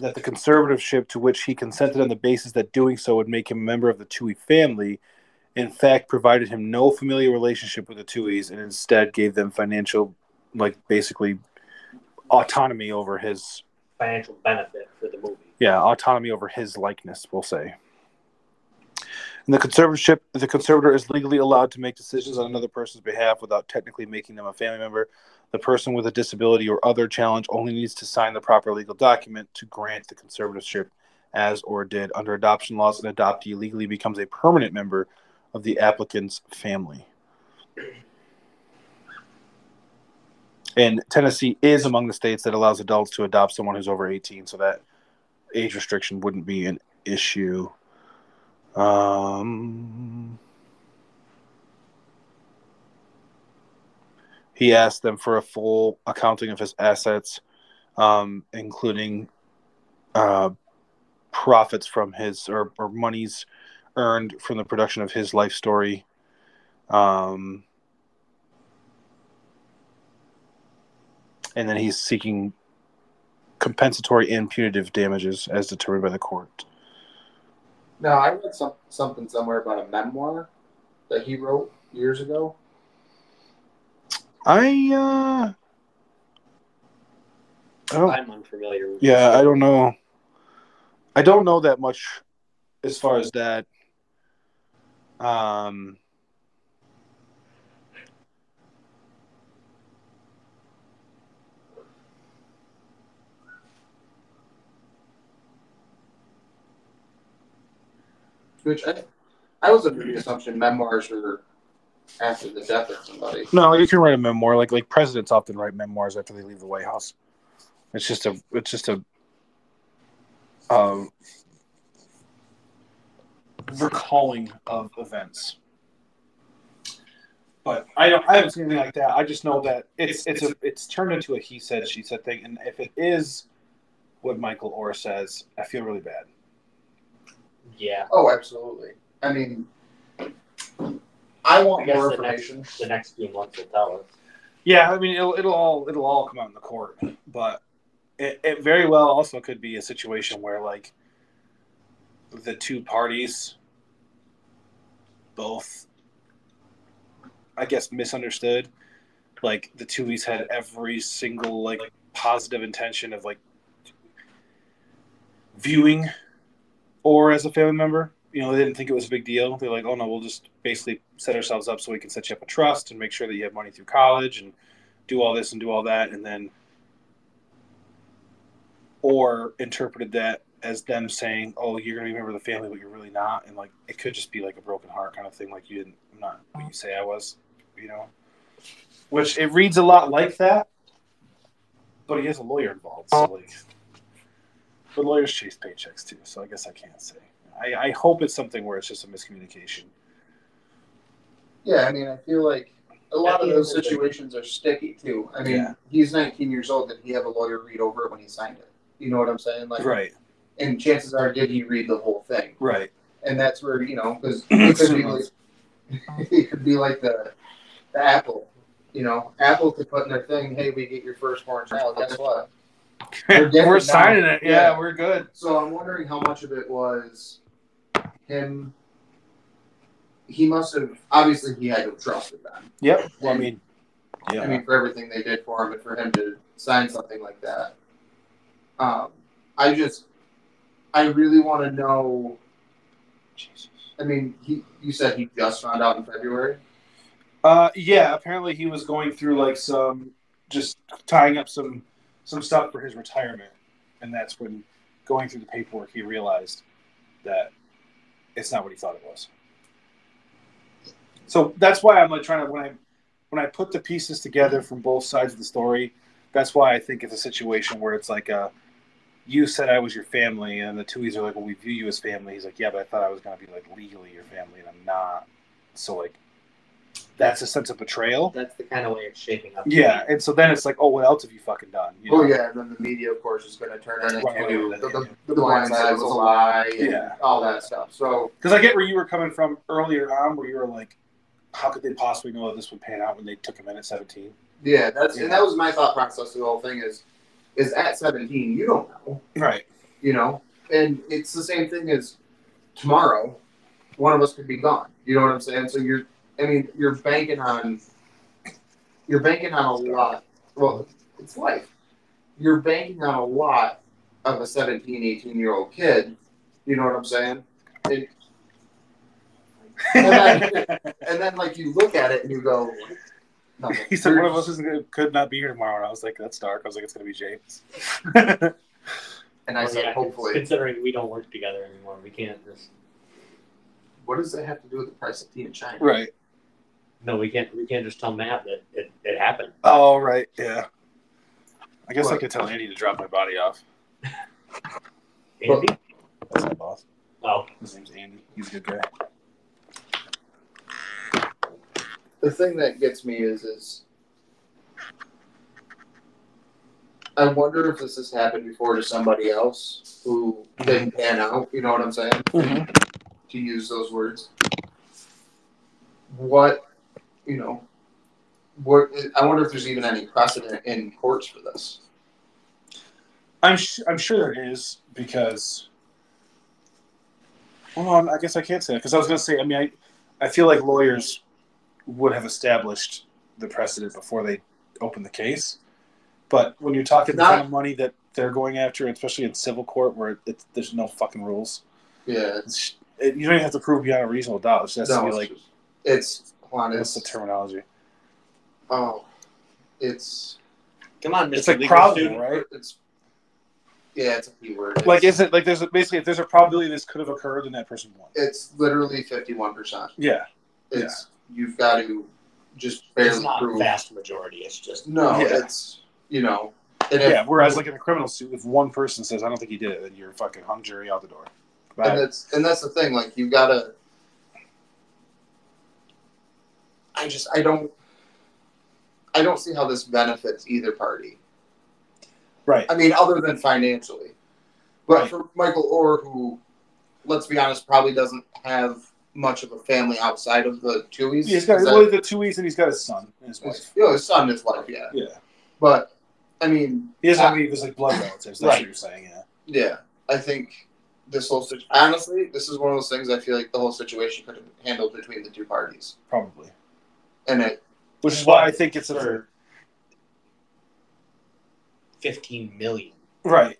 [SPEAKER 2] that the conservatorship to which he consented on the basis that doing so would make him a member of the Tui family, in fact, provided him no familiar relationship with the Tuis and instead gave them financial, like basically autonomy over his
[SPEAKER 5] Financial benefit for the movie.
[SPEAKER 2] yeah, autonomy over his likeness, we'll say. And the conservatorship, the conservator is legally allowed to make decisions on another person's behalf without technically making them a family member. The person with a disability or other challenge only needs to sign the proper legal document to grant the conservatorship, as or did under adoption laws. An adoptee legally becomes a permanent member of the applicant's family. And Tennessee is among the states that allows adults to adopt someone who's over 18, so that age restriction wouldn't be an issue. Um, he asked them for a full accounting of his assets, um, including uh, profits from his or, or monies earned from the production of his life story. Um, and then he's seeking compensatory and punitive damages as determined by the court.
[SPEAKER 4] No, I read some, something somewhere about a memoir that he wrote years ago.
[SPEAKER 2] I uh I don't
[SPEAKER 5] I'm unfamiliar with
[SPEAKER 2] yeah, I don't know. I don't know that much as far as that. Um
[SPEAKER 4] Which I, I was under the assumption memoirs were after the death of somebody.
[SPEAKER 2] No, you can write a memoir. Like like presidents often write memoirs after they leave the White House. It's just a it's just a um, recalling of events. But I don't I haven't seen anything like that. I just know that it's it's a it's turned into a he said she said thing. And if it is what Michael Orr says, I feel really bad.
[SPEAKER 5] Yeah.
[SPEAKER 4] Oh, absolutely. I mean, I want
[SPEAKER 5] I guess
[SPEAKER 4] more
[SPEAKER 5] the next-
[SPEAKER 4] information.
[SPEAKER 5] The next few months will tell us.
[SPEAKER 2] Yeah, I mean it'll it'll all it'll all come out in the court, but it, it very well also could be a situation where like the two parties both I guess misunderstood. Like the Tulies had every single like positive intention of like viewing or as a family member. You know, they didn't think it was a big deal. They're like, oh no, we'll just basically set ourselves up so we can set you up a trust and make sure that you have money through college and do all this and do all that. And then, or interpreted that as them saying, oh, you're going to be a member of the family, but you're really not. And like, it could just be like a broken heart kind of thing. Like, you didn't, I'm not what you say I was, you know? Which it reads a lot like that, but he has a lawyer involved. So, like, but lawyers chase paychecks too, so I guess I can't say. I, I hope it's something where it's just a miscommunication.
[SPEAKER 4] Yeah, I mean, I feel like a lot of
[SPEAKER 5] Yeah.
[SPEAKER 4] those situations are sticky too. I mean,
[SPEAKER 2] Yeah.
[SPEAKER 4] he's 19 years old. Did he have a lawyer read over it when he signed it? You know what I'm saying? Like,
[SPEAKER 2] Right,
[SPEAKER 4] and chances are, did he read the whole thing?
[SPEAKER 2] right.
[SPEAKER 4] And that's where you know, because it could be like, it could be like the, the Apple. You know, Apple could put in their thing, "Hey, we get your firstborn child." Guess what? We're
[SPEAKER 2] We're,
[SPEAKER 4] getting it now.
[SPEAKER 2] signing it. Yeah,
[SPEAKER 4] Yeah.
[SPEAKER 2] we're good.
[SPEAKER 4] So I'm wondering how much of it was him. He must have obviously he had to have trusted them.
[SPEAKER 2] Yep. Well, I mean, yeah.
[SPEAKER 4] I mean, for everything they did for him, but for him to sign something like that, um, I just, I really want to know. I mean, he, you said he just found out in February.
[SPEAKER 2] uh, yeah. Apparently, he was going through like some, just tying up some, some stuff for his retirement, and that's when, going through the paperwork, he realized that it's not what he thought it was. So that's why I'm like trying to when I, when I put the pieces together from both sides of the story, that's why I think it's a situation where it's like a. You said I was your family, and the Tuies are like, "Well, we view you as family." He's like, "Yeah, but I thought I was going to be like legally your family, and I'm not." So like, that's a sense of betrayal.
[SPEAKER 5] That's the kind of way it's shaping up.
[SPEAKER 2] Yeah, and so then it's like, oh, what else have you fucking done? You
[SPEAKER 4] Oh
[SPEAKER 2] know?
[SPEAKER 4] yeah, and then the media, of course, is going to turn it
[SPEAKER 2] Right,
[SPEAKER 4] into
[SPEAKER 2] right,
[SPEAKER 4] the,
[SPEAKER 2] yeah.
[SPEAKER 4] the, the blind side was a lie, and
[SPEAKER 2] Yeah.
[SPEAKER 4] all that stuff. So
[SPEAKER 2] Because I get where you were coming from earlier on, where you were like, how could they possibly know that this would pan out when they took him in at 17?
[SPEAKER 4] yeah, that's and that was my thought process. through The whole thing is, is at 17, you don't know.
[SPEAKER 2] Right.
[SPEAKER 4] you know and it's the same thing as tomorrow one of us could be gone you know what i'm saying so you're i mean you're banking on you're banking on a lot well it's life you're banking on a lot of a 17 18 year old kid you know what i'm saying and, and, then, and then like you look at it and you go nothing.
[SPEAKER 2] He said one of us is gonna, could not be here tomorrow, and I was like, that's dark. I was like, it's gonna be James.
[SPEAKER 4] and i
[SPEAKER 2] Oh,
[SPEAKER 5] Well,
[SPEAKER 4] said
[SPEAKER 5] yeah,
[SPEAKER 4] hopefully
[SPEAKER 5] Considering we don't work together anymore, we can't just
[SPEAKER 4] what does that have to do with the price of tea in china
[SPEAKER 2] right.
[SPEAKER 5] no, we can't we can't just tell Matt that it, it happened.
[SPEAKER 2] Oh, right. Yeah. I guess I
[SPEAKER 4] What?
[SPEAKER 2] could tell Andy to drop my body off.
[SPEAKER 5] Andy?
[SPEAKER 2] That's my boss.
[SPEAKER 5] Oh,
[SPEAKER 2] His name's Andy. He's a good guy.
[SPEAKER 4] the thing that gets me is is I wonder if this has happened before to somebody else who didn't pan out. You know what I'm saying?
[SPEAKER 2] Mm-hmm.
[SPEAKER 4] To use those words, what you know, what I wonder if there's even any precedent in courts for this.
[SPEAKER 2] I'm sh- I'm sure there is because. Well, no, I'm- I guess I can't say that because I was going to say. I mean, I I feel like lawyers would have established the precedent before they open the case, but when you're talking the
[SPEAKER 4] Not-
[SPEAKER 2] kind of money that they're going after, especially in civil court where it's, there's no fucking rules,
[SPEAKER 4] Yeah,
[SPEAKER 2] it's, it, you don't even have to prove beyond a reasonable doubt. It's just
[SPEAKER 4] no,
[SPEAKER 2] be
[SPEAKER 4] it's
[SPEAKER 2] like
[SPEAKER 4] just- it's hold on,
[SPEAKER 2] what's
[SPEAKER 4] it's
[SPEAKER 2] the terminology?
[SPEAKER 4] oh, it's
[SPEAKER 5] come on,
[SPEAKER 2] It's
[SPEAKER 5] Mr.
[SPEAKER 2] like
[SPEAKER 5] Legal
[SPEAKER 2] probable,
[SPEAKER 5] Student.
[SPEAKER 2] right?
[SPEAKER 4] it's Yeah, it's a few words.
[SPEAKER 2] Like, is it like there's a, basically if there's a probability this could have occurred, then that person won.
[SPEAKER 4] It's literally fifty-one percent.
[SPEAKER 2] Yeah,
[SPEAKER 4] It's you've got to just barely
[SPEAKER 5] It's not a
[SPEAKER 4] prove.
[SPEAKER 5] vast majority. It's just
[SPEAKER 4] No,
[SPEAKER 2] Yeah.
[SPEAKER 4] it's you know. And if,
[SPEAKER 2] yeah. Whereas like in a criminal suit, if one person says I don't think he did it, then you're fucking hung jury out the door. Right?
[SPEAKER 4] and that's and that's the thing. Like you gotta. I just I don't. I don't see how this benefits either party.
[SPEAKER 2] right.
[SPEAKER 4] I mean, other than financially, but
[SPEAKER 2] Right.
[SPEAKER 4] for Michael Orr, who, let's be honest, probably doesn't have much of a family outside of the Tuies.
[SPEAKER 2] He's got
[SPEAKER 4] Is that-
[SPEAKER 2] well, the two weeks, and he's got his son and his wife.
[SPEAKER 4] his, you know, his son, his wife, yeah.
[SPEAKER 2] Yeah,
[SPEAKER 4] But I mean,
[SPEAKER 2] he doesn't have any of his like blood relatives. That's
[SPEAKER 4] Right.
[SPEAKER 2] what you're saying. Yeah.
[SPEAKER 4] Yeah, I think this whole situation. Honestly, this is one of those things I feel like the whole situation could have been handled between the two parties,
[SPEAKER 2] Probably.
[SPEAKER 4] and it
[SPEAKER 2] Which is why I think it's a
[SPEAKER 5] for fifteen million.
[SPEAKER 2] right,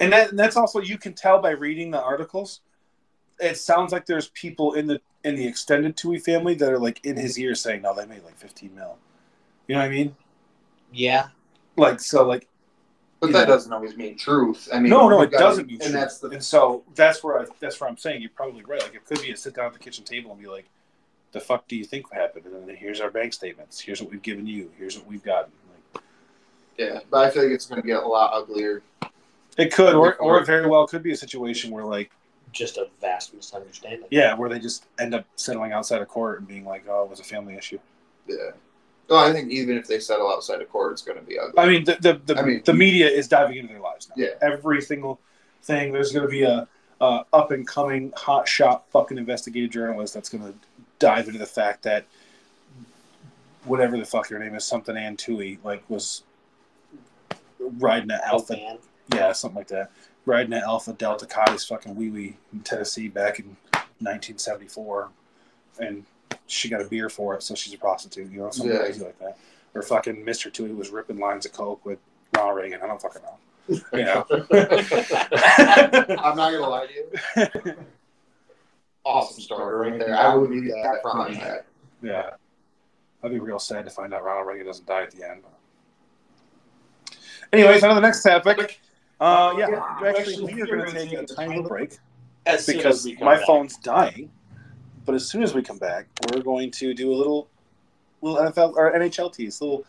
[SPEAKER 2] and that and that's also you can tell by reading the articles. It sounds like there's people in the in the extended Tui family that are like in his ear saying, "No, they made like 15 mil." You know what I mean?
[SPEAKER 5] Yeah,
[SPEAKER 2] Like so, like
[SPEAKER 4] but
[SPEAKER 2] Yeah.
[SPEAKER 4] that doesn't always mean truth. I mean,
[SPEAKER 2] no, no,
[SPEAKER 4] you
[SPEAKER 2] it
[SPEAKER 4] gotta-
[SPEAKER 2] doesn't mean
[SPEAKER 4] and that's the
[SPEAKER 2] and so that's where I that's where I'm saying you're probably right. Like it could be a sit down at the kitchen table and be like, "The fuck do you think happened?" And then here's our bank statements. Here's what we've given you. Here's what we've gotten. Like,
[SPEAKER 4] yeah. But I feel like it's going to get a lot uglier.
[SPEAKER 2] it could, or or it very well could be a situation where like.
[SPEAKER 5] just a vast misunderstanding.
[SPEAKER 2] Yeah, where they just end up settling outside of court and being like, "Oh, it was a family issue."
[SPEAKER 4] Yeah. No, I think even if they settle outside of court, it's going to be ugly.
[SPEAKER 2] I mean, the the, the,
[SPEAKER 4] I mean-
[SPEAKER 2] the media is diving into their lives now.
[SPEAKER 4] Yeah.
[SPEAKER 2] every single thing. There's going to be a, a up and coming hot shot fucking investigative journalist that's going to dive into the fact that whatever the fuck your name is, something Antui like was riding an
[SPEAKER 5] Oh,
[SPEAKER 2] alpha,
[SPEAKER 5] man.
[SPEAKER 2] yeah, something like that, riding an alpha delta Cotty's fucking wee wee in Tennessee back in 1974, and she got a beer for it, so she's a prostitute, you know, something
[SPEAKER 4] Yeah.
[SPEAKER 2] crazy like that. Or fucking Mr. Tui was ripping lines of coke with Ronald Reagan. I don't fucking know. You know.
[SPEAKER 4] I'm not going to lie to you. Awesome story right there. I would need that from that.
[SPEAKER 2] Yeah. I'd be real sad to find out Ronald Reagan doesn't die at the end. Anyways, on to the next topic. Uh, yeah, actually, we are going to take a tiny break
[SPEAKER 5] As soon as
[SPEAKER 2] because
[SPEAKER 5] we come
[SPEAKER 2] my
[SPEAKER 5] back.
[SPEAKER 2] phone's dying. But as soon as we come back, we're going to do a little, little NFL or NHL tease, little,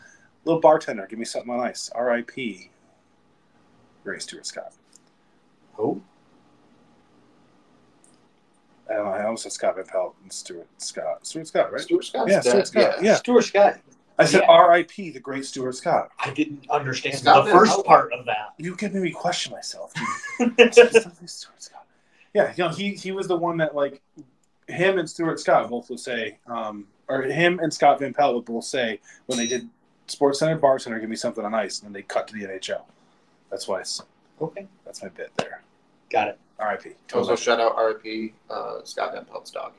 [SPEAKER 2] little bartender. Give me something on ice. R.I.P. Ray Stewart Scott.
[SPEAKER 5] Who?
[SPEAKER 2] I don't know. I almost said Scott Van Pelt and Stewart Scott. Stewart Scott, right?
[SPEAKER 4] Stuart Scott's
[SPEAKER 2] Yeah,
[SPEAKER 4] dead.
[SPEAKER 2] Stuart Scott.
[SPEAKER 4] Yeah.
[SPEAKER 2] Yeah.
[SPEAKER 5] Stuart Scott.
[SPEAKER 2] I said
[SPEAKER 5] Yeah.
[SPEAKER 2] R.I.P. the great Stuart Scott.
[SPEAKER 5] I didn't understand
[SPEAKER 4] Scott
[SPEAKER 5] the
[SPEAKER 4] Van
[SPEAKER 5] first
[SPEAKER 4] Pelt.
[SPEAKER 5] part of that.
[SPEAKER 2] you can maybe question myself. yeah, you know, he he was the one that like him and Stuart Scott both would say, um, or him and Scott Van Pelt would both say when they did Sports Center, Bar Center, give me something on ice, and then they cut to the NHL. That's why it's,
[SPEAKER 5] Okay,
[SPEAKER 2] that's my bit there.
[SPEAKER 5] got it.
[SPEAKER 2] R.I.P.
[SPEAKER 4] Also, shout out RIP uh, Scott Van Pelt's dog.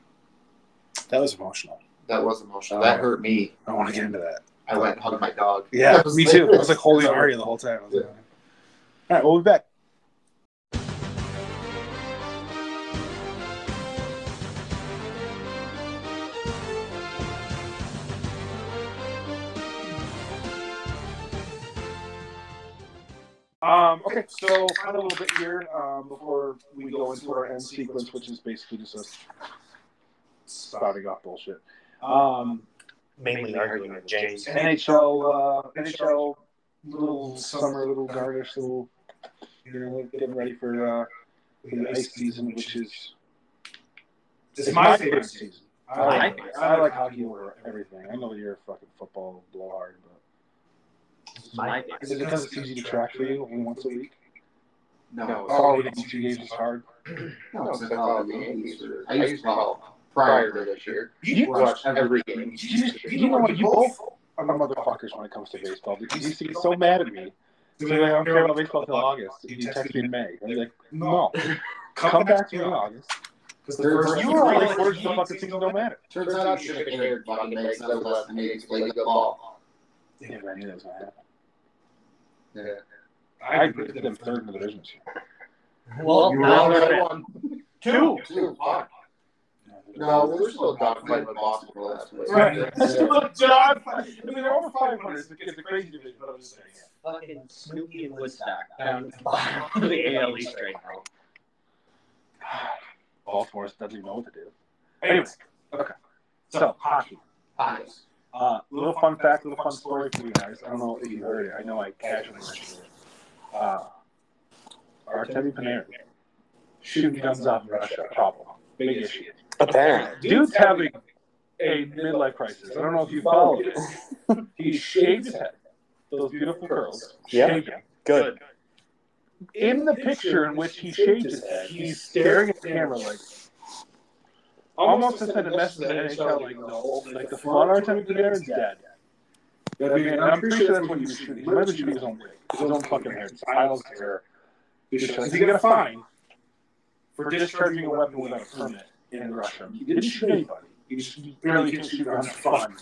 [SPEAKER 2] That was emotional.
[SPEAKER 4] That was emotional. That hurt me.
[SPEAKER 2] I want to get into that.
[SPEAKER 4] I went and hugged my dog.
[SPEAKER 2] Yeah,
[SPEAKER 4] That was
[SPEAKER 2] me
[SPEAKER 4] like-
[SPEAKER 2] too. I was like holding Aria the whole time. I was like, All right, we'll be back. Um, okay, so final little bit here um, before we go into our end sequence, which is basically just us spouting off bullshit. Um,
[SPEAKER 5] Mainly arguing with James.
[SPEAKER 2] NHL, uh, NHL, little summer, little garnish, little, you know, getting ready for uh, the ice season, which is it's, my favorite season. I like, I like hockey over everything. I know you're a fucking football blowhard, but
[SPEAKER 5] My
[SPEAKER 2] is it because it's easy to track for you only once a week?
[SPEAKER 4] No,
[SPEAKER 2] Oh, the two games is hard.
[SPEAKER 4] no, it's like all the Yankees were- I used to follow prior to this year. You watch every game.
[SPEAKER 2] You, you know what? You both are my motherfuckers when it comes to baseball because you used to get so mad at me. You'd be like, I don't care about baseball until August. You text me in May. I'd be like, no, come back to me in August.
[SPEAKER 1] Because
[SPEAKER 4] the first-
[SPEAKER 2] You
[SPEAKER 4] You
[SPEAKER 2] were
[SPEAKER 4] were
[SPEAKER 2] like,
[SPEAKER 4] like,
[SPEAKER 2] words the fucking season don't matter.
[SPEAKER 4] Turns out I should have cared about the next of less than eight play good ball.
[SPEAKER 2] Yeah, I knew that was gonna happen.
[SPEAKER 4] Yeah.
[SPEAKER 2] I put them third in the division this year.
[SPEAKER 5] Well,
[SPEAKER 4] You were
[SPEAKER 5] now
[SPEAKER 4] on
[SPEAKER 5] they're
[SPEAKER 4] that one.
[SPEAKER 5] two.
[SPEAKER 4] Two, fuck.
[SPEAKER 2] Yeah,
[SPEAKER 4] No, there was a little dogfight in Boston for last place.
[SPEAKER 2] Right.
[SPEAKER 4] Yeah.
[SPEAKER 2] John, I mean, they're all 500s. It's a crazy division, but I'm just saying.
[SPEAKER 7] Fucking Snoopy and Woodstock
[SPEAKER 2] Down
[SPEAKER 7] down
[SPEAKER 2] at
[SPEAKER 7] the bottom of the
[SPEAKER 5] E
[SPEAKER 7] AL East right now.
[SPEAKER 8] Baltimore doesn't even know what to do.
[SPEAKER 2] Anyway,
[SPEAKER 8] So hockey.
[SPEAKER 3] Pockets.
[SPEAKER 8] Uh, little fun fact, little fun story for you guys. I don't know if you heard it. I know I casually mentioned it. Uh, Artemi Panarin shooting guns off in Russia. Problem. Big issue.
[SPEAKER 2] Apparently.
[SPEAKER 8] Dude's having a midlife crisis. I don't know if you followed it. He shaved his head. Those beautiful curls.
[SPEAKER 2] Yeah.
[SPEAKER 8] Shaved them.
[SPEAKER 2] Good.
[SPEAKER 8] In the picture in which he shaved his head, he's staring at the camera like, almost to send a message to the NHL like, no, like the fun Artemi Panarin's dead. I mean, I'm pretty sure that's what he was shooting. He might have been shooting his own wig, his own fucking hair. I don't care. Because he got a fine for discharging a weapon without a permit in Russia. He didn't shoot anybody. He just barely can shoot around the fun.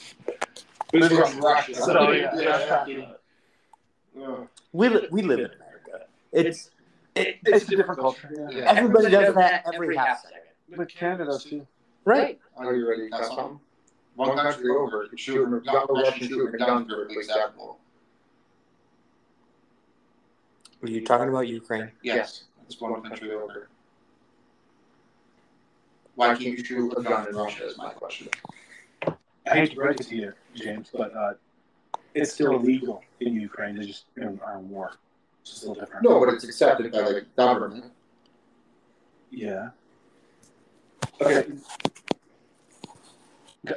[SPEAKER 8] This is from Russia. So, yeah, that's not-
[SPEAKER 7] We, li- we live in America. It's,
[SPEAKER 8] It- it's a different culture.
[SPEAKER 4] Yeah.
[SPEAKER 7] everybody does that every half second.
[SPEAKER 8] But Canada, too.
[SPEAKER 7] Right.
[SPEAKER 4] Are you ready to test something? One country over, shooting a gun- a Russian shooting a gun is acceptable.
[SPEAKER 10] Were you talking about Ukraine?
[SPEAKER 4] Yes, it's one country over. Why can't you shoot a gun in Russia? Is my question.
[SPEAKER 8] I hate to break it to you, James, but uh, it's still illegal in Ukraine. They just are in- are in war. It's just a little different.
[SPEAKER 4] No, but it's accepted by the government.
[SPEAKER 8] Yeah. Okay.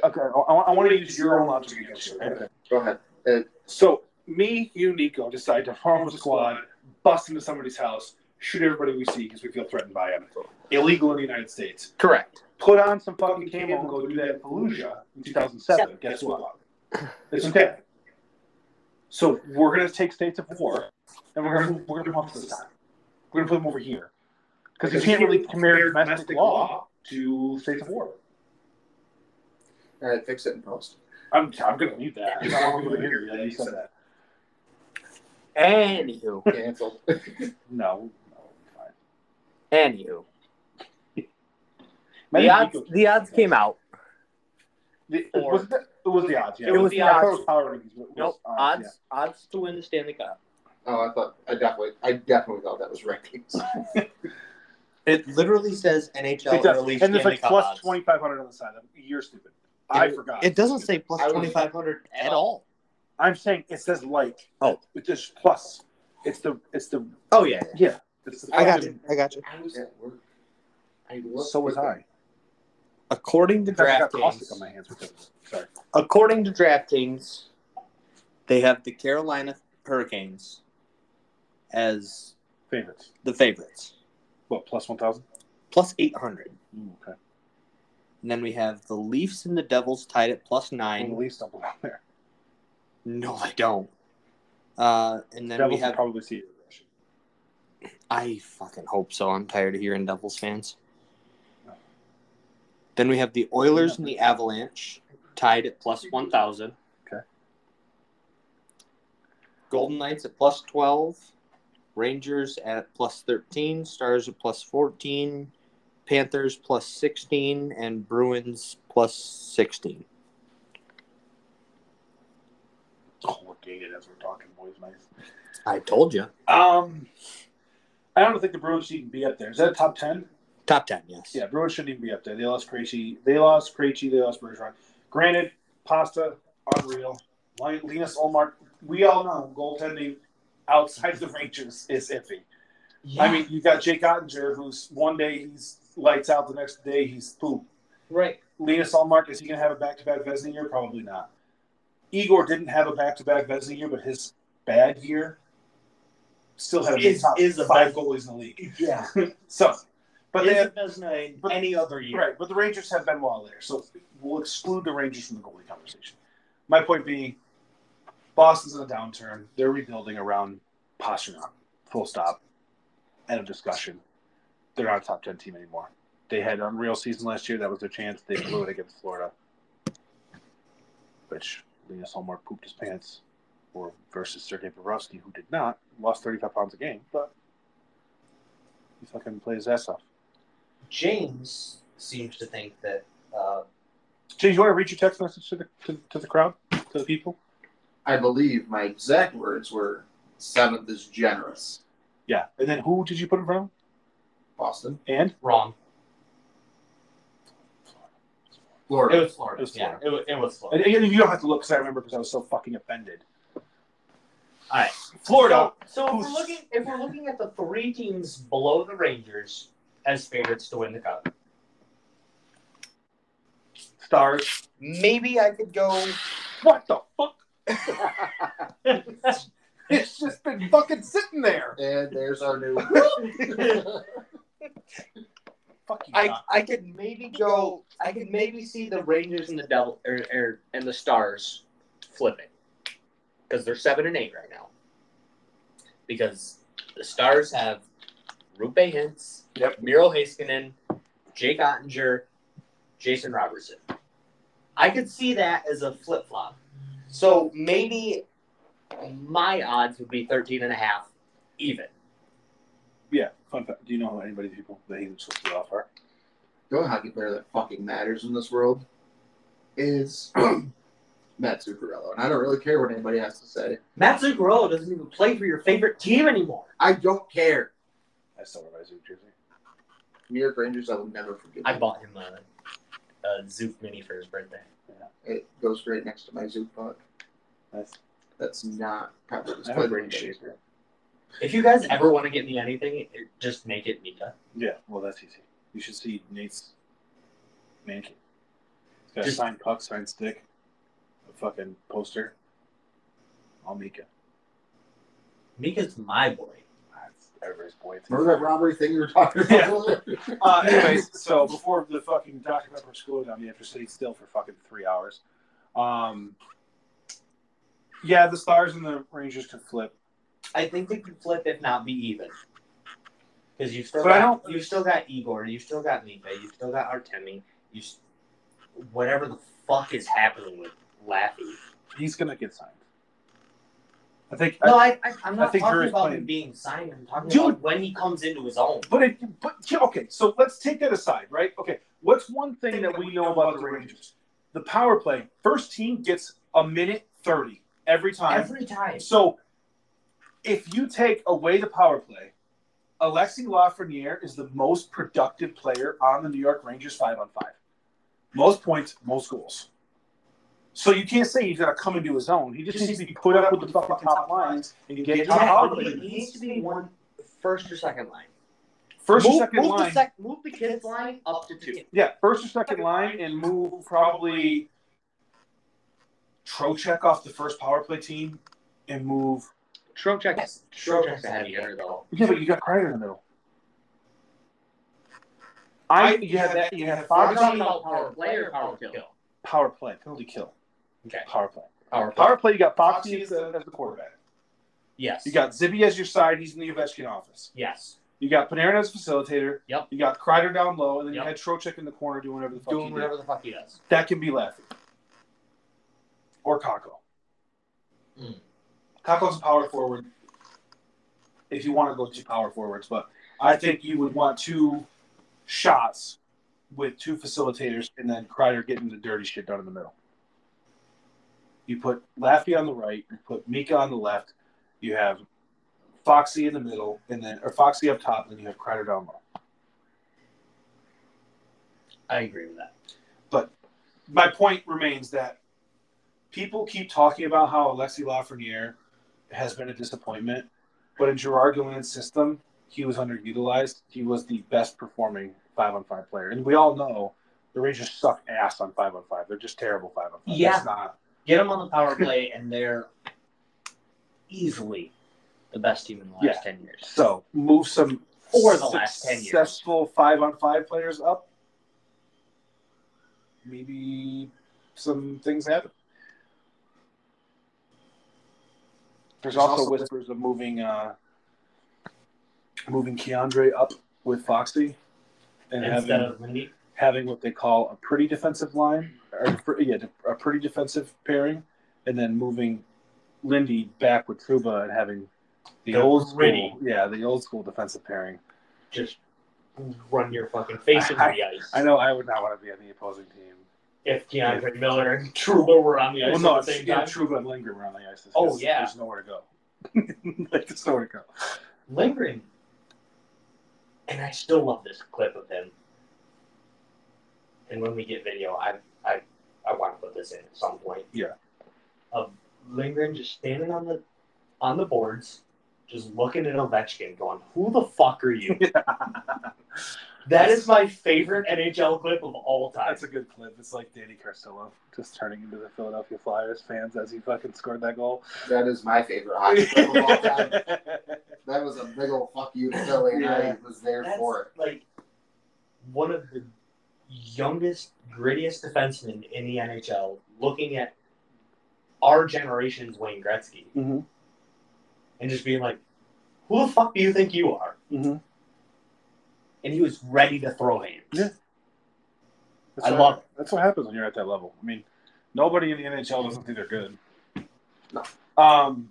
[SPEAKER 8] Okay. I, I want to use your own logic against you. Okay.
[SPEAKER 4] Go ahead.
[SPEAKER 2] So me, you, Nico decide to form a squad, bust into somebody's house, shoot everybody we see because we feel threatened by them. Illegal in the United States.
[SPEAKER 7] Correct.
[SPEAKER 2] Put on some fucking camo and go do that in Fallujah in 2007. Guess what? It's okay. So we're gonna take states of war, and we're gonna we're gonna put them up this time. We're gonna put them over here because you can't really compare domestic law to states of war.
[SPEAKER 4] All right, fix it in post.
[SPEAKER 2] I'm I'm gonna leave that. I don't want people to hear that you said that.
[SPEAKER 7] Anywho.
[SPEAKER 4] Cancel.
[SPEAKER 2] No. no, fine.
[SPEAKER 7] Anywho. The
[SPEAKER 2] Maybe
[SPEAKER 7] odds,
[SPEAKER 2] Nico-
[SPEAKER 7] the odds came out.
[SPEAKER 2] The,
[SPEAKER 7] Or-
[SPEAKER 2] was the, it was the odds. Yeah.
[SPEAKER 7] It was the
[SPEAKER 2] I thought it
[SPEAKER 7] odds.
[SPEAKER 2] was power rankings, but it was uh,
[SPEAKER 7] Nope.
[SPEAKER 2] odds,
[SPEAKER 7] Odds, odds to win the Stanley Cup.
[SPEAKER 4] Oh, I thought I definitely, I definitely thought that was rankings.
[SPEAKER 10] It literally says
[SPEAKER 2] yeah.
[SPEAKER 10] NHL
[SPEAKER 2] It does.
[SPEAKER 10] early
[SPEAKER 2] And there's
[SPEAKER 10] Stanley
[SPEAKER 2] like
[SPEAKER 10] Cup
[SPEAKER 2] plus
[SPEAKER 10] odds.
[SPEAKER 2] twenty five hundred on the side. I'm- You're stupid. I forgot.
[SPEAKER 10] It doesn't say plus
[SPEAKER 4] I was-
[SPEAKER 10] 2500 at all.
[SPEAKER 2] I'm saying it says like.
[SPEAKER 10] Oh.
[SPEAKER 2] It says plus. It's the it's the
[SPEAKER 10] Oh yeah.
[SPEAKER 2] yeah. It's the
[SPEAKER 10] I got you. I got you.
[SPEAKER 4] I was at work. I looked
[SPEAKER 2] So was
[SPEAKER 4] at
[SPEAKER 2] I.
[SPEAKER 10] According to
[SPEAKER 2] In fact, I got caustic on
[SPEAKER 10] DraftKings,
[SPEAKER 2] my hands because of it. Sorry.
[SPEAKER 10] according to DraftKings, they have the Carolina Hurricanes as
[SPEAKER 2] Favorites.
[SPEAKER 10] the favorites,
[SPEAKER 2] What plus one thousand?
[SPEAKER 10] plus 800.
[SPEAKER 2] Okay.
[SPEAKER 10] And then we have the Leafs and the Devils tied at plus
[SPEAKER 2] And the
[SPEAKER 10] nine.
[SPEAKER 2] Leafs don't belong there.
[SPEAKER 10] No, they don't. Uh, and then
[SPEAKER 2] Devils
[SPEAKER 10] we have.
[SPEAKER 2] will probably see it.
[SPEAKER 10] I fucking hope so. I'm tired of hearing Devils fans. Then we have the Oilers and the Avalanche tied at plus 1,000.
[SPEAKER 2] Okay.
[SPEAKER 10] Golden Knights at plus 12. Rangers at plus 13. Stars at plus 14. Panthers plus 16. And Bruins plus 16.
[SPEAKER 2] Oh, we're dated as we're talking, boys. Nice.
[SPEAKER 10] I told you.
[SPEAKER 2] Um, I don't think the Bruins should even be up there. Is that a top ten?
[SPEAKER 10] Top 10, yes.
[SPEAKER 2] Yeah, Bruins shouldn't even be up there. They lost Krejci. They lost Krejci. They lost Bergeron. Granted, Pasta, unreal. Lin- Linus Olmark, we all know goaltending outside the Rangers is iffy. I mean, you got Jake Ottinger, who's one day he's lights out, the next day he's poop.
[SPEAKER 7] Right.
[SPEAKER 2] Linus Allmark, is he going to have a back-to-back Vesna year? Probably not. Igor didn't have a back-to-back Vesna year, but his bad year still had
[SPEAKER 5] Is-
[SPEAKER 2] top
[SPEAKER 5] is a
[SPEAKER 2] five goalies in the league.
[SPEAKER 5] Yeah.
[SPEAKER 2] So, but they have,
[SPEAKER 5] Isn't Vesna in
[SPEAKER 2] but-
[SPEAKER 5] any other year.
[SPEAKER 2] Right, but the Rangers have Benoit there, so we'll exclude the Rangers from the goalie conversation. My point being, Boston's in a downturn. They're rebuilding around Pasternak. Full stop. End of discussion. They're not a top ten team anymore. They had an unreal season last year. That was their chance. They blew it against Florida, which Linus Allmark pooped his pants. Or versus Sergei Bobrovsky, who did not lost thirty five pounds a game, but he fucking plays his ass off.
[SPEAKER 7] James seems to think that
[SPEAKER 5] Uh,
[SPEAKER 2] Jay, you want to read your text message to the to, to the crowd, to the people?
[SPEAKER 4] I believe my exact words were seventh is generous.
[SPEAKER 2] Yeah. And then who did you put in front of?
[SPEAKER 4] Boston,
[SPEAKER 2] And
[SPEAKER 3] Wrong. It
[SPEAKER 4] Florida.
[SPEAKER 3] was Florida.
[SPEAKER 2] It was
[SPEAKER 3] yeah, it was, it was Florida.
[SPEAKER 2] and, and you don't have to look because I remember because I was so fucking offended.
[SPEAKER 3] Florida.
[SPEAKER 5] So, so if
[SPEAKER 2] Who's-
[SPEAKER 5] we're looking,
[SPEAKER 3] If we're looking at the three teams below the Rangers as favorites to win the cup,
[SPEAKER 2] Stars.
[SPEAKER 4] Maybe I could go.
[SPEAKER 2] What the fuck?
[SPEAKER 1] It's just been fucking sitting there.
[SPEAKER 4] And there's our new.
[SPEAKER 2] Fuck you.
[SPEAKER 10] I,
[SPEAKER 2] Doc.
[SPEAKER 10] I could Uh, maybe go. I could maybe see the Rangers and the Devil or, or and the Stars flipping because they're seven and eight right now.
[SPEAKER 7] Because the Stars have Rupe Hintz,
[SPEAKER 2] Yep.
[SPEAKER 7] Miro Haskinen, Jake Ottinger, Jason Robertson. I could see that as a flip flop. So maybe my odds would be 13 and a half even.
[SPEAKER 2] yeah. Fun fact. Do you know who anybody the people that he was supposed to off are?
[SPEAKER 4] The only hockey player that fucking matters in this world is Matt Zuccarello, and I don't really care what anybody has to say.
[SPEAKER 7] Matt Zuccarello doesn't even play for your favorite team anymore.
[SPEAKER 4] I don't care.
[SPEAKER 2] I still wear my Zoom jersey.
[SPEAKER 4] New York Rangers, I will never forgive.
[SPEAKER 7] I
[SPEAKER 4] you.
[SPEAKER 7] bought him a, a Zook Mini for his birthday.
[SPEAKER 4] It goes right next to my Zook puck.
[SPEAKER 2] Nice.
[SPEAKER 4] That's not properly
[SPEAKER 2] I have a
[SPEAKER 4] displayed.
[SPEAKER 2] great shaper.
[SPEAKER 7] If you guys ever want to get me anything, it- just make it Mika.
[SPEAKER 2] Yeah. Well, that's easy. You should see Nate's man cave. He's got
[SPEAKER 7] Just-
[SPEAKER 2] a signed puck, signed stick, a fucking poster. I'll make it.
[SPEAKER 7] Mika's my boy.
[SPEAKER 2] That's everybody's boy.
[SPEAKER 4] Remember that robbery thing you were talking about?
[SPEAKER 2] Uh, anyways, so before the fucking Dr. Pepper school down, you have to stay still for fucking three hours. Um, yeah, the Stars and the Rangers could flip.
[SPEAKER 7] I think they could flip if not be even. Because you've still
[SPEAKER 2] But I
[SPEAKER 7] got
[SPEAKER 2] don't-
[SPEAKER 7] you've still got Igor, you've still got Mika, you've still got Artemi, you s- whatever the fuck is happening with Laffy.
[SPEAKER 2] He's gonna get signed. I think.
[SPEAKER 7] No, I, I I'm not
[SPEAKER 2] think
[SPEAKER 7] talking
[SPEAKER 2] Drury's
[SPEAKER 7] about
[SPEAKER 2] playing.
[SPEAKER 7] him being signed. I'm talking
[SPEAKER 2] Dude.
[SPEAKER 7] about when he comes into his own.
[SPEAKER 2] but if, but yeah, okay, so let's take that aside, right? Okay, what's one thing that we know about the Rangers? The power play. First team gets a minute thirty every time.
[SPEAKER 7] Every time.
[SPEAKER 2] So, if you take away the power play, Alexi Lafreniere is the most productive player on the New York Rangers five on five. Most points, most goals. So you can't say he's gonna come into his own. He just needs to be put up with the fucking top lines and get top
[SPEAKER 7] Yeah,
[SPEAKER 2] power
[SPEAKER 7] he,
[SPEAKER 2] play.
[SPEAKER 7] he needs to be one first or second line.
[SPEAKER 2] First
[SPEAKER 7] move,
[SPEAKER 2] or second
[SPEAKER 7] move
[SPEAKER 2] line,
[SPEAKER 7] The sec- move the kids line up to two.
[SPEAKER 2] yeah. First or second line, and move probably Trocheck off the first power play team, and move.
[SPEAKER 7] Trocheck's Trocheck's a heavy hitter though.
[SPEAKER 2] Yeah, but you got Kreider in the middle. I you have that you have five
[SPEAKER 7] I'm talking about power play or power kill.
[SPEAKER 2] power play, penalty kill.
[SPEAKER 7] Okay.
[SPEAKER 2] Power play.
[SPEAKER 7] Power play.
[SPEAKER 2] Power play, you got Foxy as the, as the quarterback.
[SPEAKER 7] Yes.
[SPEAKER 2] You got Zibby as your side, he's in the Ovechkin office.
[SPEAKER 7] yes.
[SPEAKER 2] You got Panarin as facilitator.
[SPEAKER 7] Yep.
[SPEAKER 2] You got Kreider down low, and then
[SPEAKER 7] Yep.
[SPEAKER 2] you had Trocheck in the corner doing whatever the fuck he
[SPEAKER 7] Doing
[SPEAKER 2] did.
[SPEAKER 7] whatever the fuck he does.
[SPEAKER 2] That can be Laffy. Or Kako.
[SPEAKER 7] Mm.
[SPEAKER 2] Kako's a power forward. If you want to go to power forwards, but I think you would want two shots with two facilitators and then Kreider getting the dirty shit done in the middle. You put Laffy on the right, you put Mika on the left, you have Foxy in the middle, and then or Foxy up top, and then you have Kreider down low.
[SPEAKER 7] I agree with that.
[SPEAKER 2] my point remains that people keep talking about how Alexi Lafreniere has been a disappointment, but in Gerard Gallin's system, he was underutilized. He was the best performing five on five player, and we all know the Rangers suck ass on five on five. They're just terrible five on five.
[SPEAKER 7] Yeah.
[SPEAKER 2] That's not.
[SPEAKER 7] Get them on the power play, and they're easily the best team in the last
[SPEAKER 2] Yeah.
[SPEAKER 7] ten years.
[SPEAKER 2] So move some
[SPEAKER 7] For the last 10 years.
[SPEAKER 2] successful five on five players up. Maybe some things happen. There's, also, whispers of moving uh, moving Keandre up with Foxy and
[SPEAKER 7] instead
[SPEAKER 2] having
[SPEAKER 7] of Mindy,
[SPEAKER 2] having what they call a pretty defensive line, or pr- yeah, a pretty defensive pairing, and then moving Lindy back with Truba and having the,
[SPEAKER 7] The
[SPEAKER 2] old
[SPEAKER 7] gritty.
[SPEAKER 2] school, yeah, the old school defensive pairing.
[SPEAKER 7] just
[SPEAKER 5] run your fucking face into the ice.
[SPEAKER 2] I know I would not want to be on the opposing team.
[SPEAKER 5] If DeAndre Miller and Truba were on the ice
[SPEAKER 2] Well, no,
[SPEAKER 5] at the
[SPEAKER 2] it's
[SPEAKER 5] same
[SPEAKER 2] yeah,
[SPEAKER 5] time,
[SPEAKER 2] Truba and Lindgren were on the ice. There's-
[SPEAKER 5] Oh, yeah.
[SPEAKER 2] there's nowhere to go. like there's nowhere to go.
[SPEAKER 5] lingering.
[SPEAKER 7] and I still love this clip of him. And when we get video, I I I want to put this in at some point.
[SPEAKER 2] Yeah.
[SPEAKER 7] Of Lindgren just standing on the on the boards, just looking at Ovechkin, going, "Who the fuck are you?" that is my favorite NHL clip of all time.
[SPEAKER 2] That's a good clip. It's like Danny Carcillo just turning into the Philadelphia Flyers fans as he fucking scored that goal.
[SPEAKER 4] That is my favorite hockey clip of all time. That was a big old fuck you to Philly, and I was there
[SPEAKER 7] That's
[SPEAKER 4] for it.
[SPEAKER 7] like one of the youngest, grittiest defensemen in the NHL. Looking at our generation's Wayne Gretzky
[SPEAKER 2] Mhm.
[SPEAKER 7] and just being like, "Who the fuck do you think you are?"
[SPEAKER 2] Mhm.
[SPEAKER 7] And he was ready to throw hands.
[SPEAKER 2] Yeah. That's
[SPEAKER 7] I
[SPEAKER 2] what-
[SPEAKER 7] love
[SPEAKER 2] That's what happens when you're at that level. I mean, nobody in the NHL doesn't think they're good.
[SPEAKER 4] No.
[SPEAKER 2] Um,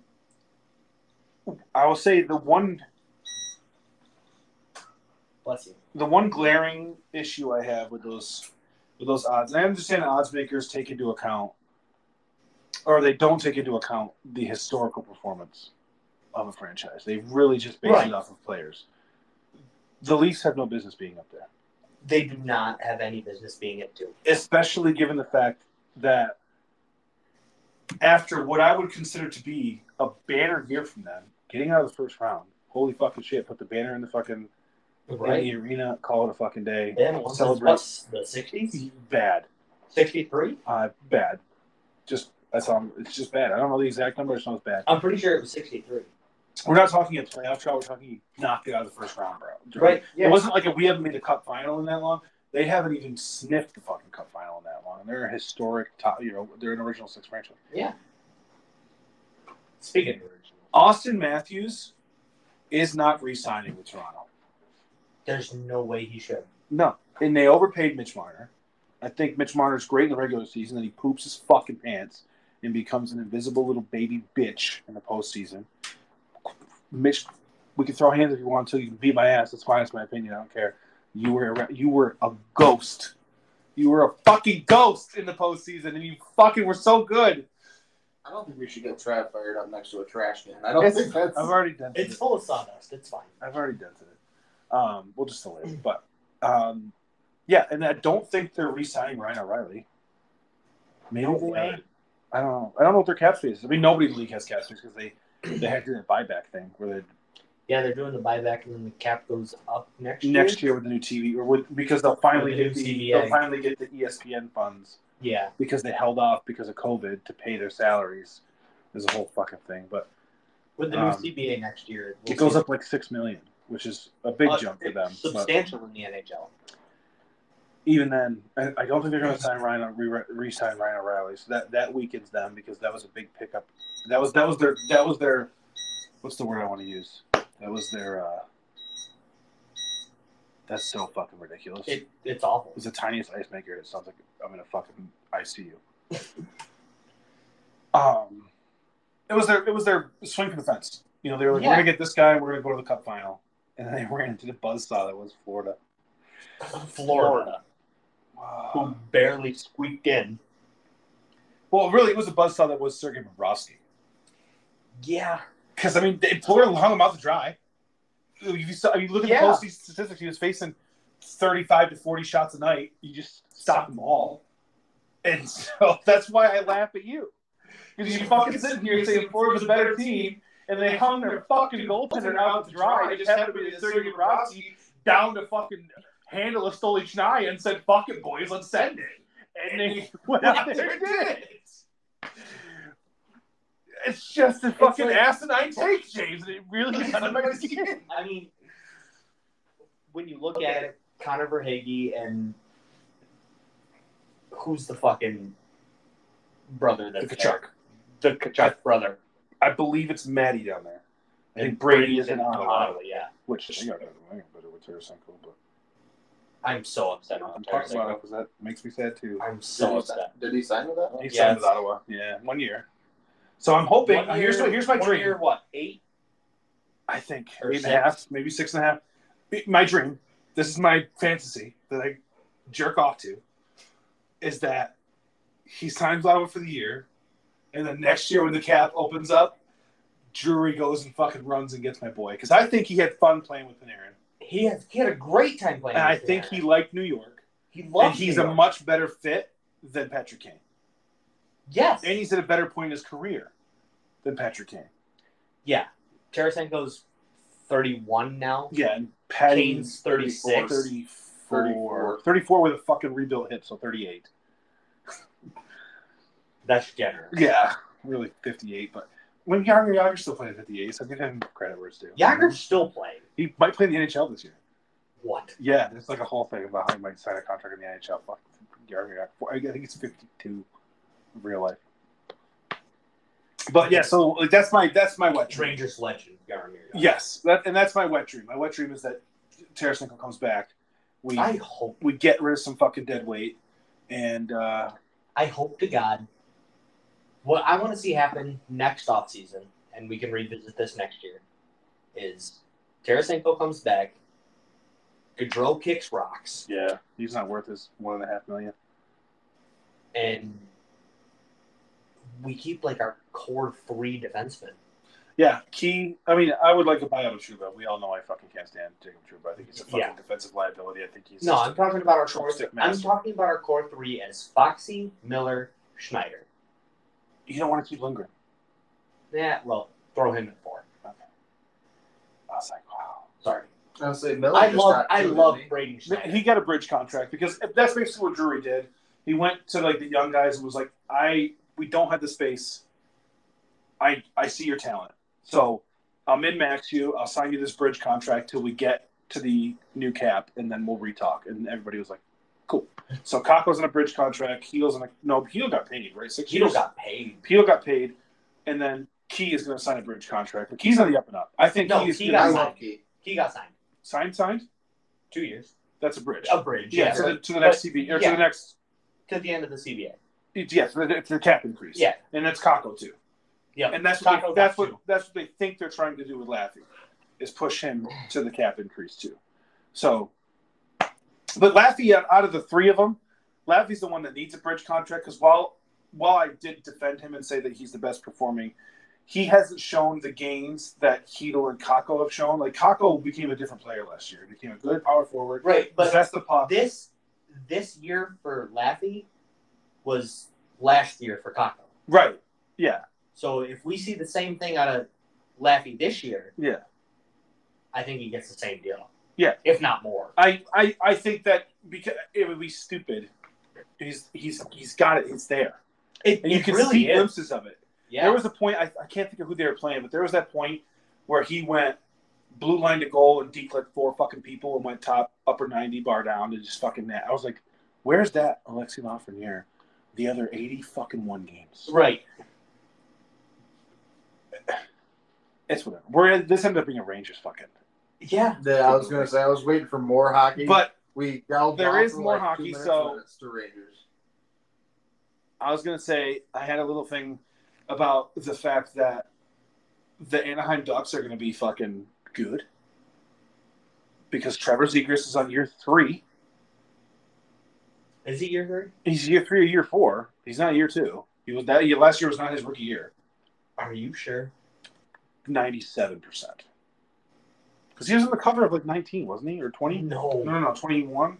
[SPEAKER 2] I will say the one
[SPEAKER 7] Bless you.
[SPEAKER 2] the one glaring issue I have with those with those odds, and I understand that odds makers take into account, or they don't take into account the historical performance of a franchise. They really just base
[SPEAKER 7] Right.
[SPEAKER 2] it off of players. The Leafs have no business being up there,
[SPEAKER 7] They do not have any business being at two.
[SPEAKER 2] especially given the fact that after what I would consider to be a banner year from them, getting out of the first round, holy fucking shit! Put the banner in the fucking in the arena, call it a fucking day.
[SPEAKER 7] Then once
[SPEAKER 2] Celebrate.
[SPEAKER 7] what's the sixties,
[SPEAKER 2] Bad.
[SPEAKER 7] sixty-three.
[SPEAKER 2] Uh, bad. Just that's all. It's just bad. I don't know the exact number. It sounds bad.
[SPEAKER 7] I'm pretty sure it was sixty-three.
[SPEAKER 2] We're not talking a playoff drought. We're talking knocked it out of the first round, bro. It wasn't like a, we haven't made a cup final in that long. They haven't even sniffed the fucking cup final in that long. And they're a historic top. You know, they're an original six franchise.
[SPEAKER 7] Speaking of original,
[SPEAKER 2] Austin Matthews is not re-signing with Toronto.
[SPEAKER 7] there's no way he should.
[SPEAKER 2] No, and they overpaid Mitch Marner. I think Mitch Marner's great in the regular season, and he poops his fucking pants and becomes an invisible little baby bitch in the postseason. Mitch, we can throw hands if you want to. You can beat my ass. That's fine. That's my opinion. I don't care. You were a, you were a ghost. You were a fucking ghost in the postseason, and you fucking were so good.
[SPEAKER 4] I don't think we should get Trav fired up next to a trash can. I don't think that's.
[SPEAKER 2] I've already done.
[SPEAKER 7] It's full of sawdust. It's fine.
[SPEAKER 2] I've already done it. Um, we'll just delay it. But um, yeah, and I don't think they're re-signing Ryan O'Reilly. Maybe
[SPEAKER 7] No
[SPEAKER 2] they
[SPEAKER 7] way.
[SPEAKER 2] are. I don't know. I don't know what their cap space is. I mean, nobody in the league has cap space because they they had to do that buyback thing where
[SPEAKER 7] Yeah, they're doing the buyback and then the cap goes up next
[SPEAKER 2] they
[SPEAKER 7] year.
[SPEAKER 2] next year with the new TV or with, because they'll finally
[SPEAKER 7] With the
[SPEAKER 2] get
[SPEAKER 7] new
[SPEAKER 2] the,
[SPEAKER 7] CBA.
[SPEAKER 2] they'll finally get the E ESPN funds
[SPEAKER 7] Yeah.
[SPEAKER 2] because they held off because of COVID to pay their salaries. There's a whole fucking thing, but
[SPEAKER 7] With the
[SPEAKER 2] Um,
[SPEAKER 7] new CBA next year.
[SPEAKER 2] it goes up like six million, which is a big
[SPEAKER 7] Uh,
[SPEAKER 2] jump for them. But
[SPEAKER 7] substantial in the NHL.
[SPEAKER 2] even then, I, I don't think they're going to sign Ryan re- re-sign Ryan O'Reilly. So that that weakens them because that was a big pickup. That was that was their that was their what's the word I want to use? That was their. uh That's so fucking ridiculous. It
[SPEAKER 7] It, it's awful.
[SPEAKER 2] was the tiniest ice maker. It sounds like I'm in a fucking ICU. um, it was their it was their swing for the fence. You know, they were like, we're
[SPEAKER 7] Yeah.
[SPEAKER 2] gonna get this guy. We're gonna go to the cup final, and then they ran into the buzzsaw that was Florida.
[SPEAKER 7] Florida,
[SPEAKER 2] Wow.
[SPEAKER 7] who barely squeaked in.
[SPEAKER 2] Well, really, it was a buzzsaw that was Sergei Bobrovsky.
[SPEAKER 7] Yeah.
[SPEAKER 2] Because I mean, they, Florida hung him out to dry. If you saw, if you look at
[SPEAKER 7] Yeah.
[SPEAKER 2] the postseason statistics, he was facing thirty-five to forty shots a night. You just stop them all, and so that's why I laugh at you because you fucking sitting here saying Florida's a better team, and they hung their fucking goaltender out to dry. It just happened to be Sergei Bobrovsky down to fucking handle of Stolichnaya and said, "Fuck it, boys, let's send it." And they went out there and did it. It's just a fucking
[SPEAKER 7] like-
[SPEAKER 2] asinine take, James. and It really is under my skin.
[SPEAKER 7] I mean, when you look at it, Connor Verhage and who's the fucking brother that's
[SPEAKER 2] The
[SPEAKER 7] there? The Kachuk brother.
[SPEAKER 2] I believe it's Maddie down there. I think Brady is in Ottawa,
[SPEAKER 7] yeah.
[SPEAKER 2] which she got out of the way, but it was Tarasenko. But
[SPEAKER 7] I'm so upset
[SPEAKER 2] I'm
[SPEAKER 7] about
[SPEAKER 2] talking about it
[SPEAKER 7] Tarasenko.
[SPEAKER 2] because that makes me sad too.
[SPEAKER 7] I'm so
[SPEAKER 4] did, he,
[SPEAKER 7] upset.
[SPEAKER 4] did he sign with that?
[SPEAKER 2] He
[SPEAKER 7] Yeah,
[SPEAKER 2] signed with Ottawa. Yeah, one year. So I'm hoping.
[SPEAKER 7] One
[SPEAKER 2] here's
[SPEAKER 7] year-
[SPEAKER 2] my, here's my
[SPEAKER 7] one
[SPEAKER 2] dream.
[SPEAKER 7] year, what eight?
[SPEAKER 2] I think
[SPEAKER 7] Or
[SPEAKER 2] eight and a half, maybe six and a half. It- My dream this is my fantasy that I jerk off to, is that he signs Lava for the year, and then next year when the cap opens up, Drury goes and fucking runs and gets my boy because I think he had fun playing with Panarin,
[SPEAKER 7] He had he had a great time playing.
[SPEAKER 2] and I
[SPEAKER 7] with
[SPEAKER 2] think
[SPEAKER 7] Panarin.
[SPEAKER 2] he liked New York,
[SPEAKER 7] he
[SPEAKER 2] and
[SPEAKER 7] loves.
[SPEAKER 2] he's
[SPEAKER 7] New
[SPEAKER 2] a
[SPEAKER 7] York.
[SPEAKER 2] much better fit than Patrick Kane,
[SPEAKER 7] yes.
[SPEAKER 2] and he's at a better point in his career than Patrick Kane.
[SPEAKER 7] yeah. Tarasenko's thirty one now.
[SPEAKER 2] Yeah, and
[SPEAKER 7] Kane's
[SPEAKER 2] Patty's
[SPEAKER 7] 36.
[SPEAKER 2] 34, 34 with a fucking rebuilt hip, so 38.
[SPEAKER 7] That's generous.
[SPEAKER 2] Yeah, really 58. But when Yager Yager's still playing 58, so give him credit where it's due.
[SPEAKER 7] Yager's still playing.
[SPEAKER 2] He might play in the NHL this year.
[SPEAKER 7] What?
[SPEAKER 2] Yeah, there's like a whole thing about how he might sign a contract in the NHL. Fuck Yager Yager. I think he's 52 in real life. But yeah, so like, that's my that's my wet dream.
[SPEAKER 7] Rangers legend Yarmir. Yager.
[SPEAKER 2] Yes, that and that's my wet dream. My wet dream is that Tarasenko comes back. We
[SPEAKER 7] I hope.
[SPEAKER 2] we get rid of some fucking dead weight, and uh,
[SPEAKER 7] I hope to God. What I want to see happen next offseason, and we can revisit this next year, is Tarasenko comes back. Gaudreau kicks rocks.
[SPEAKER 2] yeah, he's not worth his one and a half million.
[SPEAKER 7] and we keep like our core three defensemen.
[SPEAKER 2] Yeah, Key. I mean, I would like to buy out of Truba. We all know I fucking can't stand Jacob Truba. I think he's a fucking
[SPEAKER 7] Yeah.
[SPEAKER 2] defensive liability. I think he's
[SPEAKER 7] No,
[SPEAKER 2] just-
[SPEAKER 7] I'm talking about our core.
[SPEAKER 2] Chopstick
[SPEAKER 7] I'm
[SPEAKER 2] master.
[SPEAKER 7] talking about our core three as Foxy, Miller, Schneider.
[SPEAKER 2] you don't want to keep Lindgren.
[SPEAKER 7] Yeah, well, throw him at four.
[SPEAKER 2] I was like, wow.
[SPEAKER 7] Sorry,
[SPEAKER 4] I would say Miller.
[SPEAKER 7] I
[SPEAKER 4] just
[SPEAKER 7] love
[SPEAKER 4] got
[SPEAKER 7] I
[SPEAKER 4] two,
[SPEAKER 7] love
[SPEAKER 4] didn't
[SPEAKER 7] Braden
[SPEAKER 2] Th-
[SPEAKER 7] Schneider.
[SPEAKER 2] He got a bridge contract because if- that's basically what Drury did. He went to like the young guys and was like, I we don't have the space. I I see your talent. So I'll min max you. I'll sign you this bridge contract till we get to the new cap, and then we'll retalk. And everybody was like, cool. So Cock was on a bridge contract. Heel's on a no. Heel got paid right. Six
[SPEAKER 7] Keto
[SPEAKER 2] years?
[SPEAKER 7] got paid.
[SPEAKER 2] Peel got paid, and then Key is going to sign a bridge contract. But Key's on the up and up. I think
[SPEAKER 7] No,
[SPEAKER 2] Key is
[SPEAKER 7] Key
[SPEAKER 2] gonna
[SPEAKER 4] I
[SPEAKER 7] got
[SPEAKER 2] be-
[SPEAKER 7] signed.
[SPEAKER 4] love Key.
[SPEAKER 7] He got signed
[SPEAKER 2] signed. Signed.
[SPEAKER 7] two years.
[SPEAKER 2] That's a bridge.
[SPEAKER 7] A bridge,
[SPEAKER 2] yeah,
[SPEAKER 7] yeah,
[SPEAKER 2] to, the, to the
[SPEAKER 7] but-
[SPEAKER 2] next TV or
[SPEAKER 7] yeah.
[SPEAKER 2] to the next.
[SPEAKER 7] to the end of the CBA.
[SPEAKER 2] Yes, to the, to the cap increase.
[SPEAKER 7] Yeah.
[SPEAKER 2] and that's Kako too.
[SPEAKER 7] Yeah,
[SPEAKER 2] and that's what
[SPEAKER 7] Kako
[SPEAKER 2] they,
[SPEAKER 7] got
[SPEAKER 2] that's what
[SPEAKER 7] two.
[SPEAKER 2] that's what they think they're trying to do with Laffy, is push him to the cap increase too. So, but Laffy uh, out out of the three of them, Laffy's the one that needs a bridge contract because while while I did defend him and say that he's the best performing, he hasn't shown the gains that Heedle and Kako have shown. Like Kako became a different player last year. He became a good power forward.
[SPEAKER 7] Right, but
[SPEAKER 2] that's the pop.
[SPEAKER 7] this this year for Laffy was last year for Kako.
[SPEAKER 2] Right. Yeah.
[SPEAKER 7] So if we see the same thing out of Laffy this year,
[SPEAKER 2] Yeah.
[SPEAKER 7] I think he gets the same deal.
[SPEAKER 2] Yeah.
[SPEAKER 7] if not more.
[SPEAKER 2] I, I, I think that because it would be stupid. He's he's he's got it. It's there,
[SPEAKER 7] It,
[SPEAKER 2] and you
[SPEAKER 7] it
[SPEAKER 2] can
[SPEAKER 7] really
[SPEAKER 2] see
[SPEAKER 7] is.
[SPEAKER 2] glimpses of it.
[SPEAKER 7] Yeah,
[SPEAKER 2] There was a point I, I can't think of who they were playing, but there was that point where he went blue line to goal and declicked four fucking people and went top upper ninety bar down to just fucking that. I was like, where's that Alexi Lafreniere? The other eighty fucking one games.
[SPEAKER 7] right.
[SPEAKER 2] It's whatever. We're in, this ended up being a Rangers fucking.
[SPEAKER 7] Yeah,
[SPEAKER 4] Yeah, I was gonna say I was waiting for more hockey,
[SPEAKER 2] But
[SPEAKER 4] we yelled
[SPEAKER 2] There
[SPEAKER 4] off
[SPEAKER 2] is
[SPEAKER 4] for
[SPEAKER 2] more
[SPEAKER 4] like two
[SPEAKER 2] hockey,
[SPEAKER 4] minutes
[SPEAKER 2] so-
[SPEAKER 4] when it's the Rangers.
[SPEAKER 2] I was gonna say I had a little thing about the fact that the Anaheim Ducks are gonna be fucking good because Trevor Zegers is on year three.
[SPEAKER 7] is he your third?
[SPEAKER 2] He's year three or year four. He's not year two. He was that year, last year was not his rookie year.
[SPEAKER 7] Are you sure?
[SPEAKER 2] Ninety seven percent. Because he was on the cover of like nineteen, wasn't he, or twenty? No,
[SPEAKER 7] No,
[SPEAKER 2] no, no, twenty one.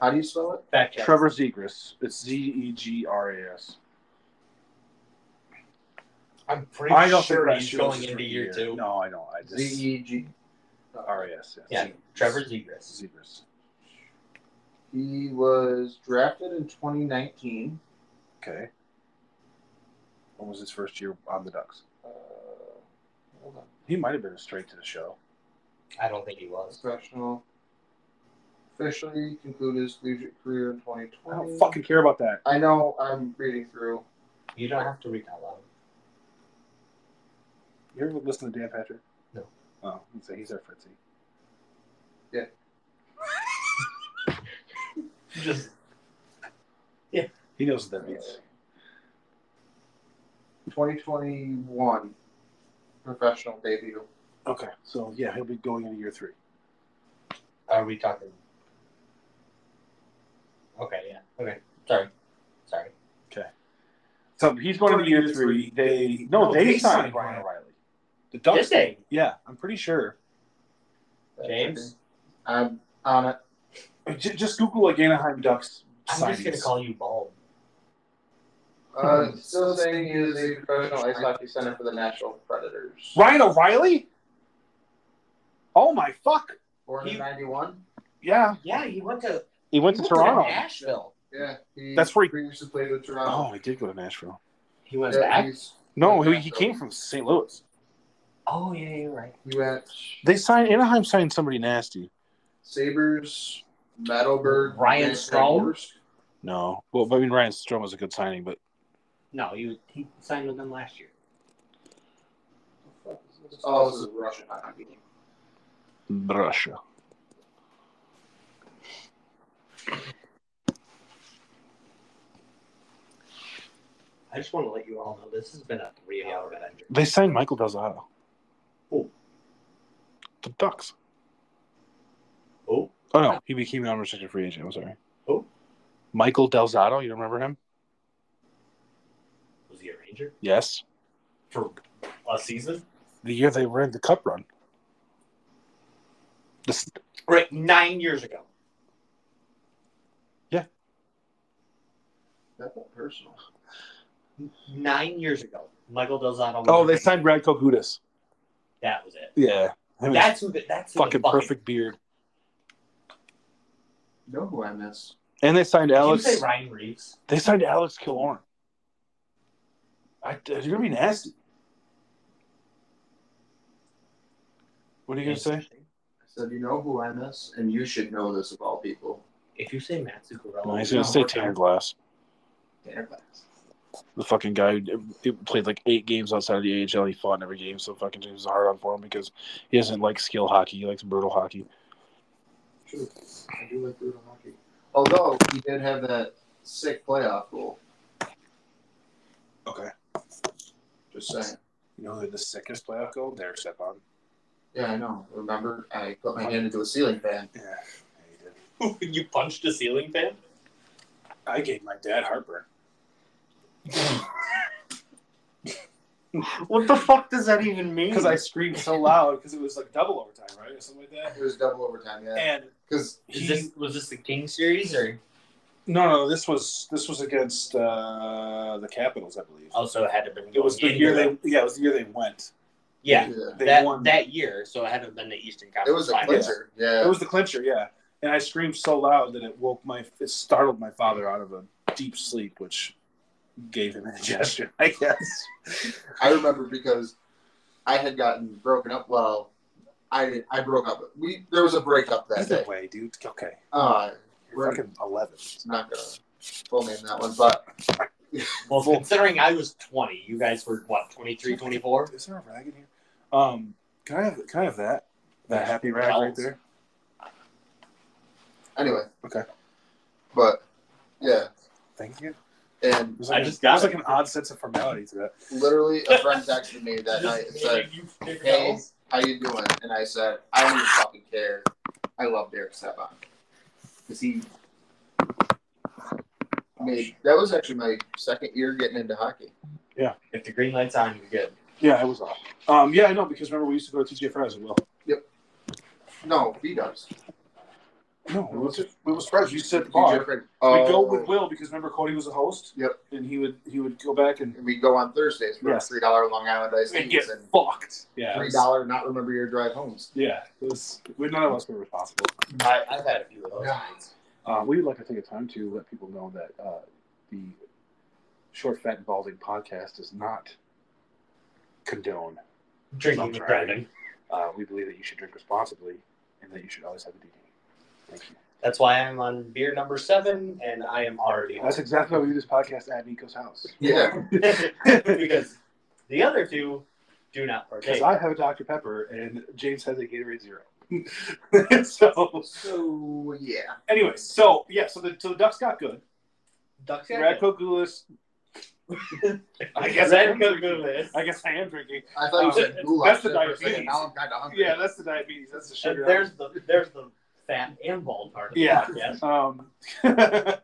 [SPEAKER 4] How do you spell it?
[SPEAKER 7] fact check.
[SPEAKER 2] Trevor Zegers. It's Z E G R A S.
[SPEAKER 7] I'm pretty
[SPEAKER 2] I don't
[SPEAKER 7] sure
[SPEAKER 2] think
[SPEAKER 7] he's
[SPEAKER 2] Ratio's
[SPEAKER 7] going
[SPEAKER 2] his
[SPEAKER 7] into
[SPEAKER 2] rookie
[SPEAKER 7] year two.
[SPEAKER 2] No, I don't. I
[SPEAKER 4] Z
[SPEAKER 2] just
[SPEAKER 4] E G
[SPEAKER 2] R A S.
[SPEAKER 7] Yeah, Trevor Zegras.
[SPEAKER 2] Zegers.
[SPEAKER 4] He was drafted in 2019.
[SPEAKER 2] Okay. When was his first year on the Ducks?
[SPEAKER 4] Uh, hold on.
[SPEAKER 2] He might have been straight to the show.
[SPEAKER 7] I don't think he was.
[SPEAKER 4] Professional. Officially concluded his collegiate career in 2020.
[SPEAKER 2] I don't fucking care about that.
[SPEAKER 4] I know. I'm reading through.
[SPEAKER 7] You don't have to read out loud.
[SPEAKER 2] You ever listen to Dan Patrick?
[SPEAKER 7] No.
[SPEAKER 2] Oh, he'd say he's our Fritzy.
[SPEAKER 7] Just
[SPEAKER 2] He knows what that means.
[SPEAKER 4] 2021 professional debut.
[SPEAKER 2] Okay, so yeah, he'll be going into year three.
[SPEAKER 7] are we talking Okay. Sorry. Sorry.
[SPEAKER 2] So he's going to year three. They no, they, Oh, signed Brian O'Reilly. The Ducks.
[SPEAKER 7] Did they?
[SPEAKER 2] Yeah, I'm pretty sure.
[SPEAKER 7] James?
[SPEAKER 4] I'm on it.
[SPEAKER 2] J- just Google like Anaheim Ducks
[SPEAKER 7] I'm just gonna
[SPEAKER 2] signings.
[SPEAKER 7] call you bald.
[SPEAKER 4] Uh, still saying he is a professional ice hockey center for the Nashville Predators.
[SPEAKER 2] Ryan O'Reilly. Oh my fuck!
[SPEAKER 4] Born in
[SPEAKER 7] He-
[SPEAKER 4] '91.
[SPEAKER 2] Yeah,
[SPEAKER 7] Yeah, he went to
[SPEAKER 8] He went to Toronto.
[SPEAKER 7] Nashville.
[SPEAKER 4] Yeah, he
[SPEAKER 2] That's where he-
[SPEAKER 4] previously played with
[SPEAKER 2] Oh,
[SPEAKER 4] Toronto.
[SPEAKER 2] he did go to Nashville.
[SPEAKER 7] He went
[SPEAKER 4] Yeah,
[SPEAKER 7] back.
[SPEAKER 4] he's-
[SPEAKER 2] No, he, he came from St. Louis.
[SPEAKER 7] Oh yeah, you're right.
[SPEAKER 4] he went
[SPEAKER 8] They signed Anaheim signed somebody nasty.
[SPEAKER 4] Sabers, Metalburg,
[SPEAKER 7] Ryan
[SPEAKER 4] Vancouver.
[SPEAKER 7] Strome?
[SPEAKER 8] No, well, I mean Ryan Strom was a good signing, but
[SPEAKER 7] No, he he signed with them last year.
[SPEAKER 4] Oh, this is Russian hockey.
[SPEAKER 8] Russia.
[SPEAKER 7] I just want to let you all know this has been a three-hour adventure.
[SPEAKER 8] They signed Michael Delzato.
[SPEAKER 7] Who?
[SPEAKER 8] The Ducks.
[SPEAKER 7] Oh,
[SPEAKER 8] Oh no, he became an unrestricted free agent. I'm sorry.
[SPEAKER 7] Who?
[SPEAKER 8] Michael Delzato. You don't remember him?
[SPEAKER 7] was he a Ranger
[SPEAKER 8] Yes.
[SPEAKER 7] for a season?
[SPEAKER 8] The year they ran the Cup run. This,
[SPEAKER 7] Right, nine years ago.
[SPEAKER 4] That's not personal.
[SPEAKER 7] Nine years ago, Michael Delzato. was
[SPEAKER 8] oh,
[SPEAKER 7] a
[SPEAKER 8] they
[SPEAKER 7] Ranger.
[SPEAKER 8] signed Radko Gudas.
[SPEAKER 7] That was it.
[SPEAKER 8] Yeah. I mean,
[SPEAKER 7] That's who. The, that's who the
[SPEAKER 8] fucking perfect beard.
[SPEAKER 4] You know who I miss?
[SPEAKER 8] And they signed
[SPEAKER 7] Did you
[SPEAKER 8] Alex.
[SPEAKER 7] say Ryan Reeves?
[SPEAKER 8] They signed Alex Killorn. I, it's gonna be nasty. What are you gonna say?
[SPEAKER 4] I said, you know who I miss, and you should know this of all people.
[SPEAKER 7] If you say Matt Zuccarello,
[SPEAKER 8] No, he's gonna say Tanner Glass,
[SPEAKER 4] Tanner Glass.
[SPEAKER 8] the fucking guy who who played like eight games outside of the AHL. He fought in every game, so fucking it was hard on for him because he doesn't like skill hockey. He likes brutal hockey.
[SPEAKER 4] True. I do like brutal hockey. Although he did have that sick playoff goal.
[SPEAKER 8] Okay.
[SPEAKER 4] Just saying.
[SPEAKER 8] You know who the sickest playoff goal? Derek Stepan.
[SPEAKER 4] Yeah, I know. Remember, I put my hand into a ceiling fan.
[SPEAKER 8] Yeah, he did.
[SPEAKER 7] you punched a ceiling fan.
[SPEAKER 8] I gave my dad heartburn.
[SPEAKER 7] What the fuck does that even mean?
[SPEAKER 2] because I screamed so loud because it was like double overtime, right, or something like that.
[SPEAKER 4] It was double overtime, yeah.
[SPEAKER 2] And
[SPEAKER 4] Because
[SPEAKER 7] Is
[SPEAKER 2] he-
[SPEAKER 7] this, was this the King series or
[SPEAKER 2] no, no, this was this was against uh, the Capitals, I believe.
[SPEAKER 7] also had to been
[SPEAKER 2] It was the
[SPEAKER 7] going
[SPEAKER 2] year
[SPEAKER 7] into
[SPEAKER 2] they yeah, it was the year they went.
[SPEAKER 7] yeah
[SPEAKER 2] They
[SPEAKER 7] that
[SPEAKER 2] won.
[SPEAKER 7] that year so it had to have been the Eastern
[SPEAKER 4] it
[SPEAKER 7] Conference
[SPEAKER 4] was a
[SPEAKER 7] Finals.
[SPEAKER 4] clincher. Yeah.
[SPEAKER 2] It was the clincher, yeah. And I screamed so loud that it woke my it startled my father out of a deep sleep, which gave him indigestion, I guess.
[SPEAKER 4] I remember because I had gotten broken up. Well, I I broke up. We there was a breakup that
[SPEAKER 2] Either
[SPEAKER 4] day.
[SPEAKER 2] way, dude. Okay,
[SPEAKER 4] Uh,
[SPEAKER 2] You're
[SPEAKER 4] we're
[SPEAKER 2] fucking eleven.
[SPEAKER 4] not gonna full name that one, but
[SPEAKER 7] Well, considering I was 20, you guys were what 23, 24?
[SPEAKER 2] Is there a rag in here? Um, can I have can I have that that happy rag right there?
[SPEAKER 4] anyway.
[SPEAKER 2] Okay.
[SPEAKER 4] But yeah,
[SPEAKER 2] Thank you.
[SPEAKER 4] and
[SPEAKER 2] There's
[SPEAKER 7] I
[SPEAKER 2] like, a-
[SPEAKER 7] just got
[SPEAKER 2] there's
[SPEAKER 7] it.
[SPEAKER 2] like an odd sense of formality to that.
[SPEAKER 4] literally a friend texted me that night and said, "Hey, how you doing?" And I said, "I don't even fucking care. I love Derek Stepan because he." Made, that was actually my second year getting into hockey.
[SPEAKER 7] If the green light's on, you're good.
[SPEAKER 2] Yeah, it was off. Um, yeah, I know because remember we used to go to TJ Fries as well.
[SPEAKER 4] No, he does.
[SPEAKER 2] No, it was it was Fries. You sit at the
[SPEAKER 4] DJ
[SPEAKER 2] bar.
[SPEAKER 4] Fred-
[SPEAKER 2] We
[SPEAKER 4] Oh.
[SPEAKER 2] go with Will because remember Cody was the host.
[SPEAKER 4] Yep.
[SPEAKER 2] And he would he would go back and,
[SPEAKER 4] And we go on Thursdays for
[SPEAKER 2] Yes.
[SPEAKER 4] three dollar Long Island iced
[SPEAKER 2] and
[SPEAKER 4] teas
[SPEAKER 2] get
[SPEAKER 4] and
[SPEAKER 2] fucked. Yeah. it
[SPEAKER 4] three
[SPEAKER 2] was-
[SPEAKER 4] dollar not remember your drive homes.
[SPEAKER 2] Yeah. It was we none of us were responsible.
[SPEAKER 7] I, I've had a few of those.
[SPEAKER 4] Yeah.
[SPEAKER 7] nights.
[SPEAKER 2] Uh, we would like to take a time to let people know that uh, the short, fat, and balding podcast does not condone.
[SPEAKER 7] Drinking and
[SPEAKER 2] Sounds right.
[SPEAKER 7] driving.
[SPEAKER 2] Uh, we believe that you should drink responsibly and that you should always have a DD. Thank you.
[SPEAKER 7] That's why I'm on beer number seven, and I am already
[SPEAKER 2] That's exactly why we do this podcast at Nico's house.
[SPEAKER 4] Yeah.
[SPEAKER 7] because the other two do not
[SPEAKER 2] Because
[SPEAKER 7] partake.
[SPEAKER 2] I have a Dr. Pepper and James has a Gatorade Zero. so,
[SPEAKER 4] So yeah.
[SPEAKER 2] anyway, so yeah, so the, so the Ducks got good.
[SPEAKER 7] Ducks
[SPEAKER 2] Radko Gulas, I guess I am drinking. I guess I am drinking.
[SPEAKER 4] I thought it was
[SPEAKER 2] Um,
[SPEAKER 4] a goulash.
[SPEAKER 2] that's the
[SPEAKER 4] there for a second.
[SPEAKER 2] diabetes.
[SPEAKER 4] Now I'm kind of hungry.
[SPEAKER 2] Yeah, that's the diabetes. That's the
[SPEAKER 7] And
[SPEAKER 2] sugar.
[SPEAKER 7] there's the there's the fat and bald part of the
[SPEAKER 2] Yeah.
[SPEAKER 7] podcast.
[SPEAKER 2] Um,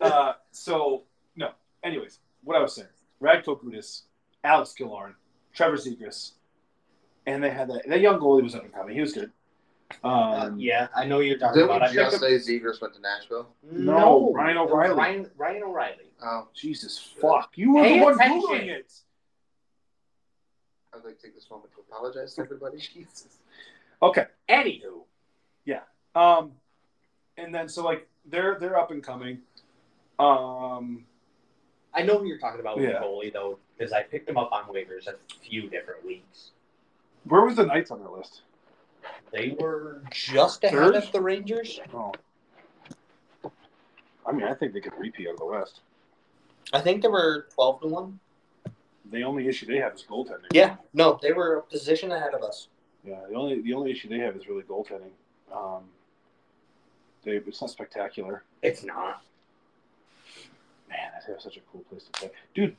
[SPEAKER 2] uh, so no. Anyways, what I was saying: Radko Gudis, Alex Gillarn, Trevor Zegras, and they had that. That young goalie was up and coming. He was good. Um,
[SPEAKER 7] yeah, I know you're talking
[SPEAKER 4] Didn't
[SPEAKER 7] about. I
[SPEAKER 4] we
[SPEAKER 7] picked
[SPEAKER 4] just
[SPEAKER 7] up,
[SPEAKER 4] say Zegers went to Nashville?
[SPEAKER 2] no, Ryan
[SPEAKER 7] it was
[SPEAKER 2] O'Reilly.
[SPEAKER 7] Ryan, Ryan O'Reilly.
[SPEAKER 4] Oh,
[SPEAKER 2] Jesus fuck! You were
[SPEAKER 7] Pay
[SPEAKER 2] the one
[SPEAKER 7] attention.
[SPEAKER 2] googling it.
[SPEAKER 4] I'd like to take this moment to apologize to everybody. Jesus.
[SPEAKER 2] Okay.
[SPEAKER 7] Anywho,
[SPEAKER 2] Um, and then so like they're they're up and coming. Um,
[SPEAKER 7] I know who you're talking about with
[SPEAKER 2] Yeah.
[SPEAKER 7] the goalie though, because I picked him up on waivers a few different weeks.
[SPEAKER 2] where was the Knights on their list?
[SPEAKER 7] They were
[SPEAKER 10] Just ahead
[SPEAKER 2] Third?
[SPEAKER 10] of the Rangers?
[SPEAKER 2] Oh, I mean, I think they could repeat out of the West.
[SPEAKER 10] I think they were 12 to 1.
[SPEAKER 2] The only issue they have is goaltending.
[SPEAKER 10] Yeah, no, they were a position ahead of us.
[SPEAKER 2] Yeah. The only the only issue they have is really goaltending. Um, they it's not spectacular.
[SPEAKER 7] it's not.
[SPEAKER 2] Man, that was such a cool place to play, dude.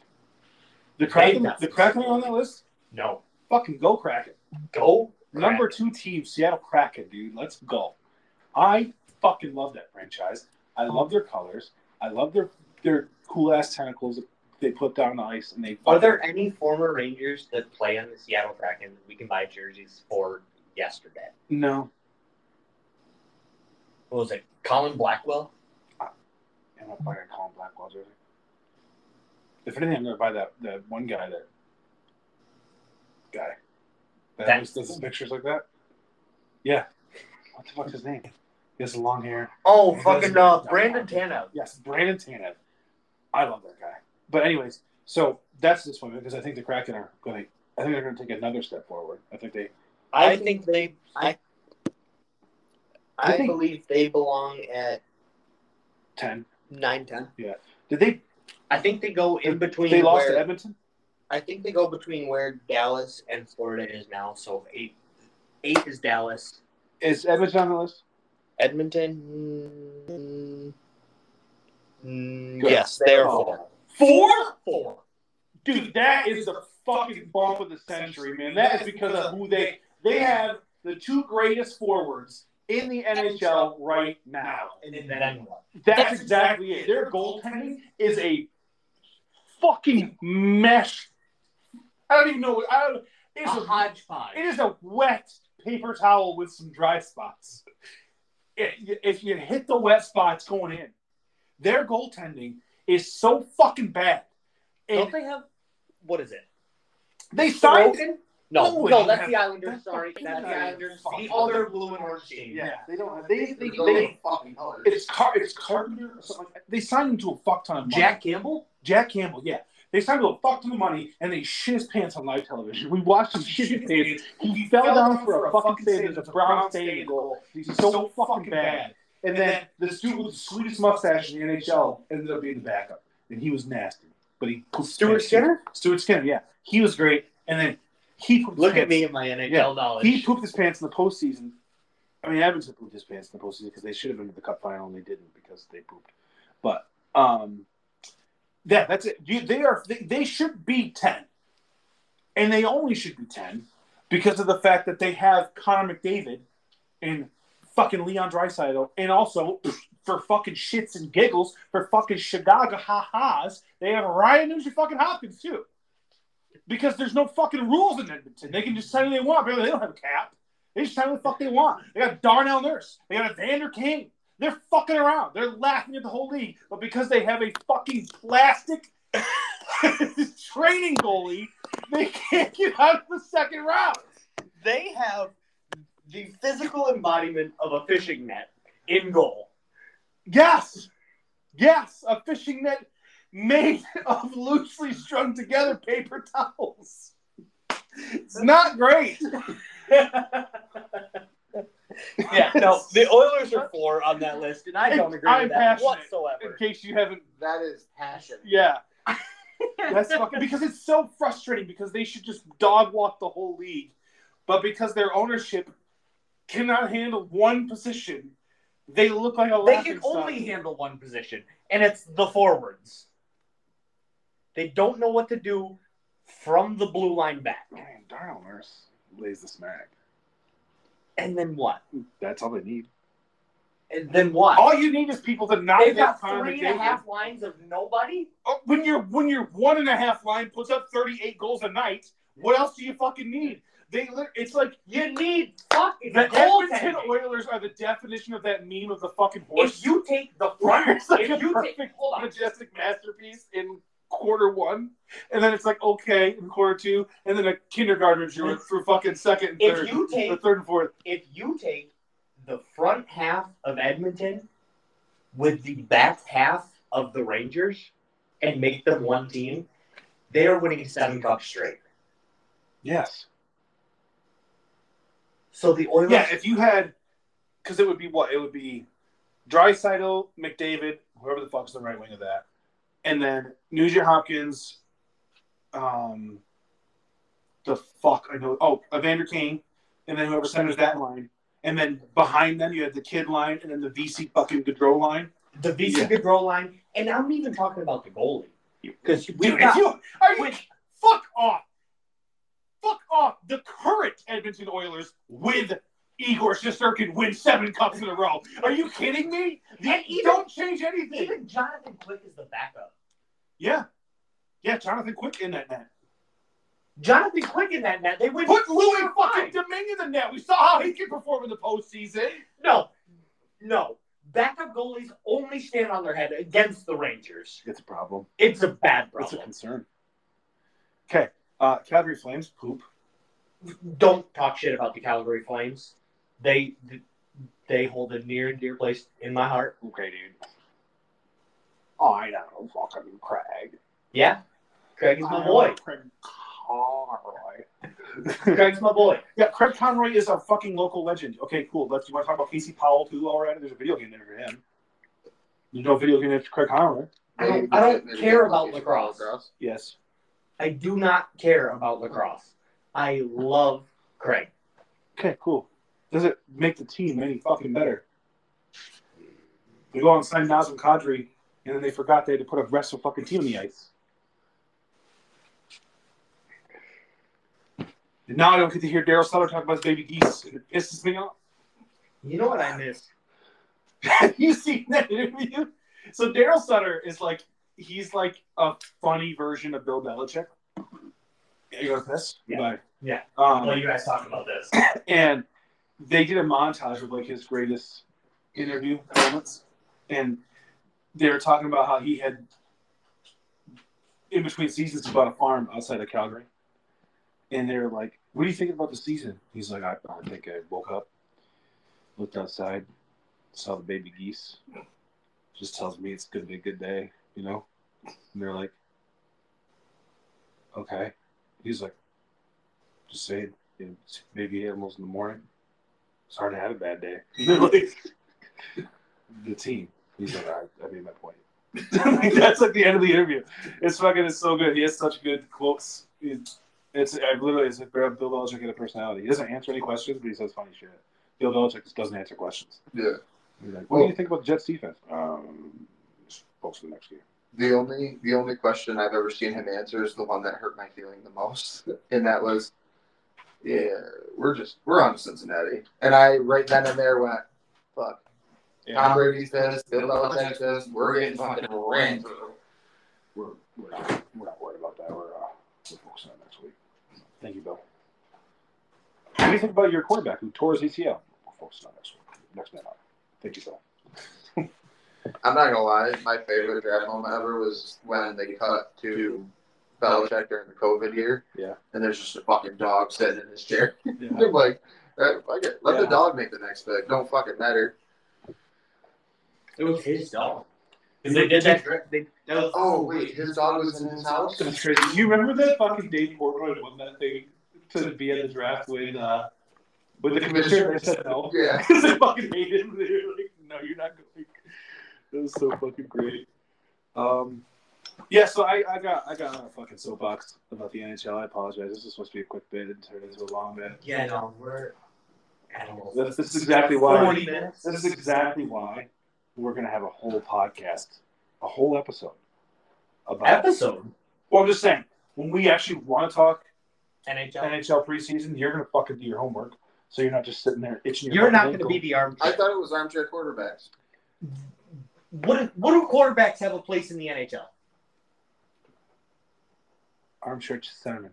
[SPEAKER 2] The
[SPEAKER 7] Hey,
[SPEAKER 2] Kraken,
[SPEAKER 7] that's-
[SPEAKER 2] the Kraken are on that list.
[SPEAKER 7] No.
[SPEAKER 2] Fucking go Kraken.
[SPEAKER 7] Go
[SPEAKER 2] Number two team, Seattle Kraken, dude. Let's go. I fucking love that franchise. I love their colors. I love their their cool ass tentacles that they put down the ice and they.
[SPEAKER 7] Are there any former Rangers that play on the Seattle Kraken that we can buy jerseys for yesterday?
[SPEAKER 2] No.
[SPEAKER 7] What was it? Colin Blackwell?
[SPEAKER 2] I'm not buying a Colin Blackwell jersey. If anything, I'm gonna buy that that one guy that guy that
[SPEAKER 7] That-
[SPEAKER 2] always does his pictures like that. Yeah. What the fuck's his name? He has long hair.
[SPEAKER 7] Oh,
[SPEAKER 2] fucking, uh, Brandon
[SPEAKER 7] Tanev.
[SPEAKER 2] Yes, Brandon Tanev. I love that guy. But anyways, so that's disappointment because I think the Kraken are going. to I think they're going to take another step forward. I think they.
[SPEAKER 10] I, think they. I,
[SPEAKER 2] I
[SPEAKER 10] I,
[SPEAKER 2] think-
[SPEAKER 10] believe they belong at
[SPEAKER 2] Ten.
[SPEAKER 10] 9 10.
[SPEAKER 2] Did they?
[SPEAKER 10] I think they go in between.
[SPEAKER 2] They lost
[SPEAKER 10] where-
[SPEAKER 2] to Edmonton.
[SPEAKER 10] I think they go between where Dallas
[SPEAKER 7] And Florida is now, so eight eight is Dallas.
[SPEAKER 2] Is Edmonton on the list?
[SPEAKER 10] Edmonton. Mm,
[SPEAKER 2] Good.
[SPEAKER 10] yes, they are four.
[SPEAKER 2] Four.
[SPEAKER 7] Four.
[SPEAKER 2] Dude, that is the fucking bump of the century, man. That is because of who they. They have the two greatest forwards in the NHL right now.
[SPEAKER 7] And then what?
[SPEAKER 2] That's exactly it. Their goaltending is a fucking mesh. I don't even know. I don't.
[SPEAKER 7] A
[SPEAKER 2] It's a
[SPEAKER 7] hodgepodge.
[SPEAKER 2] It is a wet paper towel with some dry spots. It, if you hit the wet spots going in, their goaltending is so fucking bad.
[SPEAKER 7] Don't
[SPEAKER 2] And
[SPEAKER 7] they have what is it?
[SPEAKER 2] they signed him.
[SPEAKER 7] No,
[SPEAKER 2] No,
[SPEAKER 7] no,
[SPEAKER 2] you
[SPEAKER 7] Oh, that's
[SPEAKER 2] have-
[SPEAKER 7] the Islanders.
[SPEAKER 2] that's
[SPEAKER 7] sorry,
[SPEAKER 2] the
[SPEAKER 7] that's the
[SPEAKER 2] Islanders.
[SPEAKER 7] Islanders. The
[SPEAKER 2] Fuck.
[SPEAKER 7] other blue and orange team.
[SPEAKER 2] Yeah, they don't. Have, they, they,
[SPEAKER 4] There's no
[SPEAKER 2] they,
[SPEAKER 4] fucking colors.
[SPEAKER 2] it's Car, it's Carpenter. Or something like that. They signed him to a fuck ton of money.
[SPEAKER 7] Jack Campbell.
[SPEAKER 2] Jack Campbell. Yeah, they signed him to a fuck ton of money, and they shit his pants on live television. We watched him shit his pants. He fell down for a fucking save. There's a Brown Stadium goal. He's so fucking bad. And then this dude with the sweetest mustache in the NHL ended up being the backup, and he was nasty. But he pooped
[SPEAKER 7] Stuart
[SPEAKER 2] pants.
[SPEAKER 7] Skinner.
[SPEAKER 2] Stuart Skinner, yeah, he was great. And then he pooped his
[SPEAKER 7] Look at
[SPEAKER 2] pants.
[SPEAKER 7] me and my NHL
[SPEAKER 2] Yeah.
[SPEAKER 7] knowledge.
[SPEAKER 2] He pooped his pants in the postseason. I mean, Edmonton pooped his pants in the postseason because they should have been to the Cup final and they didn't because they pooped. But um, yeah, that's it. You, they are they, they should be ten, and they only should be ten because of the fact that they have Connor McDavid and fucking Leon Draisaitl, and also for fucking shits and giggles for fucking Chicago ha ha's, they have Ryan Nugent fucking Hopkins too. Because there's no fucking rules in Edmonton. They can just sign who they want. Apparently, they don't have a cap. They just sign who the fuck they want. They got Darnell Nurse. They got Evander King. They're fucking around. They're laughing at the whole league. But because they have a fucking plastic training goalie, they can't get out of the second round.
[SPEAKER 7] they have the physical embodiment of a fishing net in goal.
[SPEAKER 2] Yes. Yes. A fishing net made of loosely strung together paper towels. It's not great.
[SPEAKER 7] Yeah, no, the Oilers are four on that list, and I don't agree
[SPEAKER 2] I'm
[SPEAKER 7] with that
[SPEAKER 2] passionate. In
[SPEAKER 7] whatsoever.
[SPEAKER 2] case you haven't,
[SPEAKER 4] that is passion.
[SPEAKER 2] yeah. That's fucking, because it's so frustrating because they should just dog walk the whole league. But because their ownership cannot handle one position, they look like a
[SPEAKER 7] They can
[SPEAKER 2] laughingstock.
[SPEAKER 7] only handle one position, and it's the forwards. They don't know what to do from the blue line back.
[SPEAKER 2] Man, Darnell Nurse lays the smack.
[SPEAKER 7] And then what?
[SPEAKER 2] That's all they need.
[SPEAKER 7] And then what?
[SPEAKER 2] All you need is people to not
[SPEAKER 7] They've
[SPEAKER 2] have
[SPEAKER 7] got
[SPEAKER 2] time
[SPEAKER 7] three and a half lines of nobody.
[SPEAKER 2] Oh, When your when your one and a half line puts up thirty eight goals a night, what else do you fucking need? They lit- it's like
[SPEAKER 7] You need fucking
[SPEAKER 2] the Edmonton
[SPEAKER 7] goaltending.
[SPEAKER 2] Oilers are the definition of that meme of the fucking horse.
[SPEAKER 7] If you take the front,
[SPEAKER 2] It's like
[SPEAKER 7] if
[SPEAKER 2] a
[SPEAKER 7] you take
[SPEAKER 2] perfect,
[SPEAKER 7] hold on,
[SPEAKER 2] majestic masterpiece in quarter one, and then it's like okay in quarter two, and then a kindergarten drew through fucking second and
[SPEAKER 7] if
[SPEAKER 2] third,
[SPEAKER 7] you take
[SPEAKER 2] the third and fourth.
[SPEAKER 7] if you take the front half of Edmonton with the back half of the Rangers and make them one team, they are winning seven cups straight.
[SPEAKER 2] Yes.
[SPEAKER 7] So the Oilers,
[SPEAKER 2] Yeah, if you had, because it would be what? It would be Drysidel, McDavid, whoever the fuck's the right wing of that, and then Nugent Hopkins, um, the fuck I know. Oh, Evander King, and then whoever centers that line, and then behind them you had the kid line, and then the VC fucking Gaudreau line.
[SPEAKER 7] the VC
[SPEAKER 2] Yeah.
[SPEAKER 7] good goal line, and I'm even talking about the goalie because we
[SPEAKER 2] Dude, if
[SPEAKER 7] got
[SPEAKER 2] you are you,
[SPEAKER 7] Wait.
[SPEAKER 2] fuck off, fuck off. The current Edmonton Oilers with Igor Shesterkin win seven cups in a row. Are you kidding me? The-
[SPEAKER 7] And even-
[SPEAKER 2] don't change anything.
[SPEAKER 7] even Jonathan Quick is the backup.
[SPEAKER 2] yeah, yeah. Jonathan Quick in that net.
[SPEAKER 7] Jonathan Quick in that net, they win.
[SPEAKER 2] Put Louis
[SPEAKER 7] four or
[SPEAKER 2] fucking
[SPEAKER 7] five.
[SPEAKER 2] Domingue in the net. We saw how he can perform in the postseason.
[SPEAKER 7] No, no. Backup goalies only stand on their head against the Rangers.
[SPEAKER 2] It's a problem.
[SPEAKER 7] It's a bad
[SPEAKER 2] It's a
[SPEAKER 7] problem.
[SPEAKER 2] concern. Okay, uh, Calgary Flames poop.
[SPEAKER 7] Don't talk shit about the Calgary Flames. They they hold a near and dear place in my heart.
[SPEAKER 2] Okay, dude. Oh, I know, fucking Craig.
[SPEAKER 7] Yeah, Craig is my boy.
[SPEAKER 2] Craig Conroy.
[SPEAKER 7] Craig's my boy.
[SPEAKER 2] Yeah, Craig Conroy is a fucking local legend. Okay, cool. Let's. You want to talk about Casey Powell too? While we're at it, there's a video game there for him. There's no video game there for Craig Conroy.
[SPEAKER 7] I don't- I don't care about lacrosse.
[SPEAKER 2] Yes.
[SPEAKER 7] I do not care about lacrosse. I love Craig.
[SPEAKER 2] Okay, cool. Does it make the team any fucking better? They go out and sign Nazem Kadri, and then they forgot they had to put a rest of fucking team on the ice. And now I don't get to hear Daryl Sutter talk about his baby geese, and it pisses me off.
[SPEAKER 7] You know what I miss?
[SPEAKER 2] you seen that interview? So Daryl Sutter is like he's like a funny version of Bill Belichick. You go to this?
[SPEAKER 7] Yeah.
[SPEAKER 2] Bye.
[SPEAKER 7] Yeah.
[SPEAKER 2] Um,
[SPEAKER 7] Well, you guys talk about this.
[SPEAKER 2] and they did a montage of like his greatest interview moments, and they were talking about how he had in between seasons he bought a farm outside of Calgary, and they were like, "What do you think about the season?" He's like, "I, I think I woke up, looked outside, saw the baby geese. Just tells me it's gonna be a good day, you know." And they're like, "Okay." He's like, "Just saying." you know, maybe animals in the morning. It's hard to have a bad day. the team. He's like, all right, I made my point. Like, That's like the end of the interview. It's fucking it's so good. He has such good quotes. He's, it's I literally it's like Bill Belichick in a personality. He doesn't answer any questions, but he says funny shit. Bill Belichick just doesn't answer questions.
[SPEAKER 4] Yeah.
[SPEAKER 2] He's like, what do you think about the Jets defense? Um, folks for the next game.
[SPEAKER 4] The only the only question I've ever seen him answer is the one that hurt my feeling the most, and that was, "Yeah, we're just we're on to Cincinnati." And I right then and there went, "Fuck, Tom Brady's this, Bill Belichick's this, we're getting fucking ran through."
[SPEAKER 2] we're, we're, we're not worried about that. We're, uh, we're focusing on next week. Thank you, Bill. What do you think about your quarterback who tore his ACL? We're focusing on next week. Next man up. Thank you, Bill.
[SPEAKER 4] I'm not gonna lie, my favorite draft moment ever was when they cut to Belichick during the COVID year.
[SPEAKER 2] Yeah.
[SPEAKER 4] And there's just a fucking dog sitting in his chair.
[SPEAKER 2] Yeah.
[SPEAKER 4] They're like, "Uh, fuck it, let the
[SPEAKER 2] Yeah.
[SPEAKER 4] dog make the next pick. Don't fucking matter.
[SPEAKER 7] It was his dog. Because they did that. They, that was-
[SPEAKER 4] Oh wait, his dog was in his house.
[SPEAKER 2] That's crazy. You remember that fucking Dave Portnoy won that thing to be at the draft with uh, with the commissioner? They said no
[SPEAKER 4] Yeah.
[SPEAKER 2] because they fucking hated him. They were like, "No, you're not going." That was so fucking great. Um, yeah. So I, I got I got on a fucking soapbox about the NHL. I apologize. This was supposed to be a quick bit and turned into a long bit.
[SPEAKER 7] yeah, no, we're animals.
[SPEAKER 2] This, this is exactly why.
[SPEAKER 7] Forty minutes.
[SPEAKER 2] This is exactly why we're gonna have a whole podcast, a whole episode about.
[SPEAKER 7] episode.
[SPEAKER 2] Well, I'm just saying, when we actually want to talk
[SPEAKER 7] NHL.
[SPEAKER 2] NHL preseason, you're gonna fucking do your homework. So you're not just sitting there itching. your
[SPEAKER 7] You're not going
[SPEAKER 2] ankle.
[SPEAKER 7] to be the
[SPEAKER 4] I
[SPEAKER 7] armchair.
[SPEAKER 4] thought it was armchair quarterbacks.
[SPEAKER 7] What do, what do quarterbacks have a place in the NHL?
[SPEAKER 2] armchair centerman.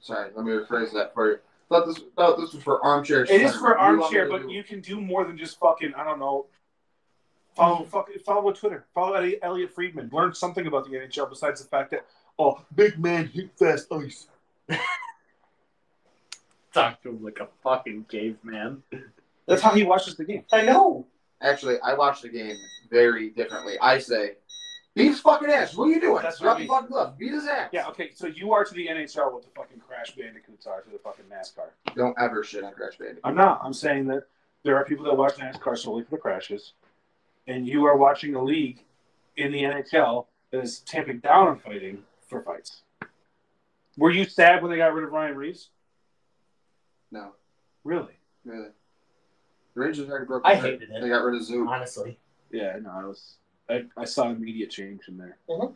[SPEAKER 4] Sorry, let me rephrase that for you. Thought this thought this was for armchair.
[SPEAKER 2] It is for
[SPEAKER 4] centermen. You want me
[SPEAKER 2] armchair,
[SPEAKER 4] to
[SPEAKER 2] but
[SPEAKER 4] do-
[SPEAKER 2] you can do more than just fucking. I don't know.
[SPEAKER 8] Mm-hmm.
[SPEAKER 2] Follow fuck, follow Twitter. Follow Elliot- Elliot Friedman. Learn something about the NHL besides the fact that oh, big man hit fast ice.
[SPEAKER 8] Talk to him like a fucking caveman.
[SPEAKER 2] That's how he watches the game.
[SPEAKER 7] I know.
[SPEAKER 4] Actually, I watch the game very differently. I say, beat his fucking ass. What are you doing?
[SPEAKER 2] That's what
[SPEAKER 4] Drop
[SPEAKER 2] I
[SPEAKER 4] the
[SPEAKER 2] mean.
[SPEAKER 4] fucking glove. Beat his ass.
[SPEAKER 2] Yeah. Okay. So you are to the NHL what the fucking Crash Bandicoots are to the fucking NASCAR.
[SPEAKER 4] Don't ever shit on Crash Bandicoot.
[SPEAKER 2] I'm not. I'm saying that there are people that watch NASCAR solely for the crashes, and you are watching a league in the NHL that is tamping down on fighting for fights. Were you sad when they got rid of Ryan Reeves?
[SPEAKER 4] No,
[SPEAKER 2] Really?
[SPEAKER 4] really. The Rangers already broke.
[SPEAKER 7] I
[SPEAKER 4] their-
[SPEAKER 7] hated
[SPEAKER 4] They
[SPEAKER 7] it,
[SPEAKER 4] got rid of Zoo.
[SPEAKER 7] honestly.
[SPEAKER 2] Yeah, no, I was. I, I saw immediate change in there.
[SPEAKER 7] Mhm.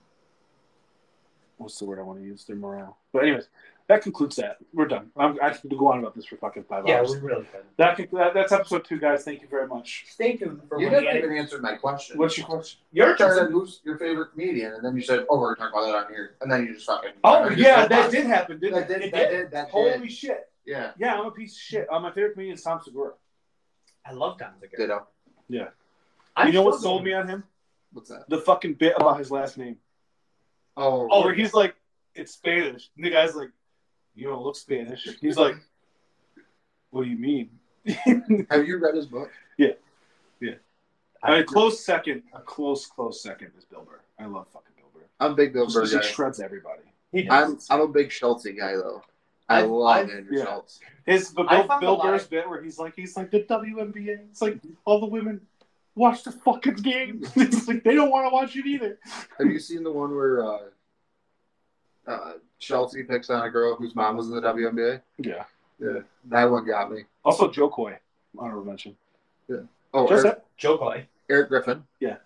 [SPEAKER 2] What's the word I want to use? Their morale. But anyways, that concludes that. We're done. I'm, I could go on about this for fucking five
[SPEAKER 7] Yeah,
[SPEAKER 2] hours.
[SPEAKER 7] we really could.
[SPEAKER 2] That, conc- that that's episode two, guys. Thank you very much.
[SPEAKER 7] Stay tuned for
[SPEAKER 4] You
[SPEAKER 7] when the
[SPEAKER 4] didn't
[SPEAKER 7] N-
[SPEAKER 4] even answer my question.
[SPEAKER 2] What's your question?
[SPEAKER 7] your
[SPEAKER 4] I said,
[SPEAKER 7] turn.
[SPEAKER 4] who's your favorite comedian? And then you said, oh, we're going to talk about that on here. And then you just fucking.
[SPEAKER 2] Oh yeah, that
[SPEAKER 4] that's
[SPEAKER 2] did happen, didn't
[SPEAKER 4] That
[SPEAKER 2] it?
[SPEAKER 4] did,
[SPEAKER 2] It
[SPEAKER 4] that
[SPEAKER 2] did.
[SPEAKER 4] did, that did.
[SPEAKER 2] Holy shit.
[SPEAKER 4] Yeah,
[SPEAKER 2] Yeah, I'm a piece of shit. Uh, my favorite comedian is Tom Segura.
[SPEAKER 7] I love Tom Segura.
[SPEAKER 4] ditto.
[SPEAKER 7] I'm
[SPEAKER 2] you know what
[SPEAKER 7] struggling.
[SPEAKER 2] sold me on him?
[SPEAKER 4] What's that?
[SPEAKER 2] The fucking bit about his last name.
[SPEAKER 4] Oh,
[SPEAKER 2] Oh, where he's like, it's Spanish. And the guy's like, you don't look Spanish. He's like, what do you mean?
[SPEAKER 4] have you read his book?
[SPEAKER 2] I mean, close second, a close, close second is Bill Burr. I love fucking Bill Burr.
[SPEAKER 4] I'm a big Bill
[SPEAKER 2] Just
[SPEAKER 4] Burr
[SPEAKER 2] 'cause he
[SPEAKER 4] guy.
[SPEAKER 2] shreds everybody.
[SPEAKER 7] He does.
[SPEAKER 4] I'm, I'm a big Schulte guy, though. I
[SPEAKER 7] I've-
[SPEAKER 4] love
[SPEAKER 7] I've-
[SPEAKER 4] Andrew
[SPEAKER 2] yeah.
[SPEAKER 4] Schultz.
[SPEAKER 2] His but
[SPEAKER 7] I
[SPEAKER 2] Bill,
[SPEAKER 7] found
[SPEAKER 2] Bill
[SPEAKER 7] a
[SPEAKER 2] Burr's
[SPEAKER 7] lie.
[SPEAKER 2] bit where he's like, he's like the WNBA. It's like all the women watch the fucking game. it's like they don't want to watch it either.
[SPEAKER 4] Have you seen the one where uh, uh, Schulte picks on a girl whose mom was in the WNBA?
[SPEAKER 2] Yeah.
[SPEAKER 4] Yeah. That one got me.
[SPEAKER 2] Also, Joe Coy, honorable mention.
[SPEAKER 4] Oh,
[SPEAKER 2] Just
[SPEAKER 4] Eric,
[SPEAKER 2] that-
[SPEAKER 7] Joe Coy.
[SPEAKER 4] Eric Griffin.
[SPEAKER 2] Yeah.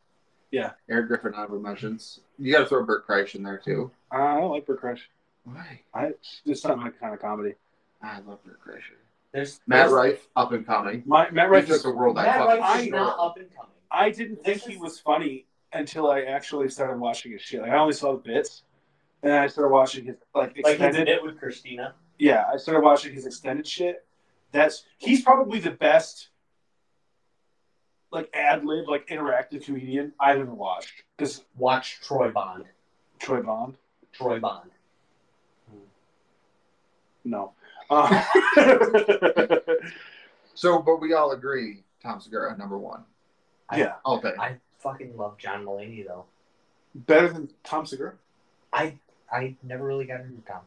[SPEAKER 2] Yeah.
[SPEAKER 4] Eric Griffin, honorable mentions. You got to throw Bert Kreischer in there, too.
[SPEAKER 2] I don't like Burt Crush.
[SPEAKER 4] Why?
[SPEAKER 2] I it's not my kind of comedy.
[SPEAKER 4] I love Bert Kreischer.
[SPEAKER 7] There's
[SPEAKER 4] Matt
[SPEAKER 7] there's-
[SPEAKER 4] Rife, up and coming.
[SPEAKER 2] My, Matt
[SPEAKER 4] Right,
[SPEAKER 2] Rife
[SPEAKER 4] just
[SPEAKER 2] is.
[SPEAKER 4] a world I
[SPEAKER 7] Matt
[SPEAKER 4] fucking
[SPEAKER 7] Rife
[SPEAKER 2] I-
[SPEAKER 7] is not up and coming.
[SPEAKER 2] I didn't think
[SPEAKER 7] This
[SPEAKER 2] he
[SPEAKER 7] is-
[SPEAKER 2] was funny until I actually started watching his shit. Like I only saw the bits, and then I started watching his like
[SPEAKER 7] Like he
[SPEAKER 2] extended.
[SPEAKER 7] did it with Christina.
[SPEAKER 2] yeah, I started watching his extended shit. That's he's probably the best like ad lib like interactive comedian I've ever watched. Because
[SPEAKER 7] Watch Troy Bond.
[SPEAKER 2] Troy Bond,
[SPEAKER 7] Troy Bond.
[SPEAKER 2] no. Um,
[SPEAKER 4] So, but we all agree, Tom Segura, number one.
[SPEAKER 2] yeah,
[SPEAKER 4] All day.
[SPEAKER 7] I fucking love John Mulaney though.
[SPEAKER 2] better than Tom Segura.
[SPEAKER 7] I I never really got into Tom.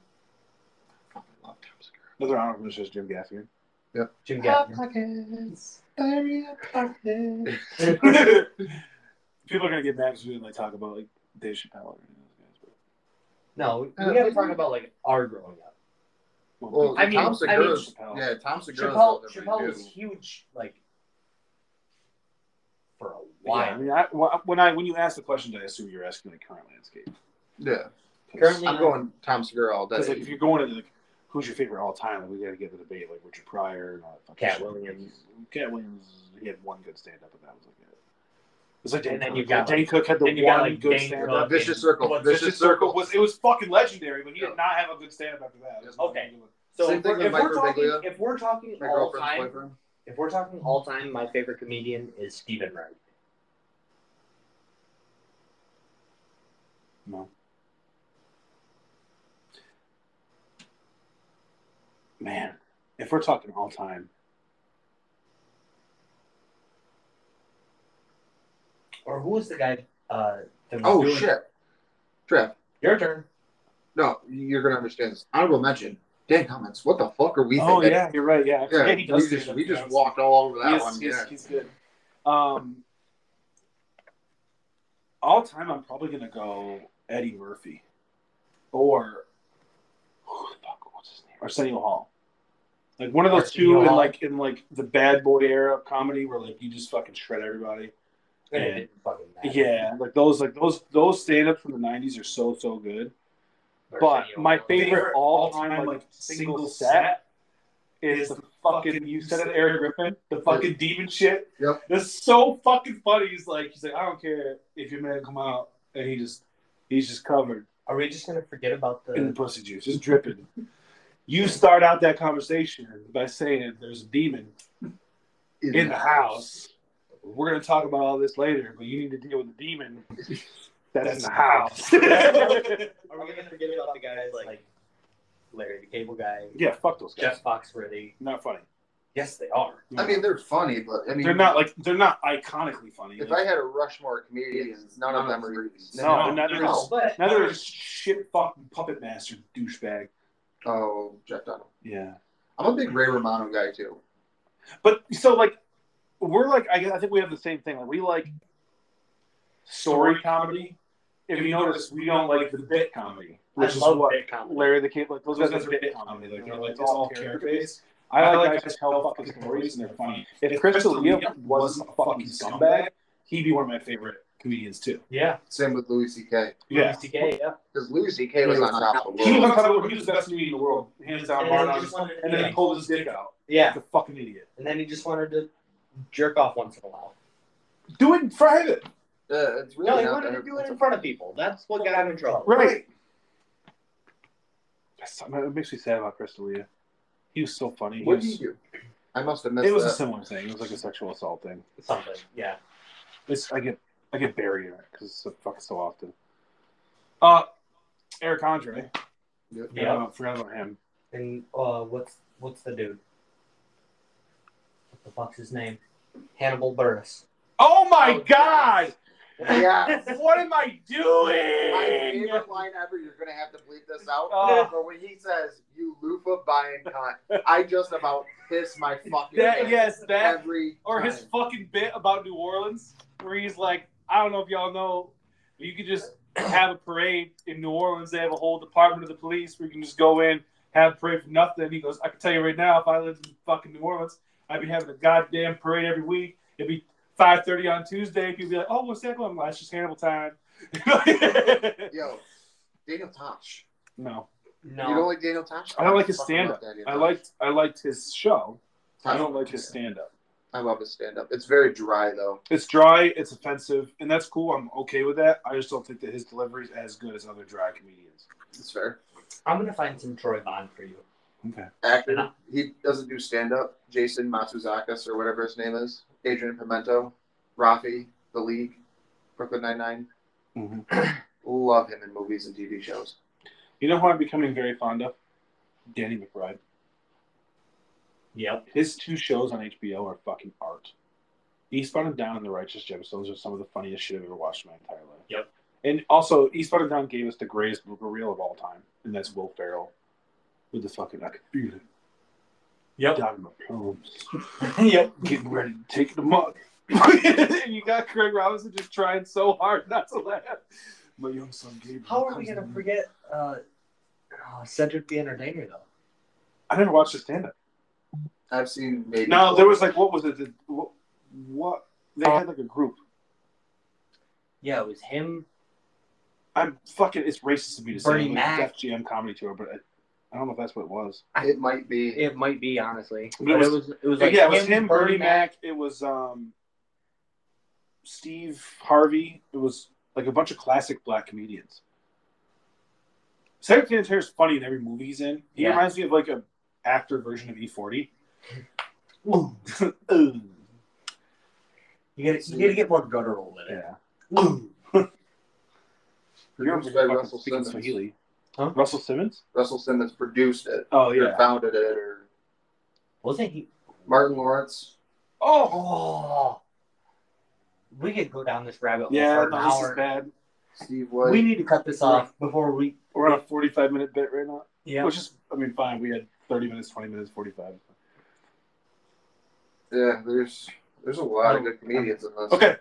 [SPEAKER 4] I love Tom Segura.
[SPEAKER 2] Another honorable mention is Jim Gaffigan.
[SPEAKER 7] Jim Gaffigan.
[SPEAKER 2] People are gonna get mad because we didn't like talk about like Dave Chappelle. Or any of those guys, but-
[SPEAKER 7] No, we gotta talk about like our growing up.
[SPEAKER 4] Well,
[SPEAKER 7] I mean-
[SPEAKER 4] Tom
[SPEAKER 7] I mean-
[SPEAKER 4] Segura's,
[SPEAKER 2] Chappelle.
[SPEAKER 4] yeah, Tom Segura's
[SPEAKER 7] Chappelle
[SPEAKER 4] all that we
[SPEAKER 7] Chappelle
[SPEAKER 4] do.
[SPEAKER 7] was huge like for a
[SPEAKER 2] why? I
[SPEAKER 7] while.
[SPEAKER 2] mean, I, when I when you ask the question, I assume you're asking like current landscape.
[SPEAKER 4] Yeah,
[SPEAKER 2] 'Cause-
[SPEAKER 7] Currently-
[SPEAKER 4] I'm going Tom Segura all day.
[SPEAKER 2] Because like, if you're going into like who's your favorite all time, like, we got to get the debate like Richard Pryor and all that. fucking
[SPEAKER 7] Cat
[SPEAKER 2] shit.
[SPEAKER 7] Williams.
[SPEAKER 2] Cat Williams. He had one good stand up, and that was like it. It's like Dan
[SPEAKER 7] And then
[SPEAKER 2] Cook.
[SPEAKER 7] you've got,
[SPEAKER 2] Dan
[SPEAKER 7] like-
[SPEAKER 2] Cook had the
[SPEAKER 7] then
[SPEAKER 2] one
[SPEAKER 7] you got, like,
[SPEAKER 2] good
[SPEAKER 7] Dan
[SPEAKER 2] stand
[SPEAKER 7] Cook.
[SPEAKER 2] up.
[SPEAKER 4] Vicious Circle.
[SPEAKER 7] Well,
[SPEAKER 4] Vicious,
[SPEAKER 2] Vicious
[SPEAKER 4] Circle.
[SPEAKER 2] Circle was it was fucking legendary, but he
[SPEAKER 4] Yeah.
[SPEAKER 2] did not have a good stand up after that. It was
[SPEAKER 7] Okay.
[SPEAKER 2] nothing
[SPEAKER 7] So
[SPEAKER 4] Same
[SPEAKER 7] if
[SPEAKER 4] thing
[SPEAKER 7] we're,
[SPEAKER 4] with
[SPEAKER 7] if we're
[SPEAKER 4] Mike Birbiglia.
[SPEAKER 7] talking if we're talking
[SPEAKER 4] My
[SPEAKER 7] all
[SPEAKER 4] girlfriend's
[SPEAKER 7] time
[SPEAKER 4] boyfriend.
[SPEAKER 7] if we're talking all time, my favorite comedian is Stephen Wright.
[SPEAKER 2] good. Man, if we're talking all time,
[SPEAKER 7] Or who was the guy? Uh, that was
[SPEAKER 4] Oh,
[SPEAKER 7] doing-
[SPEAKER 4] shit. Trev,
[SPEAKER 7] Your turn.
[SPEAKER 4] no, you're going to understand this. Honorable mention, Dan Cummins. What the fuck are we
[SPEAKER 2] oh
[SPEAKER 4] thinking?
[SPEAKER 2] yeah, you're right. Yeah,
[SPEAKER 4] Yeah,
[SPEAKER 2] he does.
[SPEAKER 4] we just,
[SPEAKER 2] stand-up
[SPEAKER 4] we just
[SPEAKER 2] now.
[SPEAKER 4] walked all over that
[SPEAKER 2] Yes,
[SPEAKER 4] one.
[SPEAKER 2] yes,
[SPEAKER 4] yeah.
[SPEAKER 2] he's good. Um, all time, I'm probably gonna go Eddie Murphy, or who the fuck, what's his name? Arsenio Hall. Like one of those
[SPEAKER 7] Arsenio
[SPEAKER 2] two in
[SPEAKER 7] Hall.
[SPEAKER 2] like in like the bad boy era of comedy, where like you just fucking shred everybody.
[SPEAKER 7] And it
[SPEAKER 2] Yeah.
[SPEAKER 7] didn't fucking matter.
[SPEAKER 2] Yeah, like those like those those stand ups from the '90s are so so good. But my favorite all time like single set is the fucking you said it, Eric Griffin, the fucking demon shit.
[SPEAKER 4] Yep.
[SPEAKER 2] That's so fucking funny. He's like, he's like, I don't care if your man come out and he just, he's just covered
[SPEAKER 7] Are we just gonna forget about
[SPEAKER 2] in
[SPEAKER 7] the?
[SPEAKER 2] pussy juice, just dripping. You start out that conversation by saying there's a demon in the house. We're gonna talk about all this later, but you need to deal with the demon that's in the house.
[SPEAKER 7] Are we gonna forget about the guys like Larry the Cable Guy,
[SPEAKER 2] yeah, fuck those guys.
[SPEAKER 7] Jeff Foxworthy?
[SPEAKER 2] Not funny.
[SPEAKER 7] Yes, they are.
[SPEAKER 4] I mean, they're funny, but I mean,
[SPEAKER 2] they're not like they're not iconically funny.
[SPEAKER 4] If I had a Rushmore of comedians, none of them are.
[SPEAKER 2] no, neither
[SPEAKER 4] no.
[SPEAKER 2] is
[SPEAKER 7] But
[SPEAKER 2] neither is shit fucking puppet master douchebag.
[SPEAKER 4] Oh, Jeff Dunham.
[SPEAKER 2] Yeah,
[SPEAKER 4] I'm a big Ray Romano guy too.
[SPEAKER 2] but so like we're like I, guess- I think we have the same thing. Like we like story comedy. If you notice, we don't like the bit comedy, which is what
[SPEAKER 7] bit comedy.
[SPEAKER 2] Larry the Cable. Like those guys are bit comedy. Like they're like it's all character based. I like guys who tell fucking stories and they're funny. If Chris D'Elia wasn't a fucking scumbag, he'd be one of my favorite comedians too.
[SPEAKER 7] Yeah,
[SPEAKER 4] Same with Louis C.K.
[SPEAKER 2] Yeah.
[SPEAKER 7] TK, yeah.
[SPEAKER 4] Because Louis C.K. was on top of the
[SPEAKER 2] He was,
[SPEAKER 4] world.
[SPEAKER 2] on top of the world. he was the best comedian in the world, hands down.
[SPEAKER 7] And
[SPEAKER 2] bar
[SPEAKER 7] then he
[SPEAKER 2] none.
[SPEAKER 7] just wanted to-
[SPEAKER 2] And then he pulled his dick out.
[SPEAKER 7] yeah,
[SPEAKER 2] Like a fucking idiot.
[SPEAKER 7] and then he just wanted to jerk off once in a while.
[SPEAKER 2] Do it in private.
[SPEAKER 4] Uh, it's really
[SPEAKER 7] No, he
[SPEAKER 4] not
[SPEAKER 7] wanted to
[SPEAKER 4] that-
[SPEAKER 7] do it in front of people. That's what got him in trouble.
[SPEAKER 2] Right. That's, I mean, it makes me sad about Chris D'Elia. He was so funny. He
[SPEAKER 4] What
[SPEAKER 2] was-
[SPEAKER 4] did he do? I must have missed
[SPEAKER 2] it was a
[SPEAKER 4] that.
[SPEAKER 2] similar thing. It was like a sexual assault thing.
[SPEAKER 7] Something. Yeah.
[SPEAKER 2] It's, I get I get buried in it because it's so fucking so often. Uh, Eric Andre.
[SPEAKER 4] Yep.
[SPEAKER 7] Yeah.
[SPEAKER 2] Uh, forgot about him.
[SPEAKER 7] And uh, what's what's the dude? What the fuck's his name? Hannibal Burris.
[SPEAKER 2] Oh my god!
[SPEAKER 4] Yeah.
[SPEAKER 2] What am I
[SPEAKER 4] My
[SPEAKER 2] doing?
[SPEAKER 4] favorite line ever. You're gonna have to bleep this out.
[SPEAKER 2] Oh.
[SPEAKER 4] but when he says "you loofah buying cunt," I just about piss my fucking
[SPEAKER 2] That
[SPEAKER 4] pants
[SPEAKER 2] yes, that
[SPEAKER 4] every
[SPEAKER 2] or his
[SPEAKER 4] time.
[SPEAKER 2] fucking bit about New Orleans, where he's like, I don't know if y'all know, but you could just have a parade in New Orleans. They have a whole department of the police where you can just go in, have a parade for nothing. He goes, I can tell you right now, if I lived in fucking New Orleans, I'd be having a goddamn parade every week. It'd be 5.30 on Tuesday. People be like, oh, what's that going on? It's just Hannibal time.
[SPEAKER 4] Yo, Daniel Tosh.
[SPEAKER 2] no.
[SPEAKER 7] No.
[SPEAKER 4] You don't like Daniel Tosh?
[SPEAKER 2] I don't like his
[SPEAKER 4] fucking love
[SPEAKER 2] stand-up.
[SPEAKER 4] Daniel
[SPEAKER 2] I
[SPEAKER 4] Tosh.
[SPEAKER 2] liked, I liked his show. I
[SPEAKER 4] Tosh.
[SPEAKER 2] don't like his stand-up.
[SPEAKER 4] I love his stand up. It's very dry though.
[SPEAKER 2] It's dry, it's offensive, and that's cool. I'm okay with that. I just don't think that his delivery is as good as other dry comedians.
[SPEAKER 4] It's fair.
[SPEAKER 7] I'm gonna find some Troy Bond for you.
[SPEAKER 2] Okay.
[SPEAKER 4] Actor. He doesn't do stand up. Jason Matsuzakis or whatever his name is. Adrian Pimento. Rafi. The League. Brooklyn Nine Nine.
[SPEAKER 2] Mhm.
[SPEAKER 4] Love him in movies and TV shows.
[SPEAKER 2] You know who I'm becoming very fond of? Danny McBride.
[SPEAKER 7] Yep.
[SPEAKER 2] His two shows on HBO are fucking art. Eastbound and Down and The Righteous Gemstones are some of the funniest shit I've ever watched in my entire life.
[SPEAKER 7] Yep.
[SPEAKER 2] And also, Eastbound and Down gave us the greatest blooper reel of all time, and that's Will Ferrell with the fucking I can feel it
[SPEAKER 7] Yep.
[SPEAKER 2] down in my palms,
[SPEAKER 7] yep.
[SPEAKER 2] getting ready to take the mug. and you got Craig Robinson just trying so hard not to laugh. My young son Gabriel.
[SPEAKER 7] How are we
[SPEAKER 2] comes
[SPEAKER 7] gonna
[SPEAKER 2] in.
[SPEAKER 7] forget uh, uh, Cedric the Entertainer though?
[SPEAKER 2] I never watched the stand up.
[SPEAKER 4] I've seen maybe.
[SPEAKER 2] No, there was like, what was it? The, what, what? They had like a group.
[SPEAKER 7] Yeah, it was him.
[SPEAKER 2] I'm fucking. It's racist of me to say
[SPEAKER 7] Bernie
[SPEAKER 2] it was
[SPEAKER 7] Mac.
[SPEAKER 2] Def Jam comedy tour, but I, I don't know if that's what it was.
[SPEAKER 4] It might be.
[SPEAKER 7] It might be honestly.
[SPEAKER 2] But it was-
[SPEAKER 7] it was
[SPEAKER 2] yeah, it was him, Bernie, Mac. It was um, Steve Harvey. It was like a bunch of classic black comedians. Cedric the Entertainer is funny in every movie he's in. He
[SPEAKER 7] Yeah.
[SPEAKER 2] reminds me of like a actor version of E E40.
[SPEAKER 7] You gotta, you gotta get more guttural with it.
[SPEAKER 2] yeah. You're
[SPEAKER 4] Produced by
[SPEAKER 2] Russell
[SPEAKER 4] Russell
[SPEAKER 2] speaking
[SPEAKER 4] Simmons.
[SPEAKER 2] Swahili.
[SPEAKER 7] Huh?
[SPEAKER 2] Russell Simmons?
[SPEAKER 4] Russell Simmons produced it.
[SPEAKER 2] Oh
[SPEAKER 4] Or founded it. Or
[SPEAKER 7] Wasn't he?
[SPEAKER 4] Martin Lawrence.
[SPEAKER 2] Oh
[SPEAKER 7] Oh. We could go down this rabbit hole
[SPEAKER 2] yeah.
[SPEAKER 7] for an
[SPEAKER 2] No, this is
[SPEAKER 7] hour.
[SPEAKER 2] bad.
[SPEAKER 4] Steve White.
[SPEAKER 7] We need to cut this off before we.
[SPEAKER 2] We're on a 45 minute bit right now.
[SPEAKER 7] Yeah.
[SPEAKER 2] Which is, I mean, fine. We had 30 minutes, 20 minutes, 45.
[SPEAKER 4] yeah, there's there's a lot of good comedians in this.
[SPEAKER 2] Oh, Okay.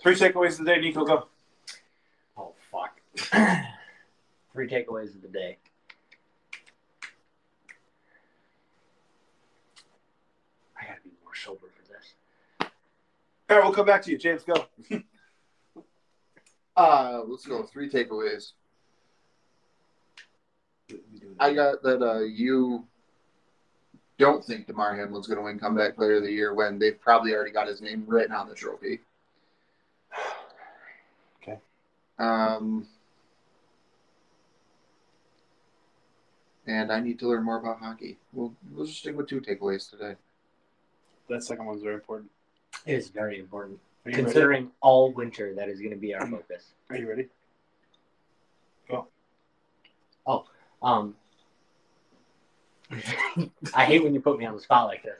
[SPEAKER 2] Three takeaways today, Nico. Go.
[SPEAKER 7] Oh fuck. Three takeaways of the day. I gotta be more sober for this.
[SPEAKER 2] All right, we'll come back to you, James. Go.
[SPEAKER 4] Uh, let's go. Three takeaways. I got that uh, you don't think DeMar Hamlin's going to win comeback player of the year when they've probably already got his name written on the trophy.
[SPEAKER 7] Okay.
[SPEAKER 4] Um, and I need to learn more about hockey. We'll, we'll just stick with two takeaways today.
[SPEAKER 2] That second one's very important.
[SPEAKER 7] It is very important.
[SPEAKER 2] Are you ready?
[SPEAKER 7] Considering all winter, that is going to be our focus.
[SPEAKER 2] Are you ready?
[SPEAKER 7] Um, I hate when you put me on the spot like this.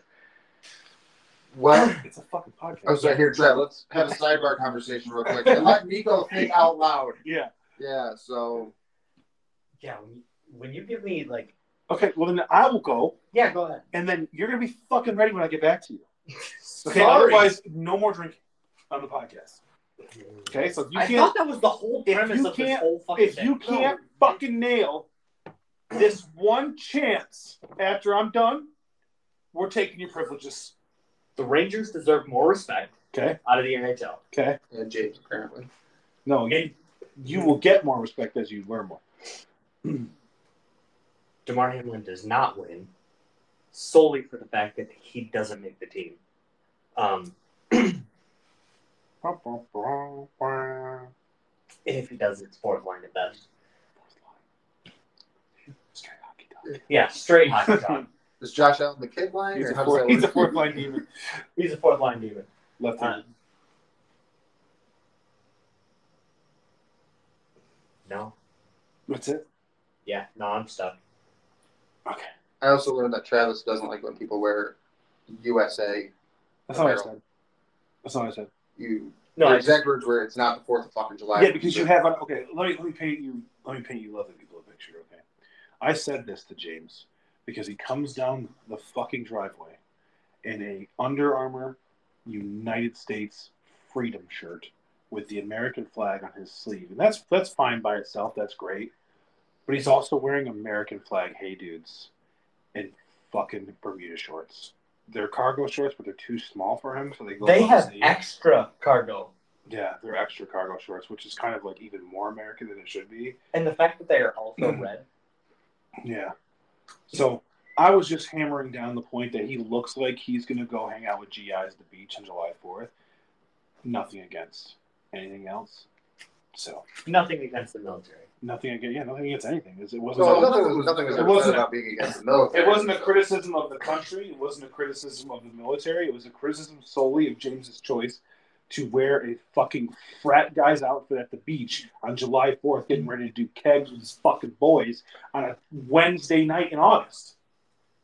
[SPEAKER 4] Well,
[SPEAKER 2] It's a fucking podcast.
[SPEAKER 4] oh, sorry. Here, Trev, let's have a sidebar conversation real quick. And let Nico think out loud.
[SPEAKER 2] Yeah.
[SPEAKER 4] Yeah, so
[SPEAKER 7] Yeah, when you, when you give me like,
[SPEAKER 2] Okay, well, then I will go,
[SPEAKER 7] yeah, go ahead.
[SPEAKER 2] and then you're going to be fucking ready when I get back to you. Okay,
[SPEAKER 7] Sorry.
[SPEAKER 2] otherwise, no more drinking on the podcast. Okay, so if you
[SPEAKER 7] I
[SPEAKER 2] can't.
[SPEAKER 7] thought that was the whole
[SPEAKER 2] if
[SPEAKER 7] premise
[SPEAKER 2] you
[SPEAKER 7] of this
[SPEAKER 2] can't-
[SPEAKER 7] whole fucking
[SPEAKER 2] if you
[SPEAKER 7] thing.
[SPEAKER 2] can't fucking nail this one chance after I'm done, we're taking your privileges.
[SPEAKER 7] the Rangers deserve more respect
[SPEAKER 2] Okay.
[SPEAKER 7] out of the NHL.
[SPEAKER 2] Okay.
[SPEAKER 4] and James apparently.
[SPEAKER 2] No, you, you will get more respect as you learn more.
[SPEAKER 7] Demar Hamlin does not win solely for the fact that he doesn't make the team. Um, if he does, it's fourth line at best. Yeah, straight hockey talk.
[SPEAKER 4] Is Josh Allen the kid line?
[SPEAKER 2] He's
[SPEAKER 4] or
[SPEAKER 2] a
[SPEAKER 4] how does
[SPEAKER 2] fourth,
[SPEAKER 4] that
[SPEAKER 2] he's a
[SPEAKER 4] work?
[SPEAKER 2] fourth line demon.
[SPEAKER 7] He's a fourth line demon.
[SPEAKER 2] Left
[SPEAKER 7] Uh,
[SPEAKER 2] hand.
[SPEAKER 7] no,
[SPEAKER 2] That's it.
[SPEAKER 7] yeah, no, I'm stuck.
[SPEAKER 2] Okay.
[SPEAKER 4] I also learned that Travis doesn't like when people wear USA.
[SPEAKER 2] That's not what I said. That's not what I said.
[SPEAKER 4] You
[SPEAKER 7] No,
[SPEAKER 4] your
[SPEAKER 7] I
[SPEAKER 4] exact words were it's not the fourth of fucking July.
[SPEAKER 2] Yeah, because you have okay. Let me let me paint you let me paint you lovely people a picture. Okay, I said this to James because he comes down the fucking driveway in a Under Armour United States Freedom shirt with the American flag on his sleeve, and that's that's fine by itself. That's great, but he's also wearing American flag hey dudes and fucking Bermuda shorts. They're cargo shorts, but they're too small for him, so they go.
[SPEAKER 7] they
[SPEAKER 2] up his
[SPEAKER 7] have
[SPEAKER 2] knee.
[SPEAKER 7] extra cargo,
[SPEAKER 2] Yeah, they're extra cargo shorts, which is kind of like even more American than it should be.
[SPEAKER 7] and the fact that they are also red.
[SPEAKER 2] Yeah. So I was just hammering down the point that he looks like he's going to go hang out with GIs at the beach on July 4th. Nothing against anything else. So
[SPEAKER 7] Nothing against the military.
[SPEAKER 2] nothing against, yeah, nothing against anything. It wasn't,
[SPEAKER 4] So nothing, nothing was
[SPEAKER 2] it
[SPEAKER 4] ever said
[SPEAKER 2] wasn't,
[SPEAKER 4] about being against the military.
[SPEAKER 2] it wasn't a criticism of the country. It wasn't a criticism of the military. It was a criticism solely of James's choice to wear a fucking frat guy's outfit at the beach on July 4th, getting ready to do kegs with his fucking boys on a Wednesday night in August.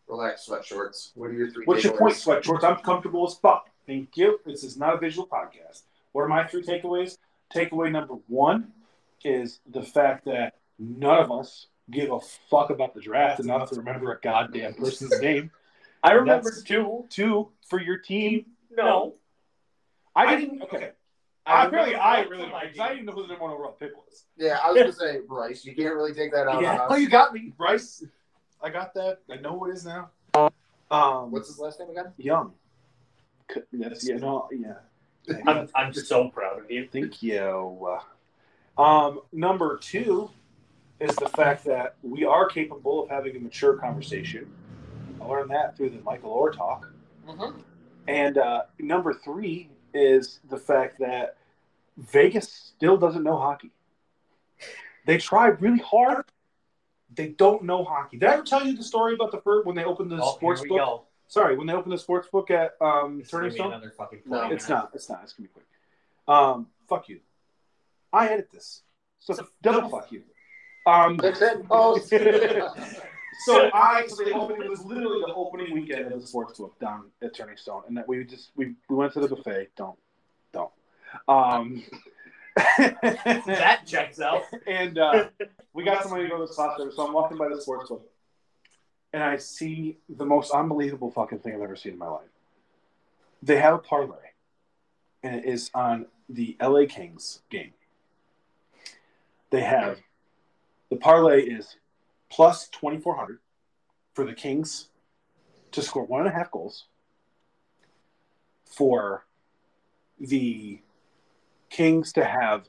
[SPEAKER 4] Relax, sweat shorts. What are your three?
[SPEAKER 2] What's your
[SPEAKER 4] takeaways?
[SPEAKER 2] point, sweat shorts? I'm comfortable as fuck. Thank you. This is not a visual podcast. What are my three takeaways? Takeaway number one is the fact that none of us give a fuck about the draft enough to remember a goddamn person's name.
[SPEAKER 7] I remember
[SPEAKER 2] That's-
[SPEAKER 7] two.
[SPEAKER 2] Two, for your team,
[SPEAKER 7] No,
[SPEAKER 2] I didn't. Okay.
[SPEAKER 7] I
[SPEAKER 2] apparently,
[SPEAKER 7] remember
[SPEAKER 2] I
[SPEAKER 7] that
[SPEAKER 2] really
[SPEAKER 7] from
[SPEAKER 2] don't.
[SPEAKER 7] my
[SPEAKER 2] 'cause I
[SPEAKER 7] team.
[SPEAKER 2] didn't know who the number one overall pick was.
[SPEAKER 4] Yeah, I was gonna say Bryce. You can't really take that out on
[SPEAKER 2] Oh,
[SPEAKER 4] us.
[SPEAKER 2] you got me, Bryce. I got that. I know who it is now. Um,
[SPEAKER 4] What's his last name again?
[SPEAKER 2] Young? C- That's yeah. No, yeah.
[SPEAKER 7] I'm, I'm so proud of you.
[SPEAKER 2] Thank you. Um, number two is the fact that we are capable of having a mature conversation. I learned that through the Michael Orr talk.
[SPEAKER 7] Mm-hmm.
[SPEAKER 2] And uh, number three is the fact that Vegas still doesn't know hockey. They try really hard. They don't know hockey. Did I ever tell you the story about the first when they opened the
[SPEAKER 7] Oh,
[SPEAKER 2] sports
[SPEAKER 7] here we
[SPEAKER 2] book?
[SPEAKER 7] go.
[SPEAKER 2] Sorry, when they opened the sports book at um,
[SPEAKER 7] This is
[SPEAKER 2] Turning
[SPEAKER 7] gonna be
[SPEAKER 2] Stone?
[SPEAKER 7] another fucking
[SPEAKER 4] No,
[SPEAKER 7] forty
[SPEAKER 2] It's
[SPEAKER 7] minutes.
[SPEAKER 2] not. It's not. It's gonna be quick. Um, fuck you. I edit this, so double fuck you. Um,
[SPEAKER 4] That's it. Oh,
[SPEAKER 2] so I so they opened, it was literally the opening weekend of the sports book down at Turning Stone, and that we just we, we went to the buffet. Don't don't. Um,
[SPEAKER 7] That checks out.
[SPEAKER 2] and uh, we got somebody to go to the spot there, so I'm walking by the sports book, and I see the most unbelievable fucking thing I've ever seen in my life. They have a parlay, and it is on the LA Kings game. They have the parlay is plus twenty four hundred for the Kings to score one and a half goals. For the Kings to have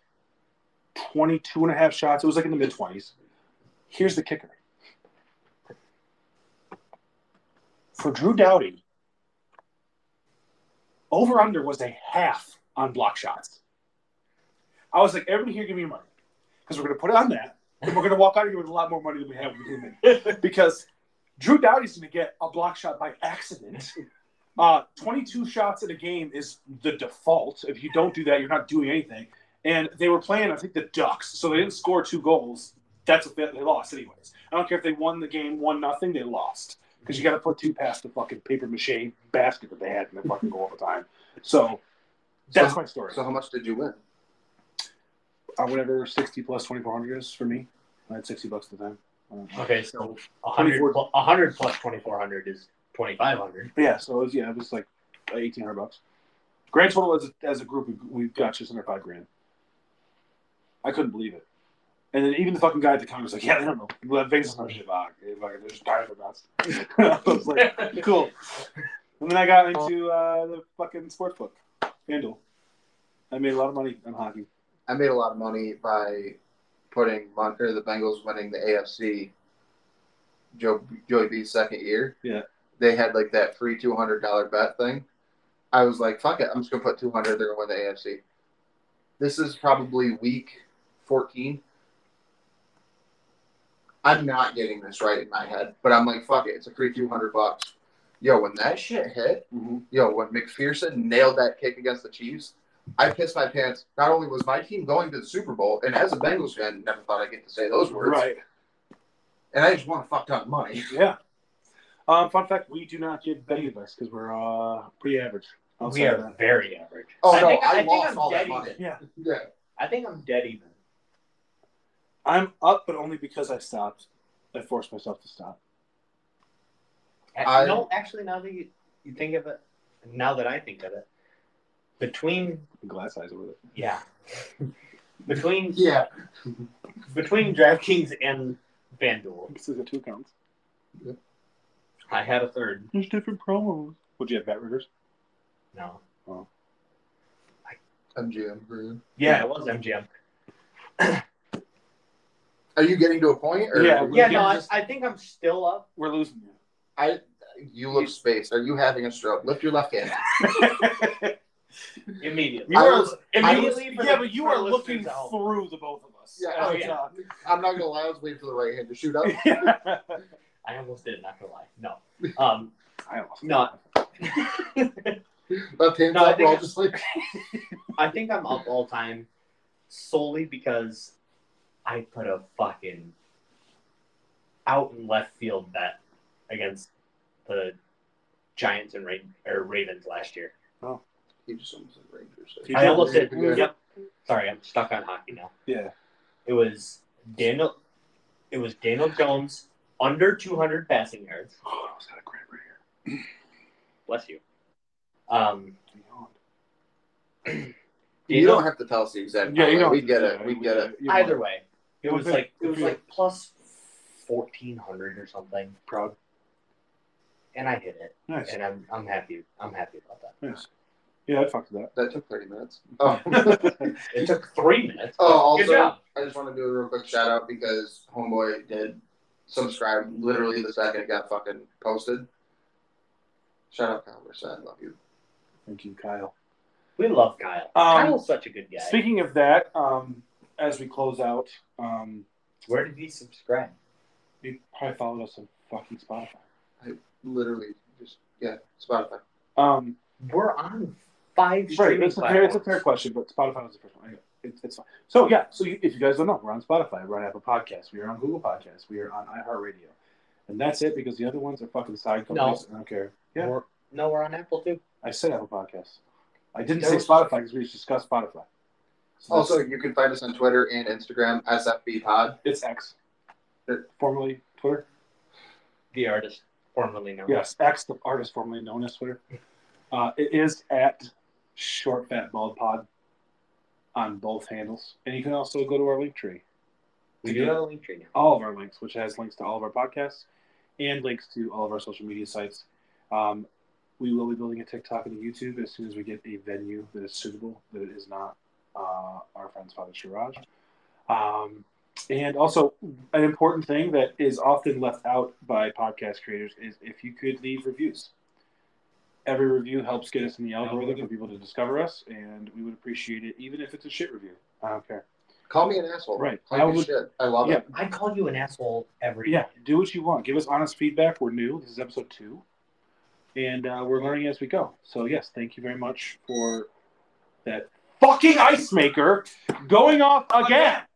[SPEAKER 2] 22 and a half shots. It was like in the mid 20s. Here's the kicker for Drew Doughty, over under was a half on block shots. I was like, everybody here, give me your money because we're going to put it on that, and we're going to walk out of here with a lot more money than we have with him in. because Drew Doughty's going to get a block shot by accident. Uh, 22 shots in a game is the default. If you don't do that, you're not doing anything. And they were playing, I think, the Ducks, so they didn't score two goals. That's a bit they lost, anyways. I don't care if they won the game one nothing, they lost because you got to put two past the fucking paper mache basket that they had in the fucking goal all the time. So that's
[SPEAKER 4] So-
[SPEAKER 2] my story.
[SPEAKER 4] So how much did you win?
[SPEAKER 2] uh, whatever 60 plus 2400 is for me. I had 60 bucks at the time. Uh,
[SPEAKER 7] Okay, so 100, pl- 100 plus 2400 is 2500.
[SPEAKER 2] But yeah, so it was, yeah, it was like 1800 bucks. Grand total as a, as a group, we, we got just under five grand. I couldn't believe it. And then even the fucking guy at the counter was like, yeah, I don't know. Well, Vegas is not shit back. It's like, There's guys with us. I was like, cool. And then I got into uh, the fucking sports book, FanDuel. I made a lot of money on hockey.
[SPEAKER 4] I made a lot of money by putting Mon- or the Bengals winning the AFC. Joe Joey B's second year.
[SPEAKER 2] Yeah.
[SPEAKER 4] They had like that free two hundred dollar bet thing. I was like, fuck it, I'm just gonna put two hundred. They're gonna win the AFC. This is probably week fourteen. I'm not getting this right in my head, but I'm like, fuck it, it's a free two hundred bucks. Yo, when that shit hit,
[SPEAKER 2] Mhm.
[SPEAKER 4] yo, when McPherson nailed that kick against the Chiefs, I pissed my pants. Not only was my team going to the Super Bowl, and as a Bengals fan, never thought I'd get to say those words.
[SPEAKER 2] Right.
[SPEAKER 4] And I just want to fuck ton of money.
[SPEAKER 2] Yeah. Um, fun fact: We do not get betting advice because we're uh, pretty average. outside
[SPEAKER 7] We
[SPEAKER 2] of
[SPEAKER 7] are very average.
[SPEAKER 4] Oh
[SPEAKER 7] I
[SPEAKER 4] no,
[SPEAKER 7] think- I
[SPEAKER 4] I,
[SPEAKER 7] think
[SPEAKER 4] lost
[SPEAKER 7] I'm
[SPEAKER 4] all that
[SPEAKER 7] dead
[SPEAKER 4] money.
[SPEAKER 2] even. Yeah.
[SPEAKER 4] Yeah.
[SPEAKER 7] I think I'm dead even.
[SPEAKER 2] I'm up, but only because I stopped. I forced myself to stop.
[SPEAKER 4] I-
[SPEAKER 7] no, actually, now that you, you think of it, now that I think of it, between,
[SPEAKER 2] Glass eyes over it.
[SPEAKER 7] yeah, between,
[SPEAKER 4] Yeah.
[SPEAKER 7] between DraftKings and FanDuel,
[SPEAKER 2] This is a two accounts.
[SPEAKER 7] I had a third.
[SPEAKER 2] There's different promos. Would you have bet riggers?
[SPEAKER 7] No.
[SPEAKER 4] MGM. Group.
[SPEAKER 7] Yeah, it was MGM.
[SPEAKER 4] Are you getting to a point? Or
[SPEAKER 2] Yeah.
[SPEAKER 7] Yeah, no, I,
[SPEAKER 4] Just-
[SPEAKER 7] I think I'm still up.
[SPEAKER 2] We're losing
[SPEAKER 4] I. You look spaced. Are you having a stroke? Lift your left hand.
[SPEAKER 2] you.
[SPEAKER 7] Immediately.
[SPEAKER 2] You
[SPEAKER 4] I
[SPEAKER 2] are-
[SPEAKER 4] was-
[SPEAKER 7] immediately for
[SPEAKER 2] yeah,
[SPEAKER 7] the-
[SPEAKER 2] but you
[SPEAKER 7] for
[SPEAKER 2] are
[SPEAKER 7] the
[SPEAKER 2] looking
[SPEAKER 7] listeners at home.
[SPEAKER 2] through the both of us.
[SPEAKER 4] Yeah,
[SPEAKER 7] oh,
[SPEAKER 2] At the
[SPEAKER 7] yeah.
[SPEAKER 2] top.
[SPEAKER 4] I'm not gonna lie. I was waiting for the right hand to shoot up.
[SPEAKER 7] I almost did, not gonna lie. No. Um,
[SPEAKER 2] I almost.
[SPEAKER 7] no,
[SPEAKER 4] left hand
[SPEAKER 7] No, I
[SPEAKER 4] up. We're all
[SPEAKER 7] think-
[SPEAKER 4] just like.
[SPEAKER 7] I think I'm up all time solely because I put a fucking out in left field bet against the Giants and Ra- or Ravens last year.
[SPEAKER 4] He just almost said Rangers.
[SPEAKER 2] He
[SPEAKER 7] I almost did.
[SPEAKER 4] Yeah.
[SPEAKER 7] Yep. Sorry, I'm stuck on hockey now.
[SPEAKER 2] Yeah.
[SPEAKER 7] It was Daniel. It was Daniel Jones under 200 passing yards.
[SPEAKER 2] Oh, I was got a cramp right here.
[SPEAKER 7] Bless you. Um,
[SPEAKER 4] You don't have to tell us the exact.
[SPEAKER 2] Yeah, you
[SPEAKER 4] number.
[SPEAKER 2] don't.
[SPEAKER 4] we get it. We get it.
[SPEAKER 7] either way, it
[SPEAKER 2] If
[SPEAKER 7] was
[SPEAKER 2] it-
[SPEAKER 7] like it
[SPEAKER 2] if
[SPEAKER 7] was
[SPEAKER 2] it-
[SPEAKER 7] like plus 1400 or something,
[SPEAKER 2] Proud.
[SPEAKER 7] and I hit it,
[SPEAKER 2] Nice.
[SPEAKER 7] and I'm I'm happy. I'm happy about that.
[SPEAKER 2] Nice. Yeah, I'd fuck with that.
[SPEAKER 4] That took thirty minutes. Oh.
[SPEAKER 7] It took three minutes.
[SPEAKER 4] Oh,
[SPEAKER 7] Good
[SPEAKER 4] also,
[SPEAKER 7] job.
[SPEAKER 4] I just want to do a real quick shout out because Homeboy did subscribe literally the second it got fucking posted. Shout out, Kyle Merced. Love you.
[SPEAKER 2] Thank you, Kyle.
[SPEAKER 7] We love Kyle.
[SPEAKER 2] Um,
[SPEAKER 7] Kyle's such a good guy.
[SPEAKER 2] Speaking of that, um, as we close out, um,
[SPEAKER 7] Where did he subscribe?
[SPEAKER 2] you probably followed us on fucking Spotify.
[SPEAKER 4] Literally, just, yeah, Spotify.
[SPEAKER 2] Um,
[SPEAKER 7] We're on five
[SPEAKER 2] right,
[SPEAKER 7] streaming
[SPEAKER 2] it's a, fair, it's a fair
[SPEAKER 7] platforms.
[SPEAKER 2] question, but Spotify was the first one. I know. It's, it's fine. So, yeah, so you, if you guys don't know, we're on Spotify, we're on Apple Podcasts, we are on Google Podcasts, we are on iHeartRadio. And that's it because the other ones are fucking side
[SPEAKER 7] No.
[SPEAKER 2] companies. I don't care. Yeah,
[SPEAKER 7] We're- no, we're on Apple too.
[SPEAKER 2] I said Apple Podcasts. I didn't
[SPEAKER 7] That
[SPEAKER 2] say
[SPEAKER 7] was- Oh,
[SPEAKER 2] Spotify because we just discussed Spotify. So
[SPEAKER 4] Also,
[SPEAKER 2] that's-
[SPEAKER 4] you can find us on Twitter and Instagram, SFB Pod.
[SPEAKER 2] it's X.
[SPEAKER 7] Uh,
[SPEAKER 2] Formerly Twitter?
[SPEAKER 7] The artist formerly known.
[SPEAKER 2] Yes, X, the artist formerly known as Twitter. Uh, it is at Short Fat Bald Pod on both handles, and you can also go to our link tree.
[SPEAKER 7] we do have a link tree now.
[SPEAKER 2] All of our links, which has links to all of our podcasts and links to all of our social media sites. Um, we will be building a TikTok and a YouTube as soon as we get a venue that is suitable. That it is not uh, our friend's father Shiraj. Um, And also, an important thing that is often left out by podcast creators is if you could leave reviews. Every review helps get us in the algorithm for people to discover us, and we would appreciate it, even if it's a shit review. I don't care.
[SPEAKER 4] Call me an asshole.
[SPEAKER 2] Right.
[SPEAKER 4] I,
[SPEAKER 2] I
[SPEAKER 4] do
[SPEAKER 2] would-
[SPEAKER 4] shit. I love
[SPEAKER 2] Yeah.
[SPEAKER 4] it.
[SPEAKER 7] I call you an asshole every
[SPEAKER 2] Yeah, do what you want. Give us honest feedback. We're new. This is episode two, and uh, we're learning as we go. So yes, thank you very much for that fucking ice maker going off again.